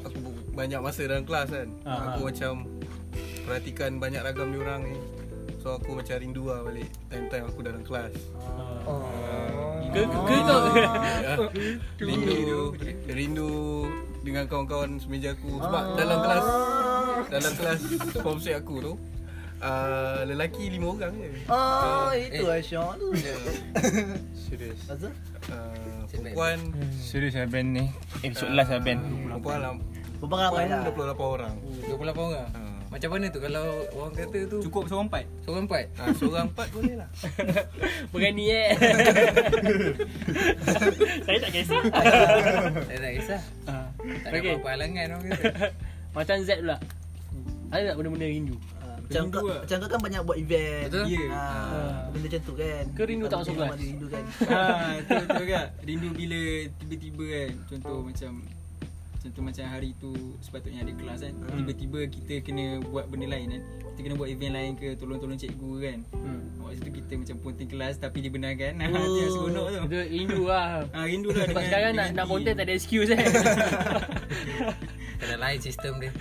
Speaker 7: Aku bu- banyak masa dalam kelas kan
Speaker 3: Ah.
Speaker 7: Aku macam Perhatikan banyak ragam diorang ni So aku macam rindu lah balik Time-time aku dalam kelas
Speaker 3: Ah. Oh. Ke ke, ke kau?
Speaker 7: Ah. Rindu Rindu Dengan kawan-kawan semeja aku Sebab dalam kelas Dalam kelas Form set aku tu ah, Lelaki lima orang je
Speaker 4: Oh,
Speaker 7: Ah,
Speaker 4: itu
Speaker 2: Eh.
Speaker 4: lah syok tu.
Speaker 7: Serius
Speaker 4: Rasa?
Speaker 7: Ah, Perempuan
Speaker 8: Serius lah band ni. Episod last lah band.
Speaker 7: Perempuan lah
Speaker 4: Berapa ramai lah.
Speaker 7: Perempuan 28 orang
Speaker 2: 28 orang.
Speaker 7: Ah.
Speaker 2: Macam mana tu kalau orang kata tu
Speaker 6: Cukup seorang empat
Speaker 2: seorang empat?
Speaker 7: Ah, Seorang empat boleh lah
Speaker 3: Berani eh. Saya tak kisah.
Speaker 2: Saya tak kisah.
Speaker 6: Ha.
Speaker 2: Tak ada
Speaker 3: Okey.
Speaker 2: apa-apa halangan orang kata.
Speaker 3: Macam Z pula. Ada tak benda-benda rindu?
Speaker 4: Ah, Macam
Speaker 6: Rindu
Speaker 4: kau,
Speaker 6: lah.
Speaker 4: macam kau kan banyak buat event.
Speaker 2: Betul?
Speaker 6: Ya.
Speaker 4: Ah, benda macam tu kan.
Speaker 3: Kau rindu tak
Speaker 4: Kalau
Speaker 3: masuk
Speaker 4: macam
Speaker 3: kelas?
Speaker 4: mana Rindu kan.
Speaker 6: Ha, tu tu kan. Rindu bila tiba-tiba kan. Contoh macam contoh macam hari tu sepatutnya ada kelas kan.
Speaker 2: Hmm.
Speaker 6: Tiba-tiba kita kena buat benda lain kan. Kita kena buat event lain ke tolong-tolong cikgu kan.
Speaker 3: Hmm.
Speaker 6: Waktu tu kita macam ponting kelas tapi dibenarkan. Ha, tu yang seronok tu.
Speaker 3: Betul, rindu lah.
Speaker 7: Ah,
Speaker 6: Ha, rindu
Speaker 3: Oh.
Speaker 6: lah
Speaker 3: Sebab
Speaker 6: dengan
Speaker 3: sekarang nak
Speaker 6: dengan
Speaker 3: nak
Speaker 6: team.
Speaker 3: konten tak ada excuse eh.
Speaker 2: Kena lain sistem dia.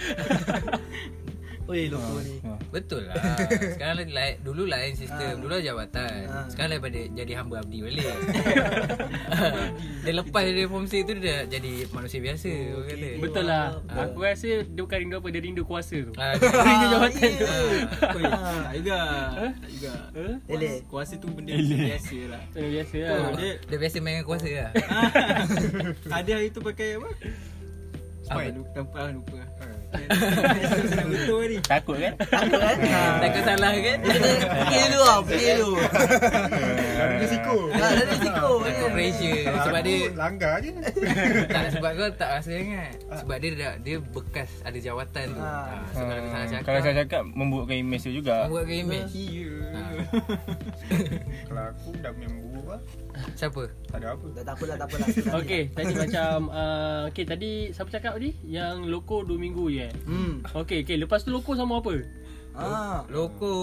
Speaker 4: Oi, loko ni.
Speaker 2: Betul lah. Sekarang lain, lain- dulu lain sistem, dulu lah jabatan. Sekarang lain pada jadi hamba abdi balik. dia lepas dari form C tu dia dah jadi manusia biasa orang kata.
Speaker 3: Betul lah. Aku rasa dia bukan rindu apa, dia rindu kuasa tu.
Speaker 2: Ah,
Speaker 3: Rindu jawatan tu.
Speaker 7: Ah,
Speaker 6: Oi, tak juga. Tak juga.
Speaker 4: Lele.
Speaker 6: Kuasa- Kuasa tu benda biasa lah.
Speaker 3: Benda biasa
Speaker 6: Ha,
Speaker 3: lah.
Speaker 6: dia
Speaker 2: dia biasa main dengan kuasa lah.
Speaker 7: Ah.
Speaker 6: ada hari tu pakai apa? Apa? Lupa, ah, lupa. Senang betul ni.
Speaker 8: Takut kan?
Speaker 4: Takut kan?
Speaker 2: Takkan salah kan?
Speaker 4: Kita fikir dulu lah, fikir dulu.
Speaker 5: Dia sikut
Speaker 4: Dah dah risiko.
Speaker 2: Takut pressure sebab
Speaker 5: Aku
Speaker 2: dia
Speaker 5: langgar je
Speaker 2: tak sebab kau tak rasa ingat. Sebab dia dah dia bekas ada jawatan tu. Ha, so kalau kau salah
Speaker 8: Ah,
Speaker 2: cakap
Speaker 8: Kalau saya cakap memburukkan imej dia juga.
Speaker 2: buat ke image.
Speaker 5: Kalau aku dah main buruk lah
Speaker 2: Siapa?
Speaker 5: Tak ada apa
Speaker 4: Dah tak apalah, tak apalah. Sudah
Speaker 3: Okey, tadi macam uh, okey tadi siapa cakap tadi? Yang loko 2 minggu je. eh?
Speaker 4: ni. Hmm.
Speaker 3: Okey, okey. Lepas tu loko sama apa?
Speaker 4: Ah.
Speaker 2: Loko.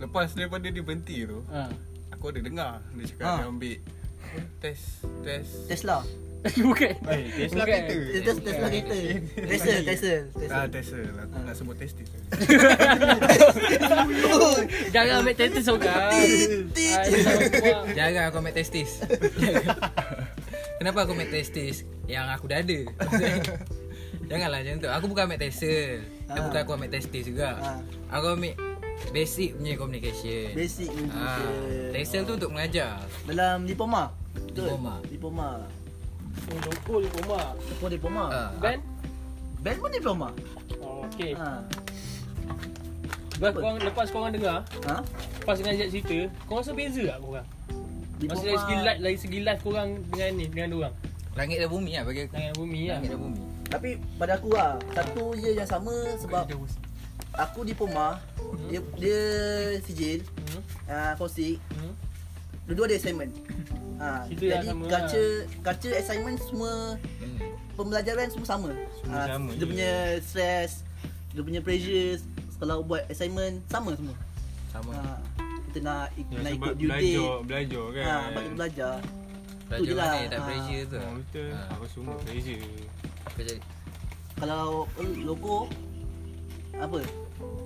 Speaker 7: Lepas daripada dia berhenti tu
Speaker 3: Ha.
Speaker 7: Aku ada dengar Dia cakap
Speaker 4: Ah.
Speaker 7: dia ambil Test Test
Speaker 4: Tesla.
Speaker 3: Bukan.
Speaker 5: Eh, Tesla
Speaker 3: Bukan.
Speaker 5: kereta
Speaker 4: Eh, tes- Tesla kereta. Tesla, Tesla,
Speaker 7: Ah,
Speaker 4: Tesla.
Speaker 7: test lah Aku nak sebut test test
Speaker 3: Jangan ambil tetes orang. Ah, dia tak buat.
Speaker 2: Jangan aku ambil testis. Kenapa aku ambil testis yang aku dah ada? Janganlah macam tu. Aku bukan ambil tesel. Ha. Bukan
Speaker 4: Ah.
Speaker 2: aku ambil testis juga.
Speaker 4: Ha.
Speaker 2: Aku ambil basic punya communication.
Speaker 4: Basic ni.
Speaker 2: Ha. Tesel tu untuk mengajar.
Speaker 4: Dalam diploma. Betul.
Speaker 2: Diploma.
Speaker 4: Diploma.
Speaker 3: Oh, loko diploma.
Speaker 4: Apa diploma?
Speaker 2: Ha.
Speaker 3: Ben?
Speaker 4: Band pun diploma.
Speaker 3: Oh, okey.
Speaker 4: Ha.
Speaker 3: Lepas korang, lepas korang dengar,
Speaker 4: Ha?
Speaker 3: lepas dengan Zed cerita, korang rasa beza tak korang? Maksud dari segi live, dari segi live korang dengan ni, dengan orang.
Speaker 2: Langit dan bumi lah bagi aku.
Speaker 3: Dengan bumi
Speaker 4: ya.
Speaker 3: lah.
Speaker 2: Langit dan bumi.
Speaker 4: Tapi pada aku lah Satu je yang sama Sebab Aku diploma Dia, dia sijil
Speaker 3: Hmm.
Speaker 4: uh, Kosik
Speaker 3: Hmm.
Speaker 4: Dua-dua ada assignment ha,
Speaker 3: Situ dah
Speaker 4: Jadi
Speaker 3: sama
Speaker 4: kaca Kaca assignment semua
Speaker 2: Hmm.
Speaker 4: Pembelajaran semua sama
Speaker 8: Semua
Speaker 4: Ah,
Speaker 8: sama
Speaker 4: Dia
Speaker 8: je.
Speaker 4: punya stress Dia punya pressure Kalau buat assignment Sama semua
Speaker 2: Sama
Speaker 4: ha, Kita nak, ik-
Speaker 5: Ya,
Speaker 4: nak
Speaker 5: sebab
Speaker 4: ikut due date
Speaker 5: belajar, belajar kan.
Speaker 4: ha, Sebab kita belajar
Speaker 2: Belajar
Speaker 4: je lah.
Speaker 2: mana tak
Speaker 4: Ah.
Speaker 2: pressure tu
Speaker 5: Ha, betul.
Speaker 2: Ah.
Speaker 5: Apa semua belajar.
Speaker 2: Kau jadi
Speaker 4: Kalau eh, loko Apa?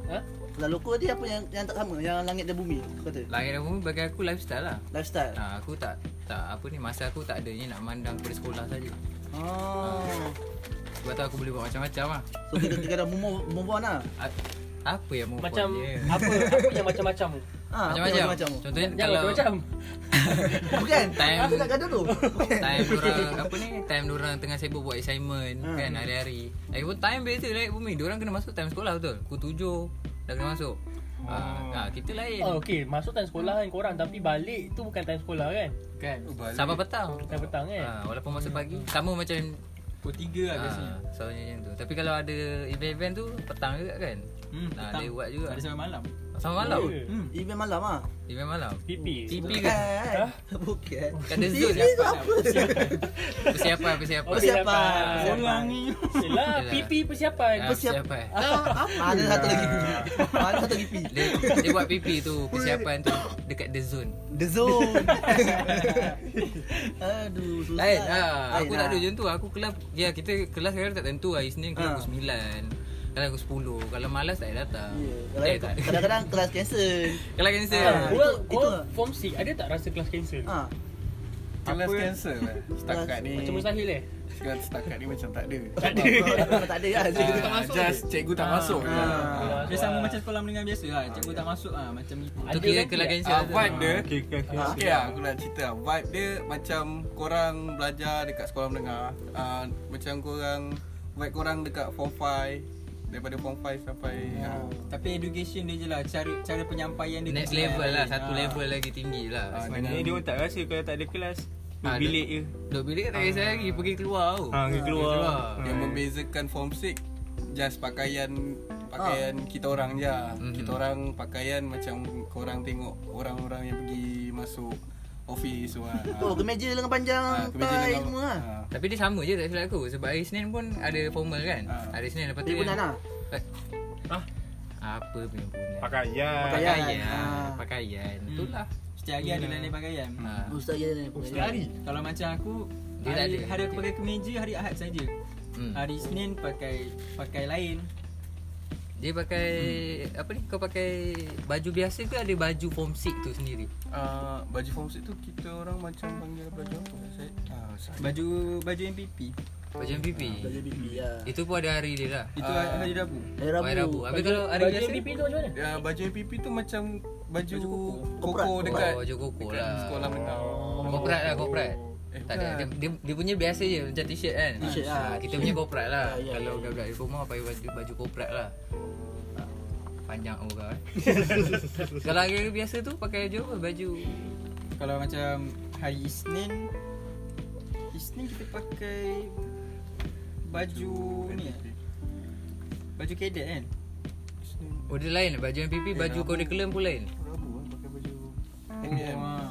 Speaker 3: Ha?
Speaker 4: Kalau loko dia apa yang, yang tak sama Yang langit dan bumi Kata
Speaker 2: Langit dan bumi bagi aku lifestyle lah
Speaker 4: Lifestyle
Speaker 2: ha, Aku tak tak apa ni Masa aku tak adanya nak mandang pada sekolah saja
Speaker 4: Oh.
Speaker 2: Sebab tu aku boleh buat macam-macam lah
Speaker 4: So kita kita dah move, move on lah.
Speaker 2: A- Apa yang move
Speaker 3: Macam Ah,
Speaker 2: on je?
Speaker 3: apa apa yang macam-macam tu.
Speaker 4: Ha, apa
Speaker 2: Macam-macam
Speaker 4: yang macam.
Speaker 2: Contohnya
Speaker 3: Yang
Speaker 2: kalau
Speaker 3: macam-macam.
Speaker 4: Bukan. Ah,
Speaker 2: Time-
Speaker 4: Aku tak gaduh tu.
Speaker 2: Time orang apa ni Time orang tengah sibuk buat assignment
Speaker 4: Ha.
Speaker 2: Kan hari-hari Lagipun time beza Langit bumi Diorang kena masuk time sekolah betul Pukul tujuh Dah kena masuk ha, ha, Kita lain
Speaker 3: Oh, okey, masuk time sekolah kan korang tapi balik tu bukan time sekolah kan?
Speaker 6: Kan
Speaker 2: Sampai petang
Speaker 3: Time petang kan?
Speaker 2: ha, Walaupun masa pagi Sama macam
Speaker 6: Pukul 3 lah biasanya
Speaker 2: ha, Selalunya macam tu Tapi kalau ada event-event tu Petang juga kan
Speaker 6: hmm,
Speaker 2: Nah,
Speaker 6: petang.
Speaker 2: dia buat juga.
Speaker 6: Ada sampai malam
Speaker 2: Sama malam
Speaker 3: Ya.
Speaker 6: hmm.
Speaker 4: Event malam ah.
Speaker 2: Event malam
Speaker 3: PP.
Speaker 2: TV ke?
Speaker 4: Bukan. Bukan.
Speaker 2: Kat The Zone
Speaker 4: Ini tu apa?
Speaker 2: Persiapan Persiapan
Speaker 3: Oh,
Speaker 4: Persiapan.
Speaker 3: Orang
Speaker 4: Persiapan.
Speaker 3: Yelah,
Speaker 2: Yelah.
Speaker 3: PP persiapan.
Speaker 2: Ah, Persiapan
Speaker 4: Ah, apa? Ada satu lagi. Ada satu lagi. Pi.
Speaker 2: dia, dia buat PP tu Persiapan tu Dekat The Zone
Speaker 4: The Zone. Aduh, susah.
Speaker 2: Lain ha, Aku
Speaker 4: Lain
Speaker 2: tak
Speaker 4: lah.
Speaker 2: ada macam tu Aku kelas Ya kita kelas kadang tak tentu lah Isnin
Speaker 4: Ah.
Speaker 2: kelas pukul 9 Kadang pukul 10 Kalau malas tak payah datang
Speaker 4: Ya,
Speaker 2: Eh tak
Speaker 4: kadang- Kadang-kadang kelas cancel.
Speaker 2: Kalau
Speaker 4: Ah.
Speaker 2: cancel
Speaker 3: Korang, korang,
Speaker 4: Itu-
Speaker 3: korang
Speaker 4: itu-
Speaker 3: form 6 ada tak rasa kelas cancel?
Speaker 4: Ha.
Speaker 7: Kelas cancel lah Setakat ni
Speaker 3: Macam mustahil eh?
Speaker 7: sekarang Setakat ni macam tak ada
Speaker 4: Tak ada. Tak ada lah.
Speaker 6: Cikgu tak
Speaker 7: Ah,
Speaker 6: masuk
Speaker 7: Just cikgu tak
Speaker 3: Ah.
Speaker 7: masuk je.
Speaker 4: Ah.
Speaker 7: Ah.
Speaker 6: Dia sama macam sekolah menengah biasa lah
Speaker 2: Ah,
Speaker 6: Cikgu
Speaker 2: ya.
Speaker 6: tak masuk lah Macam itu
Speaker 2: Tu
Speaker 3: Ada
Speaker 2: kira
Speaker 3: lagi
Speaker 2: kelas
Speaker 3: tak?
Speaker 2: cancel
Speaker 7: Ah,
Speaker 2: tu.
Speaker 7: Vibe dia
Speaker 5: Okay, okay, okay.
Speaker 4: Ha?
Speaker 7: Okay lah, aku nak cerita lah. Vibe dia macam korang belajar dekat sekolah menengah ah, Macam korang, vibe korang dekat form 5 Daripada form 5 sampai ah,
Speaker 6: Tapi education dia je lah Cara, cara penyampaian dia
Speaker 2: Next
Speaker 6: tu selain.
Speaker 2: level lah Satu
Speaker 6: Ah.
Speaker 2: level lagi tinggi
Speaker 7: Ah,
Speaker 2: lah
Speaker 5: Sebenarnya dia pun tak rasa kalau tak ada kelas.
Speaker 2: Ah,
Speaker 5: Duduk bilik je.
Speaker 2: Duduk bilik tak kisah lagi Pergi keluar tau Ah,
Speaker 5: Ha, dia keluar.
Speaker 2: keluar.
Speaker 5: Ha.
Speaker 7: Yang membezakan form 6 Just pakaian Pakaian
Speaker 4: Ah.
Speaker 7: kita orang je lah.
Speaker 2: Mhm.
Speaker 7: Kita orang pakaian macam korang tengok Orang-orang yang pergi masuk Office lah. Ah, semua
Speaker 4: Oh, kemeja lengan panjang,
Speaker 7: ah,
Speaker 4: tie semua lah.
Speaker 2: Tapi dia sama je tak silap aku Sebab hari Senin pun ada formal kan
Speaker 7: Ah.
Speaker 2: Hari Senin lepas tu
Speaker 4: Dia lah. pun nak.
Speaker 2: Eh, Apa punya punan
Speaker 5: Pakaian.
Speaker 4: Pakaian.
Speaker 2: Pakaian
Speaker 4: Ah.
Speaker 2: Pakaian
Speaker 6: Hmm.
Speaker 2: Itulah
Speaker 6: Setiap hari ada lain-lain pakaian
Speaker 2: Ah.
Speaker 4: Ustaz je ni.
Speaker 5: Hari.
Speaker 6: Kalau macam aku
Speaker 2: Dia tak
Speaker 6: hari,
Speaker 2: ada.
Speaker 6: hari aku pakai kemeja Hari Ahad saja.
Speaker 2: Hmm.
Speaker 6: Hari Senin pakai Pakai lain
Speaker 2: Dia pakai Apa ni Kau pakai Baju biasa ke ada baju form 6 tu sendiri
Speaker 7: Uh, baju form 6 tu kita orang macam panggil baju apa Syed? Ah, Syed.
Speaker 6: Baju Baju MPP
Speaker 2: Baju MPP
Speaker 4: Belajar bibi lah.
Speaker 2: Itu pun ada hari dia lah
Speaker 6: Itu hari Rabu
Speaker 4: Hari
Speaker 2: Hari Rabu Habis kalau hari
Speaker 3: Baju
Speaker 2: biasa
Speaker 3: MPP tu macam mana?
Speaker 7: Ah. Ya, baju MPP tu macam baju, koko,
Speaker 4: Koprat.
Speaker 6: lah.
Speaker 7: dekat
Speaker 2: Oh, baju koko
Speaker 7: dekat
Speaker 2: lah.
Speaker 7: sekolah menengah.
Speaker 2: Corporate lah corporate
Speaker 7: Eh,
Speaker 2: tak ada. Dia,
Speaker 7: bukan.
Speaker 2: dia, dia punya biasa je macam t-shirt kan.
Speaker 4: T-shirt
Speaker 2: Ah,
Speaker 4: lah.
Speaker 2: Kita punya corporate lah.
Speaker 4: Ah, ya,
Speaker 2: Kalau
Speaker 4: ya.
Speaker 2: budak-budak di rumah pakai baju baju corporate lah. Ah, Panjang orang eh. Kalau hari biasa tu pakai baju apa? Baju
Speaker 6: Kalau macam Hari Isnin Isnin kita pakai Baju Ni eh? Baju kedek kan
Speaker 2: Oh dia lain lah. Baju MPP, baju curriculum pun lain
Speaker 7: Rabu eh, pakai baju
Speaker 6: Oh, ah.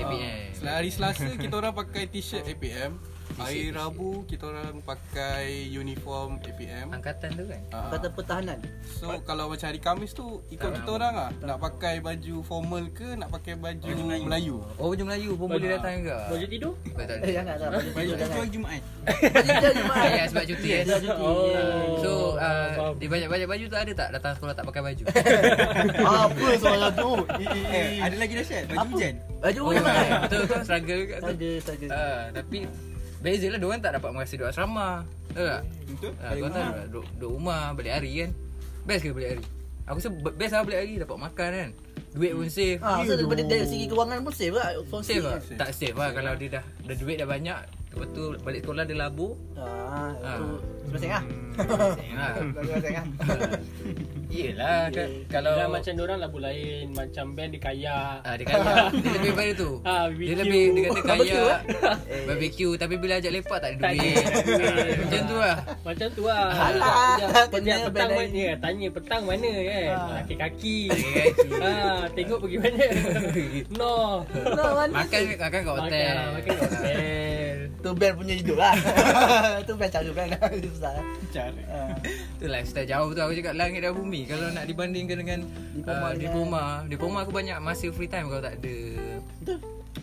Speaker 2: APM
Speaker 7: Sel- Hari Selasa kita orang pakai t-shirt APM. Hari Rabu kita orang pakai uniform APM.
Speaker 2: Angkatan tu kan
Speaker 7: Ah,
Speaker 4: Kata pertahanan.
Speaker 7: so kalau macam hari Khamis tu ikut kita orang ah nak pakai baju formal ke nak pakai baju Melayu.
Speaker 2: Oh baju Melayu pun boleh datang juga
Speaker 3: Baju tidur?
Speaker 2: Eh, tak ada.
Speaker 4: Eh, janganlah. Baju
Speaker 6: Baju tu
Speaker 4: pertahanan.
Speaker 6: hari Jumaat
Speaker 2: Ah, ya, sebab cuti eh
Speaker 3: Oh.
Speaker 2: So uh,
Speaker 3: Faham.
Speaker 2: Di banyak-banyak baju tu ada tak Datang sekolah tak pakai baju
Speaker 4: Apa soalan tu?
Speaker 6: eh, Ada lagi dahsyat Baju
Speaker 4: Apa?
Speaker 6: hujan
Speaker 4: Baju
Speaker 2: Oh
Speaker 4: hujan.
Speaker 2: ya, betul kau struggle juga tu
Speaker 4: Saja saja.
Speaker 2: Ah, tapi beza lah diorang tak dapat merasa duduk asrama. Betul tak?
Speaker 6: Betul
Speaker 2: Ah, diorang tak dapat duduk, duduk rumah balik hari kan. Best ke balik hari? Aku rasa be- best lah balik hari dapat makan kan. Duit pun save.
Speaker 4: Ah, so daripada dari segi kewangan pun Uh, save Ah, lah. Form
Speaker 2: Save
Speaker 4: save
Speaker 2: lah? Tak save lah kalau dia dah, dah duit dah banyak Lepas tu balik sekolah dia labur
Speaker 4: Ah, tu
Speaker 2: Ah.
Speaker 4: selesai lah.
Speaker 2: Yelah
Speaker 4: Selesai lah.
Speaker 2: Yelah ka- Kalau
Speaker 3: Dah macam orang lah, lagu lain Macam band dia kayak
Speaker 2: Ah, dia kaya Dia lebih pada tu
Speaker 3: Ah,
Speaker 2: Dia
Speaker 3: barbecue. eh?
Speaker 2: lebih Dia kata kaya Eh. Barbecue Tapi bila ajak lepak tak ada
Speaker 3: Tak ada
Speaker 2: duit
Speaker 3: duit.
Speaker 2: Macam tu lah
Speaker 3: Macam tu lah
Speaker 4: Alah,
Speaker 3: Setiap-
Speaker 4: kena
Speaker 3: Setiap petang
Speaker 4: band
Speaker 3: mana
Speaker 4: lain.
Speaker 3: ya, Tanya petang mana kan Kaki-kaki
Speaker 2: Kaki-kaki.
Speaker 3: ha, Tengok pergi mana No
Speaker 2: Makan makan kat hotel
Speaker 3: Makan, lah, makan kat hotel
Speaker 4: Tu band punya hidup lah. tu band cara band lah. Susah lah.
Speaker 6: Cara.
Speaker 4: Ah.
Speaker 2: Tu lifestyle jauh tu aku cakap langit dan bumi Kalau nak dibandingkan dengan
Speaker 4: Diploma
Speaker 2: ah,
Speaker 4: dengan-
Speaker 2: Diploma
Speaker 3: eh.
Speaker 2: Diploma aku banyak masa free time kalau tak ada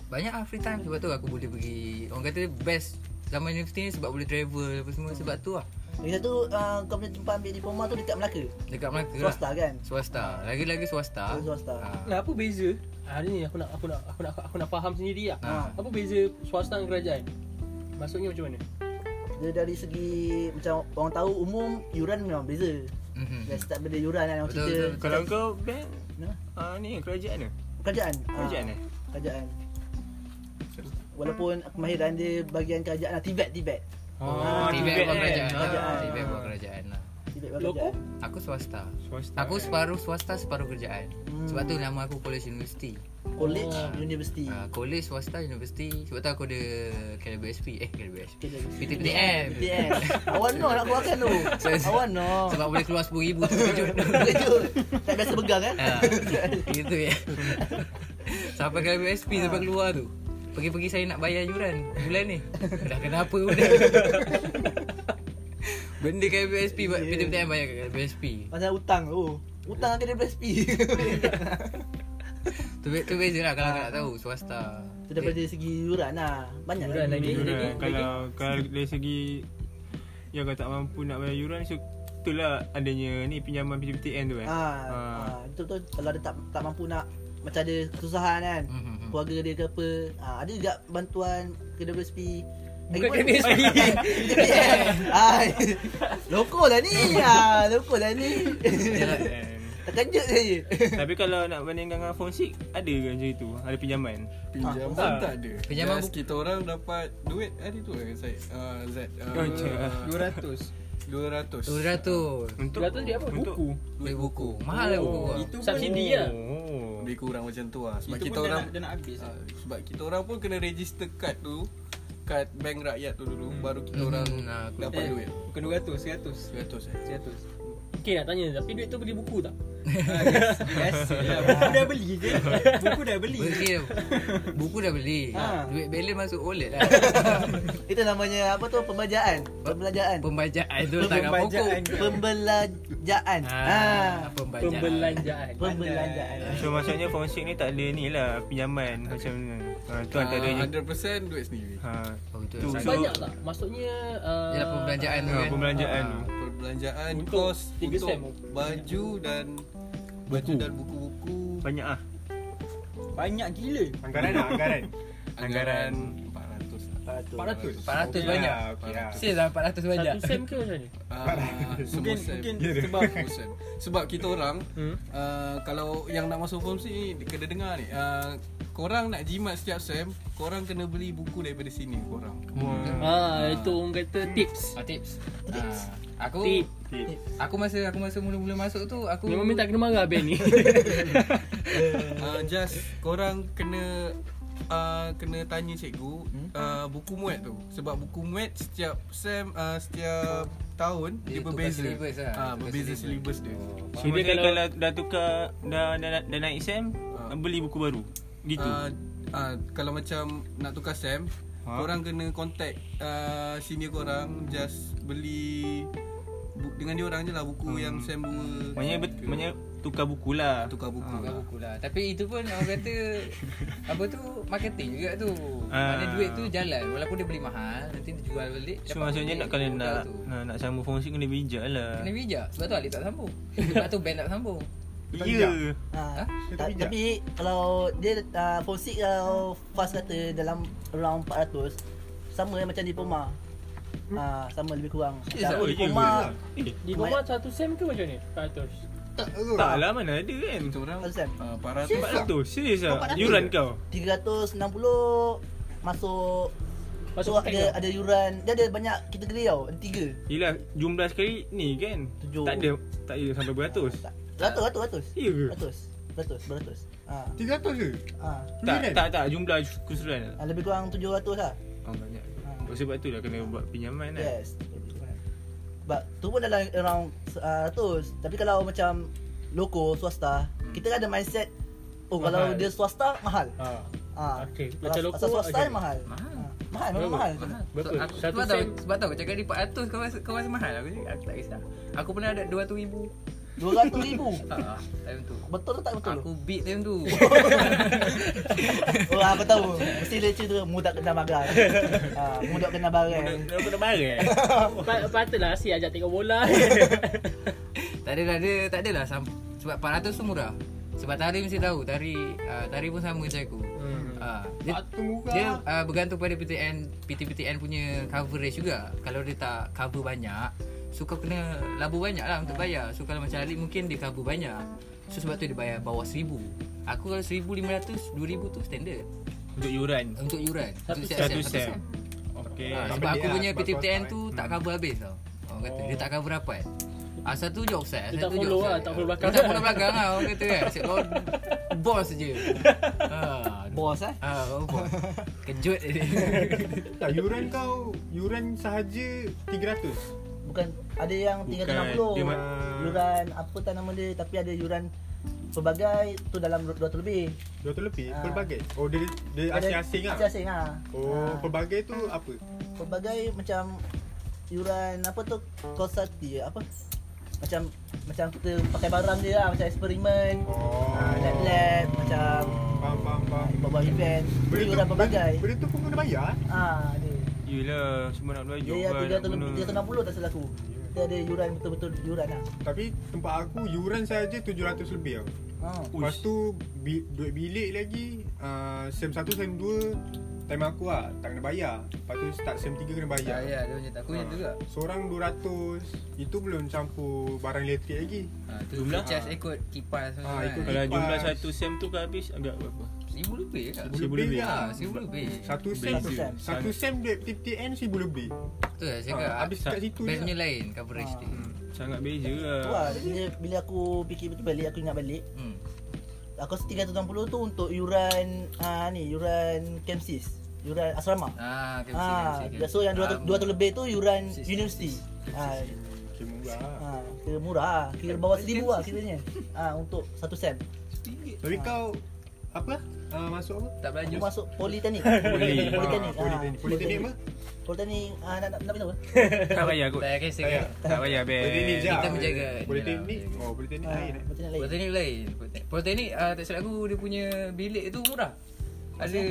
Speaker 2: Banyak lah free time sebab tu aku boleh pergi Orang kata best zaman universiti ni sebab boleh travel apa semua sebab tu lah
Speaker 4: Lagi satu, ah, kau punya tempat ambil diploma tu dekat Melaka.
Speaker 2: Dekat Melaka lah
Speaker 4: Swasta kan?
Speaker 2: Swasta Lagi-lagi swasta
Speaker 4: Oh, swasta.
Speaker 2: Ah.
Speaker 3: Nah, apa beza? Ha, ni aku nak aku nak aku nak aku nak faham sendiri lah.
Speaker 2: Ah.
Speaker 3: Apa beza swasta dengan kerajaan? Maksudnya macam mana?
Speaker 4: Dia dari segi macam orang tahu umum yuran memang beza.
Speaker 2: Mhm.
Speaker 4: Dah start benda yuran kan orang
Speaker 2: Betul,
Speaker 4: cerita.
Speaker 2: betul.
Speaker 1: Kalau kau band
Speaker 4: Nah,
Speaker 1: uh, ni kerajaan ke?
Speaker 4: kerajaan. Ah,
Speaker 1: Kerajaan eh?
Speaker 4: Kerajaan. Walaupun kemahiran dia bahagian kerajaan lah. Tibet, Tibet.
Speaker 1: Oh,
Speaker 4: Ah,
Speaker 2: Tibet
Speaker 1: Tibet
Speaker 2: buat
Speaker 1: kan?
Speaker 2: kerajaan
Speaker 4: eh,
Speaker 2: Ah,
Speaker 4: Kerajaan.
Speaker 2: Tibet buat kerajaan lah
Speaker 4: Tibet bahagian
Speaker 3: Lo kau?
Speaker 4: kerajaan.
Speaker 2: Aku swasta
Speaker 1: Swasta.
Speaker 2: Aku separuh swasta separuh kerjaan
Speaker 4: Hmm.
Speaker 2: Sebab tu nama aku college university
Speaker 4: College, university.
Speaker 2: uh, College swasta university Sebab tu aku ada Kaliber SP Eh Kaliber SP
Speaker 4: Okay, jadi-
Speaker 2: PTPTM
Speaker 4: PTM. Awak no nak keluarkan tu. Awak no.
Speaker 2: Sebab boleh keluar RM10,000 tu kejut
Speaker 4: Terkejut. Tak biasa pegang kan?
Speaker 2: Ah, Gitu ya Sampai Kaliber SP sampai keluar tu Pergi-pergi saya nak bayar yuran Bulan ni Dah kenapa benda Benda Kaliber SP buat PTPTM bayar Kaliber SP
Speaker 4: Pasal hutang tu. Hutang nanti dia PSP.
Speaker 2: Tu, be- tu beza lah kalau kau nak tahu Swasta
Speaker 4: Itu daripada segi yuran lah. Banyak
Speaker 3: Yuran Eh. lagi.
Speaker 4: benda.
Speaker 3: Lagi-
Speaker 1: Yuran kalau kalau dari segi ya kau tak mampu nak bayar yuran so itulah adanya ni pinjaman PTPTN tu kan.
Speaker 3: eh?
Speaker 4: Ha,
Speaker 3: Ah.
Speaker 1: Ha.
Speaker 4: ha. Itu tu kalau dia tak tak mampu nak macam ada kesusahan kan.
Speaker 3: Hmm,
Speaker 2: Mhm, mhm.
Speaker 4: Keluarga dia ke apa. Ha, ada juga bantuan ke WSP.
Speaker 3: Bukan KWSP.
Speaker 4: Ah, loko lah ni. Ah, loko lah ni.
Speaker 3: eh.
Speaker 1: Kan?
Speaker 4: Terkejut saya.
Speaker 1: Tapi kalau nak bandingkan dengan phone 6 ada ke macam itu? Ada pinjaman.
Speaker 7: Pinjaman
Speaker 3: Ah.
Speaker 7: tak ada
Speaker 2: Pinjaman
Speaker 7: Just
Speaker 2: bu-
Speaker 7: kita orang dapat duit hari tu eh Zaid uh, Zaid
Speaker 1: Oh, cik.
Speaker 7: uh, 200 200
Speaker 2: 200
Speaker 1: Untuk
Speaker 3: Dua ratus dia apa?
Speaker 1: Buku.
Speaker 2: Beli buku Mahal lah buku kau.
Speaker 7: Itu pun
Speaker 3: Subsidi lah.
Speaker 1: Oh.
Speaker 7: lebih kurang macam tu lah Sebab
Speaker 6: Itu
Speaker 7: kita
Speaker 6: pun dah
Speaker 7: orang
Speaker 6: nak, dah nak habis lah.
Speaker 7: Ah, sebab kita orang pun kena register kad tu kad bank rakyat tu dulu baru kita orang
Speaker 2: Hmm, ah, aku
Speaker 7: dapat
Speaker 6: Eh,
Speaker 7: duit
Speaker 6: Bukan
Speaker 7: 100 eh
Speaker 6: 200, 100. 100.
Speaker 3: Okey nak tanya tapi duit tu beli buku tak?
Speaker 6: Ah, yes, biasa lah. Buku dah beli je. Buku dah beli.
Speaker 2: Beli dah. Buku dah beli
Speaker 6: Ha.
Speaker 2: Duit balance masuk wallet lah
Speaker 4: Itu namanya apa tu pembelajaran. Pembelajaran.
Speaker 2: Pembajaan tu letak kat pokok
Speaker 6: Pembajaan.
Speaker 4: Pembelanjaan.
Speaker 2: ha.
Speaker 4: Ha.
Speaker 3: Ah.
Speaker 2: Pembajaan
Speaker 4: Ah,
Speaker 3: Pembelanjaan.
Speaker 4: Pembelanjaan.
Speaker 1: So maksudnya phone 6 ni tak ada ni lah pinjaman macam mana. Ha, tu
Speaker 7: Ah,
Speaker 1: antaranya.
Speaker 7: 100% duit sendiri
Speaker 1: Ha.
Speaker 5: Ah,
Speaker 2: Oh, betul.
Speaker 1: Tu so
Speaker 3: Banyak tak? Maksudnya uh,
Speaker 2: Yalah pembelanjaan tu
Speaker 5: Ah,
Speaker 1: ha,
Speaker 2: kan
Speaker 1: pembelanjaan tu.
Speaker 7: Perbelanjaan
Speaker 3: Untuk
Speaker 7: kos
Speaker 3: tiga
Speaker 7: untuk
Speaker 3: sem.
Speaker 7: baju dan baju dan buku-buku
Speaker 1: Banyak ah.
Speaker 6: Banyak gila.
Speaker 5: Anggaran lah, anggaran.
Speaker 7: anggaran 400 lah.
Speaker 6: 400.
Speaker 2: 400 banyak
Speaker 6: Ya,
Speaker 5: Ah, okey lah.
Speaker 2: Sis lah 400 banyak
Speaker 3: Satu sem ke macam mana?
Speaker 7: Ah,
Speaker 6: Mungkin
Speaker 7: semua sem.
Speaker 6: mungkin sebab Hmm.
Speaker 7: Semua sem. Sebab kita orang ah, kalau yang nak masuk form ni kena dengar ni. Ah, korang nak jimat setiap sem, korang kena beli buku daripada sini korang.
Speaker 3: Ha, itu orang kata tips.
Speaker 2: Ah, tips Ah, Aku
Speaker 3: Tip.
Speaker 2: Aku masa aku masa mula-mula masuk tu Aku
Speaker 3: Memang minta kena marah band ni.
Speaker 7: Ah, just korang kena ah, kena tanya cikgu ah, buku muat tu sebab buku muat setiap sem ah, setiap tahun
Speaker 2: Dia
Speaker 7: dia,
Speaker 2: tukar
Speaker 7: berbeza
Speaker 2: syllabus lah,
Speaker 7: Ah,
Speaker 2: tukar
Speaker 7: berbeza
Speaker 2: syllabus.
Speaker 7: syllabus dia
Speaker 1: So
Speaker 3: Kira
Speaker 1: maksudnya
Speaker 3: kalau-
Speaker 1: kalau dah tukar dah dah, dah naik exam beli buku baru. Gitu.
Speaker 7: Ah, ah, kalau macam nak tukar SAM
Speaker 1: Ha?
Speaker 7: Korang kena contact uh, senior korang Just beli bu- Dengan dia orang je lah buku yang SAM 2
Speaker 1: Maknanya bet, maknanya tukar buku lah.
Speaker 7: Tukar buku
Speaker 2: Bukan buku lah Tapi itu pun orang kata Apa tu Marketing juga tu
Speaker 1: Ah.
Speaker 2: Mana duit tu jalan Walaupun dia beli mahal Nanti dia jual balik
Speaker 1: So
Speaker 2: dapat
Speaker 1: maksudnya
Speaker 2: balik
Speaker 1: nak kalau
Speaker 2: modal
Speaker 1: nak
Speaker 2: tu.
Speaker 1: nak, nak sambung fungsi kena bijak lah.
Speaker 2: Kena bijak Sebab tu Alif tak sambung Sebab tu Ben tak sambung
Speaker 1: Ya.
Speaker 4: Ha.
Speaker 2: Ha?
Speaker 4: Ta- tapi kalau dia uh, form 6 kalau fast kata dalam around 400 sama macam diploma. Ah sama lebih kurang.
Speaker 1: Oh,
Speaker 4: Kalau
Speaker 1: ya
Speaker 4: diploma
Speaker 1: ke? Eh,
Speaker 3: Di bawah satu sem ke macam ni? 400.
Speaker 1: tak lah mana ada kan.
Speaker 7: Kita orang
Speaker 4: Kalau SAM?
Speaker 7: uh, 400
Speaker 1: lah. 400 serius ah. Yuran kau.
Speaker 4: 360 masuk So
Speaker 3: Masuk
Speaker 4: ada ada yuran Dia ada banyak kategori tau Ada tiga
Speaker 8: Yelah jumlah sekali ni kan
Speaker 4: Tujuh.
Speaker 8: Tak ada Tak ada sampai beratus
Speaker 4: Tak, Ratus ratus ratus
Speaker 8: Ya ke?
Speaker 4: Ratus Ratus Beratus ha,
Speaker 5: 300 ke?
Speaker 4: ha.
Speaker 8: Tak
Speaker 5: Million?
Speaker 8: tak tak jumlah keseluruhan
Speaker 4: Ah, Lebih kurang tujuh ratus lah
Speaker 8: Oh banyak
Speaker 4: ha.
Speaker 8: Sebab tu lah kena buat pinjaman kan
Speaker 4: Yes Sebab tu pun dalam around uh, ratus Tapi kalau macam Loko swasta Kita kan ada mindset Oh kalau
Speaker 3: Mahal.
Speaker 4: dia swasta mahal
Speaker 3: Ah,
Speaker 4: ha.
Speaker 3: okay.
Speaker 4: Kalau
Speaker 3: Macam loko
Speaker 4: asal swasta
Speaker 3: ada.
Speaker 4: ni mahal
Speaker 2: Mahal.
Speaker 4: Ha. Mahal memang mahal
Speaker 3: Berapa?
Speaker 2: So, aku,
Speaker 3: Satu
Speaker 2: sebab tahu,
Speaker 3: sen
Speaker 2: sebab tahu kau cakap ni 400 kau rasa, kau rasa mahal aku cakap aku tak kisah. Aku pernah ada 200 ribu.
Speaker 4: Dua ratus ribu
Speaker 2: Ah, time tu.
Speaker 4: Betul ke tak betul?
Speaker 2: Aku beat time tu.
Speaker 4: Oh aku tahu Mesti leceh tu Mudak kena barang ha, Mudak kena barang
Speaker 8: Nak kena barang
Speaker 3: Pat- Patutlah asyik ajak tengok bola
Speaker 2: tak adalah dia, tak adalah sam- sebab 400 tu murah. Sebab Tari mesti tahu, Tari uh, Tari pun sama macam aku. Ah, dia, dia uh, bergantung pada PTN PTPTN punya coverage juga. Kalau dia tak cover banyak, so kau kena labu banyak lah untuk bayar. So kalau macam Alip mungkin dia cover banyak. So sebab tu dia bayar bawah 1000. Aku kalau 1500, 2000 tu standard
Speaker 8: Untuk yuran
Speaker 2: untuk yuran.
Speaker 3: Satu sen.
Speaker 2: untuk set-
Speaker 8: Satu
Speaker 2: satu
Speaker 8: sen
Speaker 2: sen.
Speaker 8: Okay
Speaker 2: Ha, sebab
Speaker 8: lah,
Speaker 2: aku punya PTPTN tu tak cover habis tau. Orang kata dia
Speaker 8: Oh.
Speaker 2: tak cover rapat. Ah satu je offside,
Speaker 3: Dia tak
Speaker 2: satu je
Speaker 3: follow lah,
Speaker 2: offside.
Speaker 3: tak follow belakang.
Speaker 2: Dia tak follow belakang lah orang kata kan. Asyik kau boss je. Ha,
Speaker 4: Bos eh
Speaker 2: ha, kau boss. Kejut dia.
Speaker 5: Tak, yuran kau Yuran sahaja 300
Speaker 4: Bukan Ada yang
Speaker 5: dia
Speaker 4: 360
Speaker 5: ma-
Speaker 4: Yuran Apa tak nama dia Tapi ada yuran Pelbagai Tu dalam 200 lebih
Speaker 5: 200 lebih?
Speaker 4: Ah.
Speaker 5: Pelbagai? Oh, dia, dia asing-asing lah
Speaker 4: Asing-asing lah
Speaker 5: Oh,
Speaker 4: Ha.
Speaker 5: pelbagai tu apa?
Speaker 4: Pelbagai macam Yuran Apa tu Kosati Apa Macam Macam kita pakai barang dia lah Macam eksperimen
Speaker 5: Oh
Speaker 4: Ah, lab-lab, macam
Speaker 5: Faham, faham, faham
Speaker 4: Buat event Itu
Speaker 5: Benda tu,
Speaker 4: yuran pelbagai
Speaker 5: benda, benda tu pun kena bayar eh?
Speaker 4: Ah, dia.
Speaker 8: Yelah Semua nak belajar
Speaker 4: Dia
Speaker 8: kan,
Speaker 4: yang
Speaker 8: nak guna.
Speaker 4: 360 tak salah aku. Dia ada yuran betul-betul yuran lah.
Speaker 5: Tapi tempat aku yuran saja 700 lebih tau
Speaker 4: Ha.
Speaker 5: Lepas tu bi, duit bilik lagi uh, sem 1 sem 2 time aku lah tak kena bayar. Lepas tu start sem 3 kena
Speaker 6: Ya
Speaker 5: bayar.
Speaker 6: ya dia macam tak
Speaker 5: Ah.
Speaker 6: aku macam tu juga.
Speaker 5: Seorang 200 itu belum campur barang elektrik lagi.
Speaker 6: Ha
Speaker 2: Ah,
Speaker 6: tu
Speaker 8: Jumlah?
Speaker 6: charge ikut kipas
Speaker 5: Ah,
Speaker 2: kan.
Speaker 6: semua.
Speaker 5: ikut
Speaker 6: Ikut
Speaker 8: Kalau
Speaker 5: Kipas.
Speaker 8: jumlah satu sem tu kau habis Agak berapa?
Speaker 6: 1000 lebih ke? tak?
Speaker 5: Seribu lebih
Speaker 2: Ha,
Speaker 5: lah.
Speaker 2: seribu lebih.
Speaker 5: Satu sem
Speaker 4: Satu sem.
Speaker 5: satu sem duit PTN 1000 lebih.
Speaker 2: Tu lah saya
Speaker 5: Ha,
Speaker 2: cakap.
Speaker 5: habis kat situ
Speaker 2: Band
Speaker 5: je. Ah.
Speaker 2: punya lain coverage dia.
Speaker 8: Sangat beza
Speaker 4: Tu
Speaker 8: lah
Speaker 4: lah, bila, bila aku fikir betul balik, aku ingat balik
Speaker 2: Hmm.
Speaker 4: Aku rasa 360 tu untuk yuran ah ni, yuran Kemsis Yuran asrama
Speaker 2: Ah, KMC,
Speaker 4: Ah,
Speaker 2: KMC.
Speaker 4: so yang 200,
Speaker 2: Ah,
Speaker 4: 200 lebih tu yuran universiti Ah,
Speaker 5: Okay, murah. lah.
Speaker 4: ah, kira murah lah, kira bawah 1000 lah kiranya Ah, untuk satu sem
Speaker 5: Tapi kau apa? Uh, masuk apa?
Speaker 2: Tak
Speaker 4: Aku
Speaker 2: belajar.
Speaker 4: masuk politeknik
Speaker 5: Politeknik.
Speaker 4: Politeknik
Speaker 5: Ah, politeknik.
Speaker 4: ah,
Speaker 5: Politeknik apa?
Speaker 4: Politeknik, ah, nak, nak, nak pindah apa?
Speaker 8: Tak payah
Speaker 2: Tak
Speaker 8: kot
Speaker 2: payah kisah kan?
Speaker 8: Tak payah
Speaker 5: Politeknik
Speaker 8: best
Speaker 5: je.
Speaker 2: kita menjaga.
Speaker 5: Politeknik.
Speaker 2: Yelah,
Speaker 5: Oh, politeknik
Speaker 4: Ah,
Speaker 5: lain. eh.
Speaker 4: Politeknik lain
Speaker 2: Politeknik lain Politeknik uh, tak silap aku Dia punya bilik tu murah Ada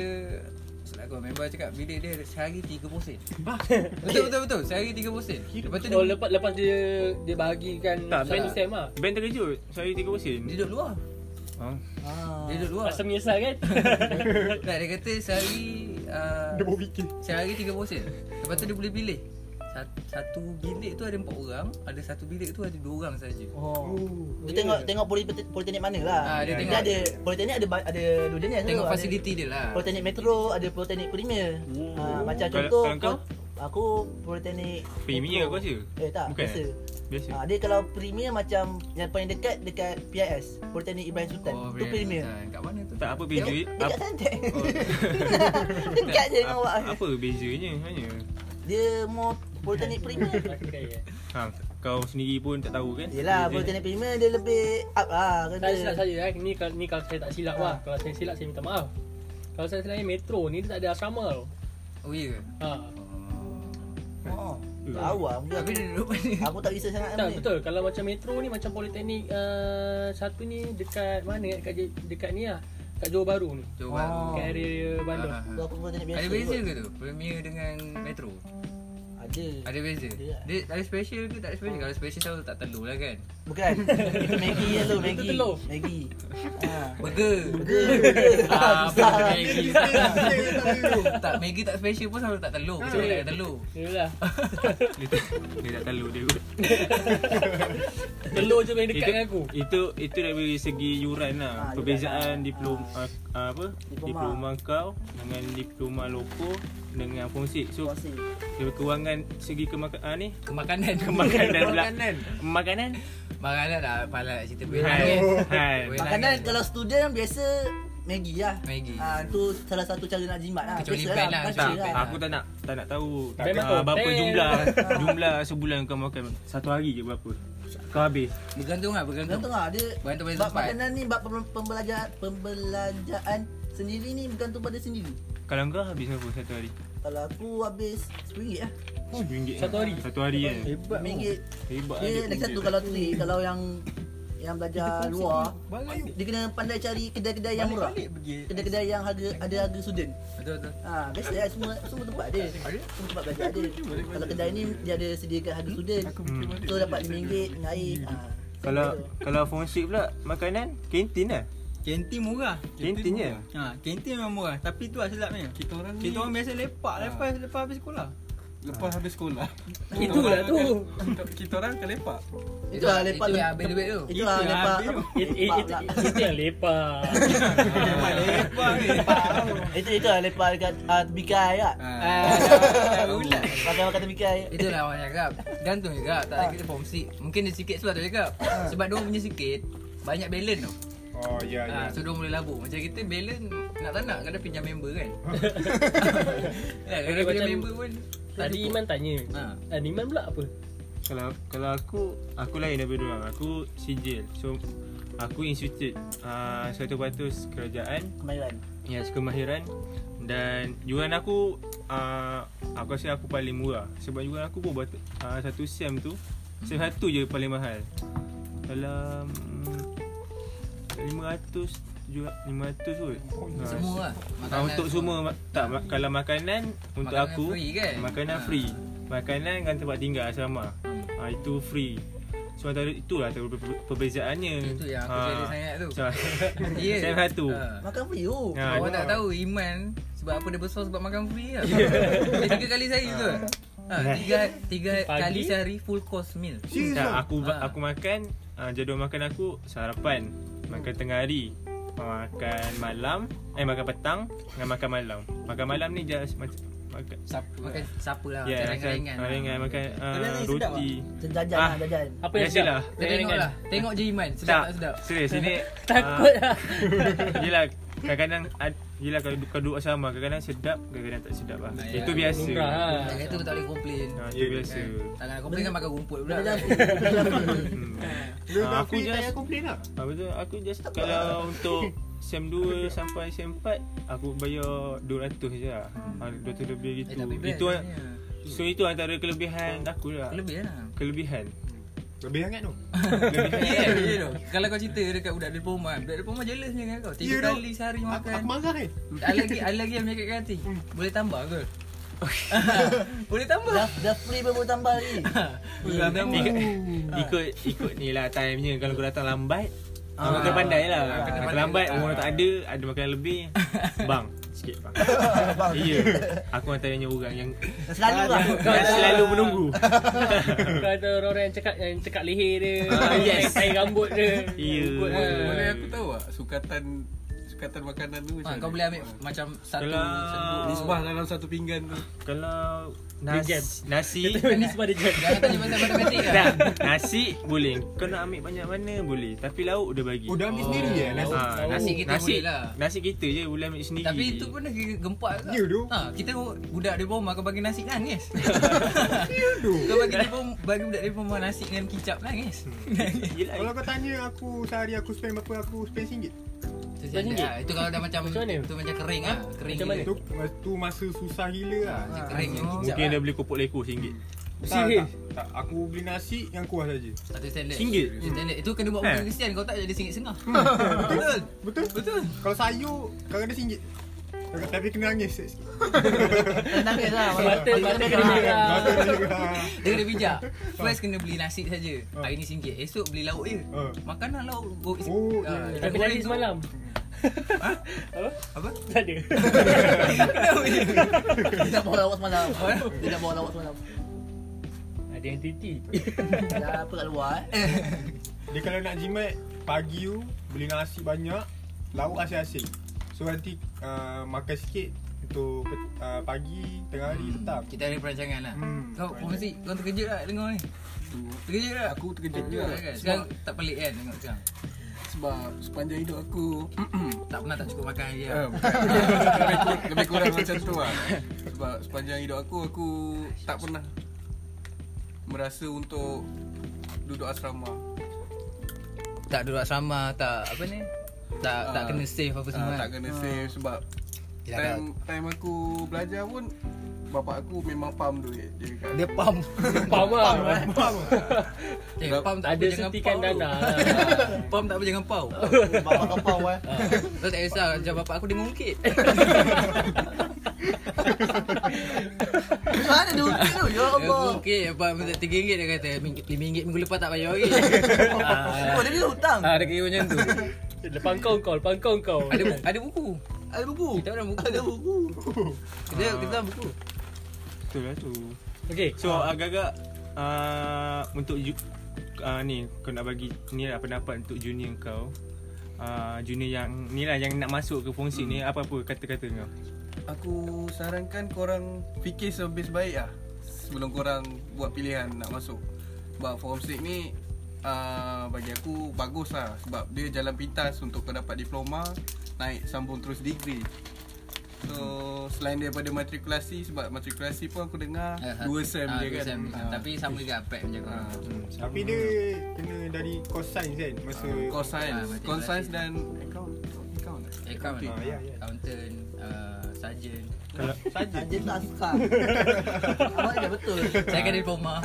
Speaker 2: Silap aku member cakap Bilik dia sehari 30 sen Betul betul betul Sehari 30 sen Lepas tu dia,
Speaker 3: Oh lepas, lepas dia Dia bahagikan
Speaker 8: Tak,
Speaker 3: Satu
Speaker 8: Ben-
Speaker 3: sem lah
Speaker 8: Ben terkejut Saya tiga persen
Speaker 2: dia duduk luar
Speaker 8: ha?
Speaker 4: Ah.
Speaker 2: Dia duduk luar
Speaker 3: Rasa menyesal kan
Speaker 2: Tak dia kata sehari uh,
Speaker 5: Dia mau fikir.
Speaker 2: Sehari 30 sen Lepas tu dia boleh pilih Sat- Satu bilik tu ada 4 orang Ada satu bilik tu ada 2 orang saja.
Speaker 4: Oh.
Speaker 5: Oh.
Speaker 4: Dia tengok tengok polite- politeknik mana lah.
Speaker 2: Ah, dia
Speaker 4: dia
Speaker 2: tengok.
Speaker 4: ada politeknik ada ba- ada dua jenis
Speaker 2: Tengok
Speaker 4: tu. Ada
Speaker 2: fasiliti dia lah
Speaker 4: Politeknik metro, ada politeknik premier.
Speaker 8: Oh.
Speaker 4: Ah, macam
Speaker 8: Kalau-
Speaker 4: contoh
Speaker 8: kalau kau?
Speaker 4: kau- aku politeknik
Speaker 8: Premier
Speaker 4: metro.
Speaker 8: kau rasa?
Speaker 4: Eh tak,
Speaker 8: Bukan,
Speaker 4: biasa.
Speaker 8: eh? Biasa
Speaker 4: Ah, dia kalau premier macam yang paling dekat dekat PIS, Politeknik Ibrahim Sultan. kan? tu
Speaker 2: Brian
Speaker 4: premier.
Speaker 2: Oh, Sultan. kan. Kat mana tu?
Speaker 8: Tak apa beza
Speaker 4: Dekat
Speaker 8: ap-
Speaker 4: Suntec.
Speaker 8: Oh.
Speaker 4: dekat je dengan awak.
Speaker 8: ap- Apa bezanya Hanya
Speaker 4: Dia more politeknik premier.
Speaker 8: ha, Kau sendiri pun tak tahu kan
Speaker 4: Yelah,
Speaker 8: Bezanya.
Speaker 4: politeknik premier dia lebih up lah.
Speaker 3: Tak silap
Speaker 4: Kata.
Speaker 3: saya eh. Ni, kalau- ni kalau saya tak silap
Speaker 4: Ah.
Speaker 3: lah Kalau saya silap saya minta maaf Kalau saya selain metro ni Dia tak ada asrama tau
Speaker 2: Oh ya ke?
Speaker 3: ha.
Speaker 4: Oh. Awam ke
Speaker 2: Tapi
Speaker 4: aku.
Speaker 2: dia duduk mana?
Speaker 4: Aku tak research sangat
Speaker 3: Tak
Speaker 4: ni.
Speaker 3: betul Kalau macam metro ni Macam politeknik uh, Satu ni dekat Mana eh? dekat, Je- dekat ni lah Dekat Johor Baru ni
Speaker 2: Coba
Speaker 4: Oh.
Speaker 3: Dekat area Bandung
Speaker 2: Ah,
Speaker 4: Tu
Speaker 2: ah.
Speaker 4: aku pun tanya biasa.
Speaker 2: Ada beza
Speaker 4: kot.
Speaker 2: ke tu? Premier dengan Metro?
Speaker 4: Ada.
Speaker 2: Ada beza?
Speaker 4: Ada.
Speaker 2: Dia ada special ke tak ada special? Kalau special selalu tak telur lah kan?
Speaker 4: Bukan. Itu Maggi je tu, Maggi.
Speaker 3: telur.
Speaker 4: Maggi. Ha.
Speaker 2: Burger!
Speaker 4: Burger. burger.
Speaker 2: Ah, apa
Speaker 4: Susah.
Speaker 2: tu Maggi? tak, Maggi tak special pun selalu tak telur Macam mana tak ada telur?
Speaker 3: Yalah
Speaker 8: dia, tak- dia tak telur dia kot
Speaker 3: Telur je paling dekat
Speaker 8: itu,
Speaker 3: dengan aku
Speaker 8: Itu itu dari segi yuran lah.
Speaker 4: Ah,
Speaker 8: Perbezaan diploma ah, ah, apa?
Speaker 4: Diploma.
Speaker 8: Diploma. kau dengan diploma loko
Speaker 1: dengan form 6 so dari kewangan segi kemakan ah, ni
Speaker 2: Kemakanan
Speaker 1: kemakanan pula
Speaker 5: Makanan.
Speaker 1: makanan
Speaker 2: Makanan lah Pala cerita kan?
Speaker 1: hai
Speaker 2: berangin
Speaker 1: hai
Speaker 4: Makanan kalau student biasa Maggi lah
Speaker 2: Maggi.
Speaker 4: Ah tu salah satu cara nak jimat lah
Speaker 2: Kecuali
Speaker 4: Biasa
Speaker 2: band lah,
Speaker 4: baca
Speaker 1: tak,
Speaker 2: Okey lah.
Speaker 1: aku tak nak tak nak tahu
Speaker 8: Tak nak
Speaker 1: uh,
Speaker 8: tahu.
Speaker 1: berapa
Speaker 8: Eh.
Speaker 1: jumlah jumlah sebulan kau makan satu hari je berapa kau habis
Speaker 2: Bergantung lah Bergantung
Speaker 4: Bergantung lah dia
Speaker 2: Bergantung pada
Speaker 4: Bab
Speaker 2: tempat.
Speaker 4: makanan ni Bab pem- pembelajaran Pembelanjaan Sendiri ni bergantung pada sendiri
Speaker 1: kalau kau habis berapa satu hari
Speaker 4: Kalau aku habis RM10 lah
Speaker 1: RM1
Speaker 3: Satu hari?
Speaker 1: satu hari
Speaker 4: eh.
Speaker 1: kan
Speaker 8: Hebat
Speaker 4: RM1
Speaker 1: hebat
Speaker 4: Dia lagi satu kalau ni Kalau yang Yang belajar luar Dia kena pandai cari kedai-kedai yang murah Kedai-kedai yang harga ada harga student
Speaker 2: Betul-betul
Speaker 4: Ha, biasa lah semua semua tempat ada. Semua tempat belajar ada. Kalau kedai ni dia ada sediakan harga student. So dapat RM5 dengan air. Ha.
Speaker 1: kalau kalau form 6 pula makanan kantin lah
Speaker 6: Kantin murah
Speaker 1: kantin je
Speaker 6: Ha, kantin memang murah Tapi tu lah silapnya
Speaker 7: Kita orang ni Ah.
Speaker 6: Kita orang biasa lepak lepas lepas habis sekolah
Speaker 7: lepas habis sekolah.
Speaker 3: Itulah tu.
Speaker 7: Kita, kita orang akan lepak.
Speaker 4: Itulah lah lepak
Speaker 2: Itu
Speaker 4: tu.
Speaker 2: yang habis duit tu
Speaker 4: Itulah
Speaker 6: Itu
Speaker 4: lepak.
Speaker 6: habis tu.
Speaker 3: It- it-
Speaker 4: Lepak lah.
Speaker 3: it-
Speaker 4: pula.
Speaker 3: Itu yang lepak
Speaker 6: Lepak ni.
Speaker 4: Itu itu lah lepak dekat ah, Bikai lah.
Speaker 6: Ah, ulat.
Speaker 4: Pakai makan Bikai.
Speaker 2: Itulah orang cakap Gantung juga Tak
Speaker 3: Ah.
Speaker 2: ada kita form six. Mungkin dia sikit sebab tu cakap Sebab dia punya sikit Banyak balance tu
Speaker 5: Oh ya
Speaker 2: ha,
Speaker 5: ya.
Speaker 2: So dia boleh labur Macam kita balance Nak tak nak Kadang pinjam member kan Ya, Kadang
Speaker 3: Macam-
Speaker 2: pinjam member pun tak
Speaker 3: Tadi
Speaker 2: cukup.
Speaker 3: Iman tanya
Speaker 2: Ha.
Speaker 1: Ah,
Speaker 3: Dan Iman pula apa?
Speaker 1: Kalau kalau aku aku lain daripada orang. Aku sijil. So aku institut uh, 100% kerajaan
Speaker 4: Kemahiran.
Speaker 1: yes kemahiran dan yuran aku uh, aku rasa aku paling murah sebab yuran aku pun buat uh, satu sem tu sem satu je paling mahal dalam mm, 500 ju- 500 kot Ah,
Speaker 2: Semua lah
Speaker 1: Ah, untuk semua ma- tak ma- kalau makanan untuk
Speaker 2: Makanan
Speaker 1: aku
Speaker 2: free kan?
Speaker 1: makanan
Speaker 2: Ah.
Speaker 1: free. Makanan dengan tempat tinggal asrama.
Speaker 2: Hmm.
Speaker 1: Ha, itu free. So antara itulah antara per- perbezaannya.
Speaker 2: Itu yang aku
Speaker 1: Ah.
Speaker 2: jadi sangat tu
Speaker 1: So,
Speaker 2: Ya.
Speaker 1: saya satu.
Speaker 2: Ha.
Speaker 4: Makan free oh. tu.
Speaker 1: Ha,
Speaker 2: Awak tak tahu Iman sebab apa dia besar sebab makan free lah. Dia tiga kali saya
Speaker 1: Ah.
Speaker 2: tu. Ha, tiga tiga
Speaker 3: Pagi.
Speaker 2: kali sehari full course meal.
Speaker 1: tak, aku ba-
Speaker 2: Ah.
Speaker 1: aku makan ah, jadual makan aku sarapan, makan tengah hari, makan malam, eh makan petang dengan makan malam. Makan malam ni just macam makan
Speaker 2: Makan siapa lah
Speaker 1: Ya,
Speaker 2: makan
Speaker 1: makan
Speaker 2: ringan-ringan.
Speaker 1: ah, ringan, makan ah,
Speaker 6: Tapi yang sedap
Speaker 1: roti.
Speaker 4: Jajan
Speaker 1: Ah.
Speaker 4: lah, jajan.
Speaker 3: lah. Apa yang
Speaker 1: Biasalah.
Speaker 2: Kita tengok lah. Tengok je Iman sedap tak sedap.
Speaker 1: Serius ini
Speaker 3: Takut
Speaker 1: ah,
Speaker 3: lah
Speaker 1: Yelah Kadang-kadang ad- Yelah kalau kau duduk sama Kadang-kadang sedap Kadang-kadang tak sedap lah
Speaker 2: Ah, ya.
Speaker 1: Itu biasa
Speaker 3: Murah lah
Speaker 2: Tak kata tak boleh komplain.
Speaker 1: ha, Itu biasa
Speaker 2: Kan? Tak nak komplain kan makan rumput pula.
Speaker 4: Jajan
Speaker 2: kan?
Speaker 4: free. Jajan
Speaker 5: lah.
Speaker 4: free.
Speaker 1: hmm.
Speaker 5: Dia
Speaker 1: Ah,
Speaker 5: tak
Speaker 1: aku
Speaker 5: free, tak
Speaker 1: just-
Speaker 5: payah komplain lah.
Speaker 1: ha, Betul Aku just Kalau untuk Sem 2 sampai sem 4 Aku bayar 200 je lah ha, 200 lebih
Speaker 2: Eh,
Speaker 1: gitu
Speaker 2: tapi best
Speaker 1: Itu
Speaker 2: rasanya.
Speaker 1: So itu antara kelebihan aku lah
Speaker 2: Lebih lah.
Speaker 1: Kelebihan
Speaker 5: Lebih hangat tu.
Speaker 2: Ya, ya tu. Kalau kau cerita dekat budak diploma, budak diploma jealous dengan kau.
Speaker 5: Ya,
Speaker 2: Tiga
Speaker 5: tu.
Speaker 2: kali sehari
Speaker 5: Aku,
Speaker 2: makan.
Speaker 5: aku marah Hmm. kan.
Speaker 2: Ada lagi ada lagi yang menyakitkan hati. Boleh tambah ke? Boleh tambah.
Speaker 4: Dah dah free pun boleh tambah lagi.
Speaker 2: Boleh tambah.
Speaker 1: Ikut, ikut ikut ni lah timenya Kalau kau datang lambat Ah, kena pandai lah
Speaker 2: kena
Speaker 1: Kalau
Speaker 2: pandai.
Speaker 1: lambat orang tak ada Ada makanan lebih Bang Sikit bang
Speaker 4: Abang.
Speaker 1: Ya Aku antaranya orang yang
Speaker 4: Selalu lah.
Speaker 1: yang Ah, Selalu menunggu
Speaker 3: Kau ada orang yang cakap Yang cakap leher dia
Speaker 1: Ah, yes.
Speaker 3: Yang tai rambut dia
Speaker 1: Ya
Speaker 3: Ikut lah.
Speaker 7: Boleh aku tahu tak sukatan sukatan makanan tu
Speaker 2: Ha,
Speaker 7: macam
Speaker 2: kau
Speaker 7: mana?
Speaker 2: boleh ambil macam satu
Speaker 1: Kalau-
Speaker 2: senduk.
Speaker 7: Nisbah dalam satu pinggan tu.
Speaker 1: Kalau
Speaker 3: Dia jam.
Speaker 1: Nasi Nasi
Speaker 3: Ini sebab dia jahat
Speaker 2: Jangan tanya pasal matematik lah.
Speaker 1: Tak Nasi boleh Kau nak ambil banyak mana Boleh Tapi lauk dia bagi
Speaker 5: Oh, dah
Speaker 7: Ah.
Speaker 5: ambil sendiri eh nasi.
Speaker 1: Ha, nasi
Speaker 2: Lauk kita
Speaker 1: nasi,
Speaker 2: boleh lah.
Speaker 1: nasi kita je boleh ambil sendiri
Speaker 2: Tapi itu pun dah kira gempak juga.
Speaker 5: Ya, tu.
Speaker 2: Ha, kita budak dia pun makan bagi nasi nangis.
Speaker 5: Ya,
Speaker 2: Kau bagi dia pun bagi budak dia pun makan nasi dengan kicap kan, nangis.
Speaker 5: Hmm.
Speaker 1: Yelah,
Speaker 5: Kalau kau tanya aku sehari aku spend berapa aku spend RM1.
Speaker 2: Itu siapa
Speaker 3: ringgit?
Speaker 2: lah. Itu kalau dah macam
Speaker 3: Macam mana?
Speaker 2: tu macam Ah. kering ah, kering.
Speaker 3: Macam
Speaker 2: gila.
Speaker 5: Tu tu masa susah gila lah.
Speaker 2: Macam kering dengan kicap.
Speaker 1: Mungkin dia beli kopok leko RM1
Speaker 5: Tak,
Speaker 3: Serius?
Speaker 5: tak, tak. Aku beli nasi yang kuah saja.
Speaker 2: Satu standard.
Speaker 1: Singgit.
Speaker 2: Satu standard.
Speaker 5: Hmm.
Speaker 2: Itu kena buat bukan
Speaker 1: Eh.
Speaker 2: Kristian kau tak jadi singgit setengah. Betul.
Speaker 5: Betul?
Speaker 2: Betul.
Speaker 5: Kalau sayur kadang-kadang RM1. Kadang- Tapi kena nangis sikit.
Speaker 4: Nangis lah.
Speaker 3: Mata mata kena merah
Speaker 5: Mata kena merah.
Speaker 2: Dia kena bijak.
Speaker 5: Hmm.
Speaker 2: First kena beli nasi saja. Hari ni singgit. Esok beli lauk je.
Speaker 5: Ha.
Speaker 2: Makanan lauk. go-
Speaker 5: Hmm. Oh,
Speaker 2: Ah,
Speaker 5: ya, ya.
Speaker 3: Tapi
Speaker 2: goreng
Speaker 3: nangis
Speaker 2: tu.
Speaker 3: semalam
Speaker 1: Ha?
Speaker 2: Apa?
Speaker 3: Tak ada
Speaker 4: Dia tak bawa lawak semalam. Dia tak bawa lawak semalam.
Speaker 3: Ada yang titik
Speaker 4: Dah apa kat luar eh.
Speaker 5: Dia kalau nak jimat pagi tu beli nasi banyak, lauk asin-asin. So nanti uh, makan sikit Untuk pet- ah, pagi, tengah hari, petang
Speaker 2: Kita ada perancangan lah
Speaker 5: Hmm,
Speaker 2: Kau
Speaker 5: perancangan.
Speaker 2: Fungsi Kau terkejut tak dengar ni Terkejut tak
Speaker 7: Aku terkejut juga
Speaker 2: kan?
Speaker 7: Ya, sebab,
Speaker 2: Sekarang tak pelik kan tengok sekarang
Speaker 7: sebab sepanjang hidup aku
Speaker 2: Tak pernah tak cukup makan hari lah
Speaker 7: eh, bukan. lebih, kur- lebih kurang macam tu lah Sebab sepanjang hidup aku Aku tak pernah Merasa untuk Duduk asrama
Speaker 2: Tak duduk asrama Tak apa ni Tak tak
Speaker 7: Ah,
Speaker 2: kena save apa semua
Speaker 7: Ah,
Speaker 2: kan?
Speaker 7: Tak kena save sebab
Speaker 2: Yelah,
Speaker 7: Time, time aku belajar pun Bapak aku memang pam duit Dia kat
Speaker 2: Dia pump
Speaker 3: Pam lah
Speaker 2: Eh
Speaker 7: Sebab
Speaker 2: pump tak
Speaker 3: Ada
Speaker 2: apa jangan
Speaker 3: setikan
Speaker 2: pau
Speaker 3: dana lah.
Speaker 2: Pump tak apa jangan pau
Speaker 4: Bapak kapau eh
Speaker 2: Kau tak kisah Macam bapak aku dia mengungkit
Speaker 4: Mana dia ungkit tu Ya
Speaker 2: Dia
Speaker 4: Allah
Speaker 2: mengungkit Bapak minta RM3 dia kata RM5 minggu lepas tak bayar lagi
Speaker 4: Oh dia bila hutang
Speaker 2: Ah, Dia kira macam tu
Speaker 3: Lepas kau kau Lepas kau kau
Speaker 2: Ada bu- ada buku
Speaker 4: Ada buku
Speaker 2: Kita orang buku
Speaker 4: Ada buku
Speaker 2: Kita kita orang buku
Speaker 1: Betul lah tu
Speaker 3: Okay
Speaker 1: So agak-agak uh, Untuk ju- uh, ni Kau nak bagi Ni lah pendapat untuk junior kau uh, Junior yang Ni lah yang nak masuk ke fungsi hmm. ni Apa-apa kata-kata kau
Speaker 7: Aku sarankan korang fikir sebaik baik lah Sebelum korang buat pilihan nak masuk Sebab Form 6 ni uh, bagi aku bagus lah Sebab dia jalan pintas untuk kau dapat diploma Naik sambung terus degree So selain daripada matrikulasi Sebab matrikulasi pun aku dengar Dua sem
Speaker 2: Ah,
Speaker 7: dia
Speaker 2: dua
Speaker 7: kan
Speaker 2: sem.
Speaker 7: Ah.
Speaker 2: Tapi sama juga Apek macam kau
Speaker 7: Ah.
Speaker 5: Tapi dia kena dari course science kan Masa
Speaker 2: Ah,
Speaker 7: Core science,
Speaker 2: matrikulasi.
Speaker 7: core science dan account Account
Speaker 2: Account
Speaker 5: Ah, ya, ya.
Speaker 2: Accountant uh, Sarjan
Speaker 4: Anjir tak suka Abang dia betul
Speaker 2: Saya kena diploma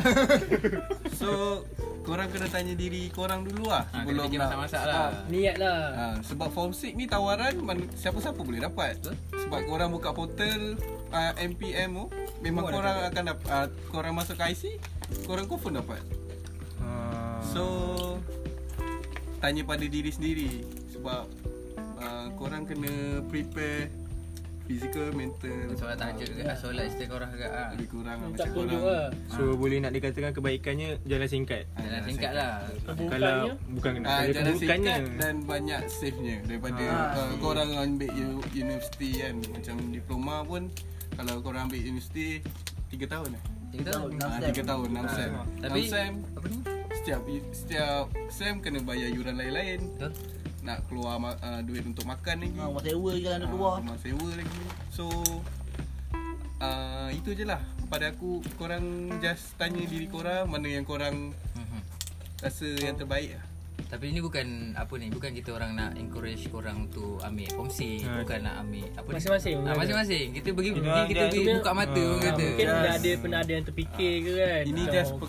Speaker 7: So korang kena tanya diri korang dulu lah
Speaker 2: Ah, kena fikir
Speaker 7: nak-
Speaker 2: masak-masak lah.
Speaker 7: Ah,
Speaker 3: Niat lah
Speaker 7: Ha, sebab form 6 ni tawaran man, siapa-siapa boleh dapat.
Speaker 2: Betul.
Speaker 7: Sebab korang buka portal uh, MPM tu,
Speaker 2: Oh,
Speaker 7: memang korang akan dapat uh, korang masuk ke IC, korang confirm dapat.
Speaker 1: uh,
Speaker 2: Ah.
Speaker 7: So tanya pada diri sendiri sebab uh, korang kena prepare physical, mental.
Speaker 2: Soalan tajak ke ah, Soalan cerita korang agak ah.
Speaker 7: Lebih kurang lah
Speaker 3: Tak
Speaker 7: macam korang.
Speaker 3: tunjuk lah
Speaker 1: So boleh nak dikatakan kebaikannya Jalan singkat
Speaker 7: Ah,
Speaker 2: Jalan singkat lah
Speaker 3: Bukannya
Speaker 1: Kalau Bukan kena
Speaker 7: Ah,
Speaker 1: Kalau
Speaker 7: jalan
Speaker 1: keburukannya
Speaker 7: singkat dan banyak safe-nya daripada ah, uh, korang ambil u- universiti kan macam diploma pun kalau korang ambil universiti 3 tahun eh.
Speaker 2: Tiga tahun
Speaker 7: Ah, 3 tahun 6 sem.
Speaker 2: Tapi
Speaker 7: 6 sem
Speaker 2: Apa ni
Speaker 7: setiap setiap sem kena bayar yuran lain-lain.
Speaker 2: Betul
Speaker 7: Nak keluar ma- uh, duit untuk makan lagi.
Speaker 4: Ah, Rumah sewa je kalau nak keluar
Speaker 7: Ah, rumah sewa lagi. So uh, itu je lah pada aku korang just tanya diri korang mana yang korang
Speaker 2: Mhm.
Speaker 7: rasa yang terbaik lah.
Speaker 2: tapi ini bukan apa ni bukan kita orang nak encourage korang untuk ambil fungsi
Speaker 1: Ah.
Speaker 2: bukan nak ambil apa ni?
Speaker 3: Masing-masing
Speaker 2: ah, masing-masing kita bagi
Speaker 1: Kita
Speaker 2: bagi kita
Speaker 1: orang
Speaker 2: bagi
Speaker 1: dia-
Speaker 2: buka mata
Speaker 1: Ah,
Speaker 2: orang kata
Speaker 3: Mungkin dah ada Pernah ada yang terfikir ke kan
Speaker 7: Ini
Speaker 3: Macam,
Speaker 7: just
Speaker 3: okay lah.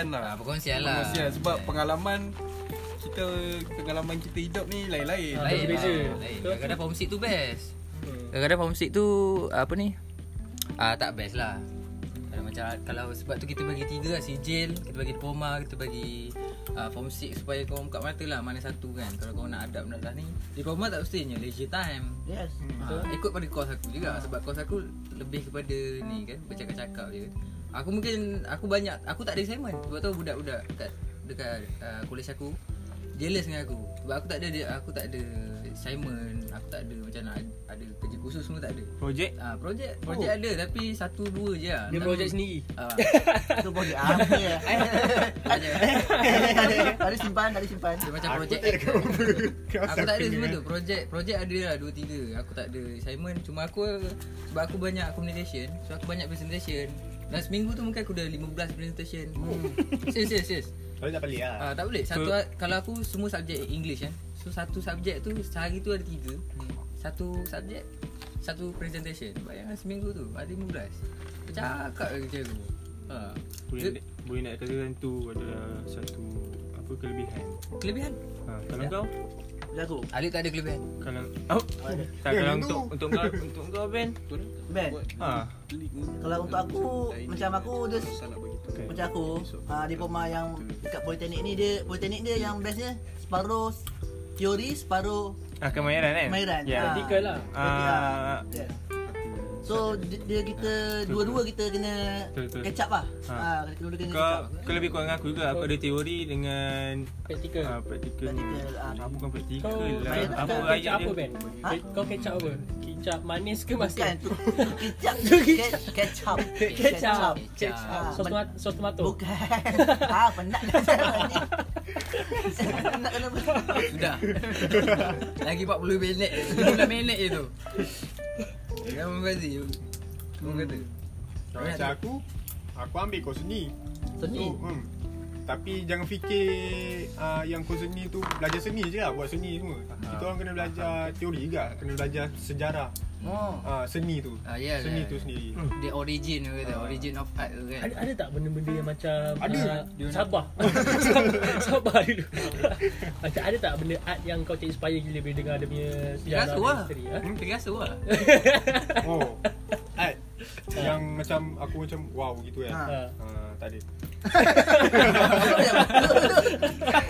Speaker 7: perkongsian
Speaker 2: ah
Speaker 7: lah.
Speaker 2: perkongsian lah
Speaker 7: Manusia sebab pengalaman kita pengalaman kita hidup ni lain-lain.
Speaker 3: Ah,
Speaker 2: lain
Speaker 3: Berbeza.
Speaker 2: lah, lain kadang-kadang form seat tu best kadang-kadang form seat tu apa ni ah tak best lah kalau macam kalau sebab tu kita bagi tiga lah sijil kita bagi diploma kita bagi ah, form 6 supaya kau buka mata lah mana satu kan kalau kau nak adapt nak dah ni diploma tak mestinya leisure time
Speaker 4: Yes
Speaker 2: Ha, ikut pada kos aku juga sebab kos aku lebih kepada ni kan bercakap-cakap je. Aku mungkin aku banyak aku tak ada assignment sebab tu budak-budak dekat dekat uh, kolej aku jealous dengan aku sebab aku tak ada dia- aku tak ada assignment, aku tak ada macam nak ad- ada kerja khusus semua tak ada.
Speaker 1: Projek
Speaker 2: Ah projek projek ada tapi satu dua je lah.
Speaker 3: Oh. Dia
Speaker 2: Enam-
Speaker 3: projek sendiri
Speaker 2: Ah.
Speaker 4: Itu projek apa ya
Speaker 2: projek.
Speaker 4: Tak ada Tak ada simpan Tak ada simpan
Speaker 2: Dia macam projek. Aku tak ada
Speaker 5: eh?
Speaker 2: semua tu projek projek ada lah 2 3 aku tak ada assignment cuma aku sebab aku banyak communication so aku banyak presentation dan seminggu tu mungkin aku dah 15 presentation hmm. serius serius serius
Speaker 5: Kalau Oh. tak pelik lah
Speaker 2: Ah, tak boleh satu
Speaker 1: So-
Speaker 2: ha- kalau aku semua subjek English kan so satu subjek tu sehari tu ada 3
Speaker 5: Hmm.
Speaker 2: satu subjek satu presentation bayangkan seminggu tu ada 15 bercakap lah kerja aku ha.
Speaker 1: boleh, nak- boleh nak katakan tu adalah satu Apa kelebihan
Speaker 2: kelebihan
Speaker 1: ha, Kalau
Speaker 2: Ya.
Speaker 1: kau
Speaker 4: Bila aku
Speaker 2: Alif tak ada kelebihan
Speaker 1: Kalau oh, tak, Kalau untuk untuk kau Untuk kau Ben
Speaker 4: Ben
Speaker 1: Ah.
Speaker 4: Kalau untuk aku, macam aku just-
Speaker 1: Okay.
Speaker 4: Macam aku uh, Diploma yang Dekat Politeknik ni dia Politeknik dia yang bestnya Separuh Teori Separuh
Speaker 1: Ah, kemahiran kan?
Speaker 4: Kemahiran
Speaker 1: Ya.
Speaker 4: Ah.
Speaker 3: Practical lah.
Speaker 4: Practical.
Speaker 1: Ah,
Speaker 4: Yes. So di- dia kita dua-dua kita kena
Speaker 1: Betul, betul.
Speaker 4: catch up lah.
Speaker 1: Ha.
Speaker 4: Ha, dua-dua kena catch
Speaker 1: Kau,
Speaker 4: up.
Speaker 1: kau lebih kurang dengan aku juga Aku ada teori dengan
Speaker 3: Praktikal.
Speaker 1: ah, Praktikal
Speaker 4: Praktikal, ah.
Speaker 1: Dia bukan praktikal
Speaker 3: Kau
Speaker 1: lah
Speaker 4: saya tak
Speaker 1: Apa
Speaker 3: kau
Speaker 1: ayat
Speaker 3: kecap apa
Speaker 1: dia
Speaker 3: Ben?
Speaker 4: Ha?
Speaker 3: Kau kecap apa? Kecap manis ke masak?
Speaker 4: Bukan tu kecap ke- ketchup.
Speaker 3: Kecap.
Speaker 4: Kecap.
Speaker 3: Kecap. Sos tomat- Sos tomato.
Speaker 4: Bukan. Ah penat dah saya ni. Saya penat kena ber-
Speaker 2: Sudah Lagi 40 minit 15 minit je tu Jangan membazir Kau kata
Speaker 5: Kalau macam aku Aku ambil kau seni
Speaker 4: Seni.
Speaker 5: So, hmm. Tapi jangan fikir uh, yang kau seni tu belajar seni je lah buat seni semua. Kita orang kena belajar teori juga, kena belajar sejarah
Speaker 2: Oh
Speaker 5: uh, seni tu.
Speaker 2: Ah, ya, ya,
Speaker 5: seni tu
Speaker 2: ya.
Speaker 5: sendiri.
Speaker 2: The origin tu kata Origin of art tu kan
Speaker 3: Ada, ada tak benda-benda yang macam
Speaker 5: Ada.
Speaker 3: Uh, sabar. sabar dulu. macam ada tak benda art yang kau tak inspire gila bila dengar dia punya sejarah
Speaker 2: Terasa
Speaker 3: dan
Speaker 2: lah
Speaker 3: history? Ha?
Speaker 2: Terasa lah
Speaker 5: Oh. Art yang macam aku macam wow gitu kan.
Speaker 4: Ha.
Speaker 5: Ha.
Speaker 3: Ha.
Speaker 5: Uh, tak ada.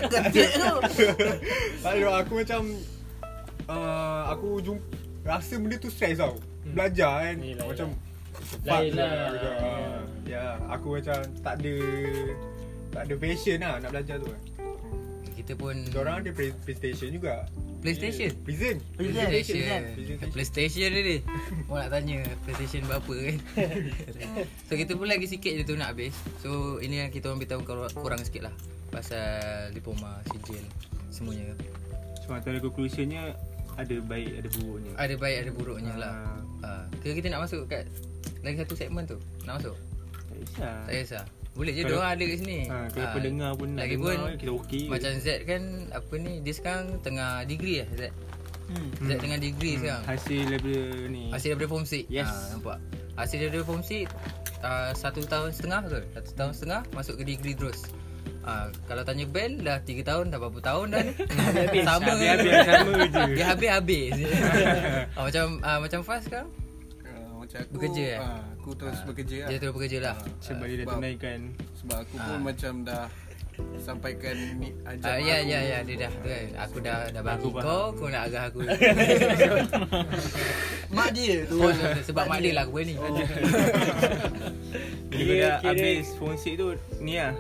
Speaker 4: Kecil tu.
Speaker 5: Tak ada aku macam uh, aku jumpa rasa benda tu stress tau.
Speaker 7: Hmm.
Speaker 5: Belajar kan
Speaker 7: lah,
Speaker 3: Yelah,
Speaker 5: macam cepat
Speaker 3: Lain lah.
Speaker 5: Ya, aku macam tak ada tak ada passion lah nak belajar tu kan.
Speaker 7: Hmm.
Speaker 2: Kita pun
Speaker 5: Diorang ada play, PlayStation juga.
Speaker 2: Playstation
Speaker 5: Prison.
Speaker 4: Present, present.
Speaker 2: PlayStation PlayStation dia ni Mau nak tanya PlayStation berapa kan So kita pun lagi sikit je tu nak habis So ini yang kita orang beritahu kor- korang sikit lah Pasal diploma, sijil Semuanya
Speaker 1: So antara conclusionnya Ada baik ada buruknya
Speaker 2: Ada baik ada buruknya lah
Speaker 1: Ah.
Speaker 2: ha. Ke kita nak masuk kat Lagi satu segmen tu Nak masuk?
Speaker 1: Tak kisah
Speaker 2: Tak kisah Boleh je
Speaker 1: Ah. Kalau-
Speaker 2: diorang ada kat sini
Speaker 1: ha, Kalau
Speaker 2: Eh. Ah,
Speaker 1: pendengar pun nak
Speaker 2: Lagi
Speaker 1: dengar,
Speaker 2: pun
Speaker 1: Kita okey je.
Speaker 2: Macam Z kan Apa ni Dia sekarang tengah degree lah Z
Speaker 1: Hmm.
Speaker 2: Z tengah degree sekarang
Speaker 1: Hasil daripada ni
Speaker 2: Hasil daripada form 6
Speaker 1: Yes.
Speaker 2: Nampak Hasil daripada form 6 uh, Satu tahun setengah ke Satu tahun setengah Masuk ke degree terus uh, Kalau tanya Ben Dah 3 tahun Dah berapa tahun dah ni Sama
Speaker 1: Habis-habis sama je
Speaker 2: Dia habis-habis Ah, Macam ah, Macam Fas sekarang
Speaker 7: Ah, macam aku
Speaker 2: Bekerja, eh?
Speaker 7: ah, aku terus bekerja lah.
Speaker 2: Dia terus bekerja lah
Speaker 1: Sebab dia dah
Speaker 7: Sebab-
Speaker 1: tunaikan
Speaker 7: sebab aku pun macam dah sampaikan ni ajak
Speaker 2: Ah,
Speaker 7: aku. Ah,
Speaker 2: ya, ya, ya, dia dah tu kan. Aku dah dah bagi
Speaker 1: Aku faham.
Speaker 2: kau, kau nak agak aku.
Speaker 4: Mak dia tu.
Speaker 2: Oh, sebab mak dia lah aku ni.
Speaker 1: Bila kau dah habis Fonsik tu Ni lah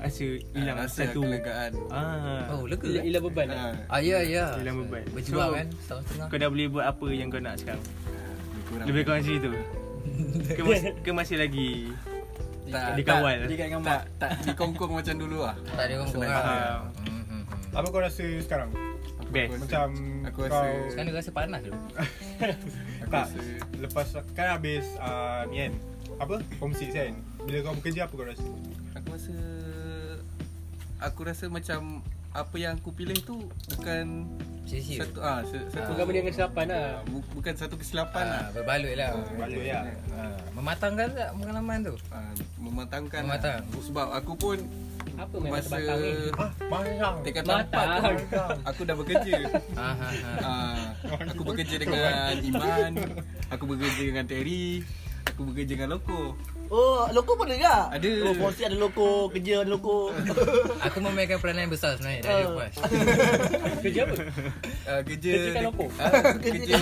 Speaker 1: Rasa hilang
Speaker 7: Ah, rasa
Speaker 1: satu
Speaker 7: kelegaan.
Speaker 1: Ah,
Speaker 2: Oh, lega.
Speaker 3: Ila, ila beban. Ha.
Speaker 2: Ah,
Speaker 7: Ah,
Speaker 2: ya, ya.
Speaker 1: Hilang beban
Speaker 2: Berjuang kan, setahun setengah.
Speaker 1: Kau dah boleh buat apa yang kau nak sekarang
Speaker 7: kurang.
Speaker 1: Lebih kurang macam itu ke, mas, ke masih lagi
Speaker 7: tak,
Speaker 1: dikawal.
Speaker 7: Tak, dekat dengan mak. Tak dikongkong macam dulu lah.
Speaker 2: Tak ada orang kau
Speaker 7: Senang.
Speaker 2: lah.
Speaker 1: Ah,
Speaker 2: Hmm, hmm, hmm.
Speaker 5: Apa kau rasa sekarang?
Speaker 1: Best
Speaker 5: Macam
Speaker 7: Aku
Speaker 5: kau
Speaker 7: rasa
Speaker 2: Sekarang dia rasa panas tu.
Speaker 7: aku
Speaker 5: tak
Speaker 7: rasa
Speaker 5: lepas kan habis uh, ni kan. Apa? Form 6 kan. Bila kau bekerja apa kau rasa?
Speaker 7: aku rasa aku rasa macam apa yang aku pilih tu bukan
Speaker 2: Sia-sia.
Speaker 7: satu ah se- satu
Speaker 3: Bukan benda yang kesilapan lah.
Speaker 7: ah, bu- bukan satu kesilapan lah.
Speaker 2: Ah, berbaloi lah.
Speaker 5: Balik ya.
Speaker 2: Ah, mematangkan tak pengalaman tu?
Speaker 7: Ah, mematangkan
Speaker 2: Mematang.
Speaker 7: Lah. sebab aku pun
Speaker 3: Apa main masa
Speaker 7: masa
Speaker 3: batang ni?
Speaker 5: Ah, marang.
Speaker 7: tingkatan empat
Speaker 3: Batang.
Speaker 7: tu, aku dah bekerja
Speaker 2: Ah, ah, ah.
Speaker 7: Ah, aku bekerja dengan Iman aku bekerja dengan Terry aku bekerja dengan Loko
Speaker 4: Oh, loko pun ada ke?
Speaker 7: Ada.
Speaker 4: Oh, Fonsi ada loko, kerja ada loko.
Speaker 2: Aku memainkan peranan yang besar sebenarnya dari
Speaker 4: Ah.
Speaker 2: Puas.
Speaker 3: Kerja apa?
Speaker 7: Ah, kerja
Speaker 3: Kerja kat Loko?
Speaker 7: Ah, kerja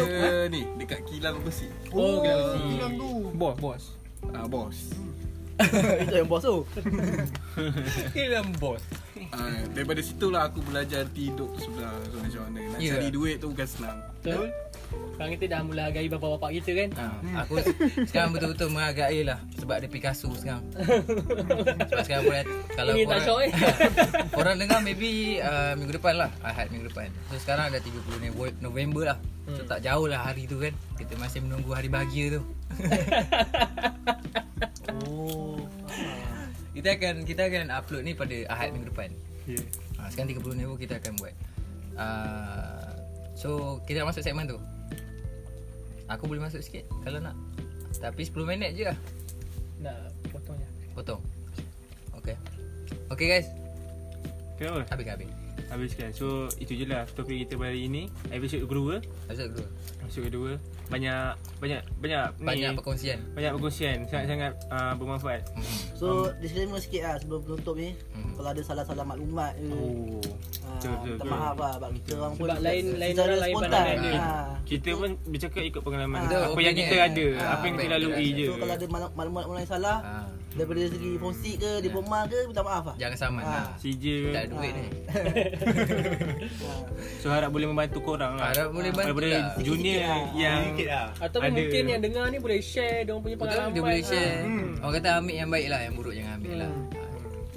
Speaker 7: ni dekat kilang besi
Speaker 3: Oh, kena besi.
Speaker 8: Bos, bos.
Speaker 7: ah bos
Speaker 4: Itu yang bos tu.
Speaker 2: Film bos.
Speaker 7: Ah, daripada situ lah aku belajar hidup sebelah tu macam
Speaker 2: Ya.
Speaker 7: mana. Nak yeah. cari duit tu bukan senang.
Speaker 3: Betul. Sekarang kita dah mula hargai bapak-bapak kita kan?
Speaker 2: Ha, aku sekarang betul-betul menghargai lah sebab ada Picasso sekarang. Sebab sekarang boleh kalau
Speaker 3: Ini tak syok eh.
Speaker 2: korang dengar maybe uh, minggu depan lah Ahad minggu depan So sekarang dah 30 Nove- November lah So
Speaker 3: Hmm.
Speaker 2: tak jauh lah hari tu kan Kita masih menunggu hari bahagia tu Oh, Kita akan kita akan upload ni pada Ahad minggu depan
Speaker 1: Ya.
Speaker 2: ha, Sekarang 30 November kita akan buat uh, So kita nak masuk segmen tu Aku boleh masuk sikit kalau nak Tapi 10 minit je lah
Speaker 3: Nak potong je.
Speaker 2: Potong Okay Okay guys
Speaker 1: Kenapa?
Speaker 2: Habis ke habis
Speaker 1: Habiskan So itu je lah topik kita pada hari ini Episode kedua
Speaker 2: Masuk dulu
Speaker 1: Episode kedua
Speaker 5: banyak banyak banyak
Speaker 2: Banyak
Speaker 5: ni,
Speaker 2: perkongsian.
Speaker 5: banyak perkongsian sangat-sangat
Speaker 1: ah,
Speaker 5: uh, bermanfaat. Hmm.
Speaker 4: So disclaimer sikit lah sebelum penutup ni
Speaker 2: Hmm.
Speaker 4: Kalau ada salah-salah maklumat ke
Speaker 5: Oh.
Speaker 4: ah,
Speaker 5: betul, betul,
Speaker 4: Minta
Speaker 5: betul.
Speaker 4: maaf lah sebab kita orang pun
Speaker 3: Sebab lain- lain
Speaker 4: secara
Speaker 3: orang, lain
Speaker 4: spontan.
Speaker 3: pandangan
Speaker 2: dia.
Speaker 4: Ah.
Speaker 5: Kita pun bercakap ikut
Speaker 3: Ah.
Speaker 5: pengalaman.
Speaker 4: Betul,
Speaker 5: apa yang
Speaker 2: opinion.
Speaker 5: kita
Speaker 4: Ah,
Speaker 5: ada, apa yang kita
Speaker 2: apa yang
Speaker 5: lalui
Speaker 2: kita
Speaker 5: je.
Speaker 4: So kalau ada mal- maklumat orang yang salah
Speaker 2: Ha.
Speaker 4: Daripada segi fonsi ke, diploma ke, minta maaf lah
Speaker 2: Ya. Jangan saman
Speaker 4: Ah.
Speaker 2: lah.
Speaker 5: CJ
Speaker 2: Tak ada duit ni.
Speaker 5: So harap boleh membantu korang lah.
Speaker 2: Harap boleh bantu
Speaker 5: Daripada
Speaker 2: lah.
Speaker 5: junior
Speaker 4: Sikit-sikit lah.
Speaker 5: yang
Speaker 1: Sikit lah
Speaker 3: Ataupun
Speaker 5: Ada.
Speaker 3: mungkin yang dengar ni boleh share dia orang punya
Speaker 2: Betul
Speaker 3: pengalaman. ah.
Speaker 2: dia boleh share.
Speaker 3: Hmm.
Speaker 2: Orang kata ambil yang baik lah, yang buruk jangan ambil lah.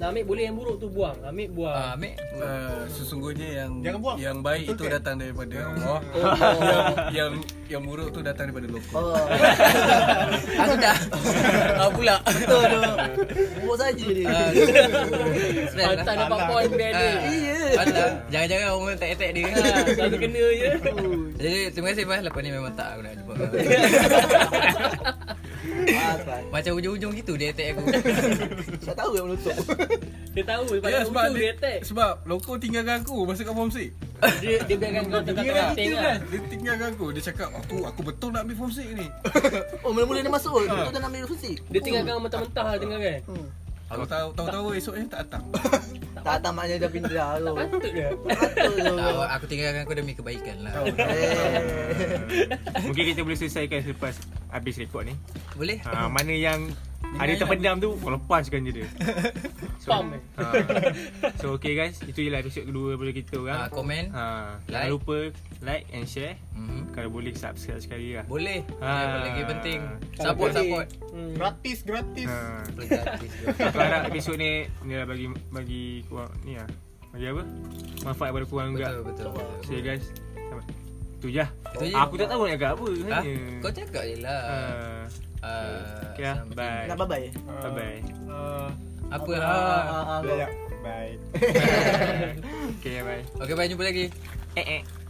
Speaker 3: Nah, ambil boleh yang buruk tu buang. Ambil buang.
Speaker 2: Ha,
Speaker 5: Ah.
Speaker 2: ambil buruk.
Speaker 7: Uh, sesungguhnya yang
Speaker 1: Jangan buang.
Speaker 7: yang baik itu
Speaker 1: Betulkan.
Speaker 7: datang daripada Allah. yang, yang yang buruk tu datang daripada lokal.
Speaker 4: Oh,
Speaker 2: Aku dah.
Speaker 3: Ah,
Speaker 2: Kau pula.
Speaker 4: betul tu Buruk saja dia
Speaker 2: Ah, Stress
Speaker 3: Ah,
Speaker 2: lah.
Speaker 3: tak dapat point band dia.
Speaker 2: Patah. Jangan-jangan orang tak-tak dia.
Speaker 3: Ha, Selalu kena je.
Speaker 2: Jadi terima kasih Bas. Lepas ni memang tak aku nak jumpa kau.
Speaker 4: Maaf lah
Speaker 2: Macam ujung-ujung gitu dia attack aku.
Speaker 4: Tak tahu yang menutup
Speaker 3: Dia tahu sebab
Speaker 7: Ya,
Speaker 3: yeah,
Speaker 7: sebab
Speaker 3: dia,
Speaker 7: dia,
Speaker 3: attack.
Speaker 7: sebab loko tinggalkan aku masa kat form 6.
Speaker 3: Dia, dia biarkan kau
Speaker 7: Dia
Speaker 3: tengah-tengah
Speaker 7: kan
Speaker 3: tengah.
Speaker 7: kan. Dia tinggalkan aku. Dia cakap aku aku betul nak ambil form 6 ni.
Speaker 4: Oh mula-mula dia masuk pun
Speaker 2: Ah.
Speaker 4: Betul tak nak ambil fonsi
Speaker 3: Dia tinggalkan mentah-mentah lah tengah kan.
Speaker 7: Aku tahu tahu-tahu esoknya tak datang.
Speaker 4: Tak datang maknanya dah pindah tu
Speaker 3: Patut dia.
Speaker 4: Betul tu
Speaker 2: Tak, awak- aku tinggalkan aku demi kebaikan lah.
Speaker 4: Eh.
Speaker 5: mungkin kita boleh selesaikan selepas habis rekod ni.
Speaker 2: Boleh?
Speaker 5: Ha, mana yang ada terpendam tu kau lepaskan je dia. So,
Speaker 3: Pam eh.
Speaker 5: ha. So okay guys, itu je lah episod kedua daripada kita orang.
Speaker 2: Ah, komen.
Speaker 5: Ha, jangan
Speaker 2: Like.
Speaker 5: lupa like and share.
Speaker 2: Mhm.
Speaker 5: Kalau boleh subscribe sekali lah.
Speaker 2: Boleh. Yang
Speaker 5: Ah.
Speaker 2: Lagi penting. Support
Speaker 1: boleh.
Speaker 2: support.
Speaker 1: Gratis gratis
Speaker 5: Ha.
Speaker 2: Boleh gratis tu.
Speaker 5: Aku harap episod ni ni lah bagi bagi korang ni lah. Bagi apa? Manfaat pada korang juga.
Speaker 2: Betul betul. betul.
Speaker 5: So guys, sama. Tu je. lah.
Speaker 2: Itu je.
Speaker 5: Aku tak tahu nak agak apa
Speaker 2: Ha?
Speaker 5: sebenarnya.
Speaker 2: Kau cakap je lah.
Speaker 5: Ah.
Speaker 2: Ah,
Speaker 5: Okay lah,
Speaker 2: sampai
Speaker 5: bye.
Speaker 4: Nak bye-bye
Speaker 5: Bye bye.
Speaker 2: jumpa. Apa
Speaker 4: Ah,
Speaker 2: ha?
Speaker 4: ah, ah, ah,
Speaker 1: Dah, ya. Bye
Speaker 5: Okay, bye.
Speaker 2: Okey, bye jumpa lagi.
Speaker 5: Eh eh.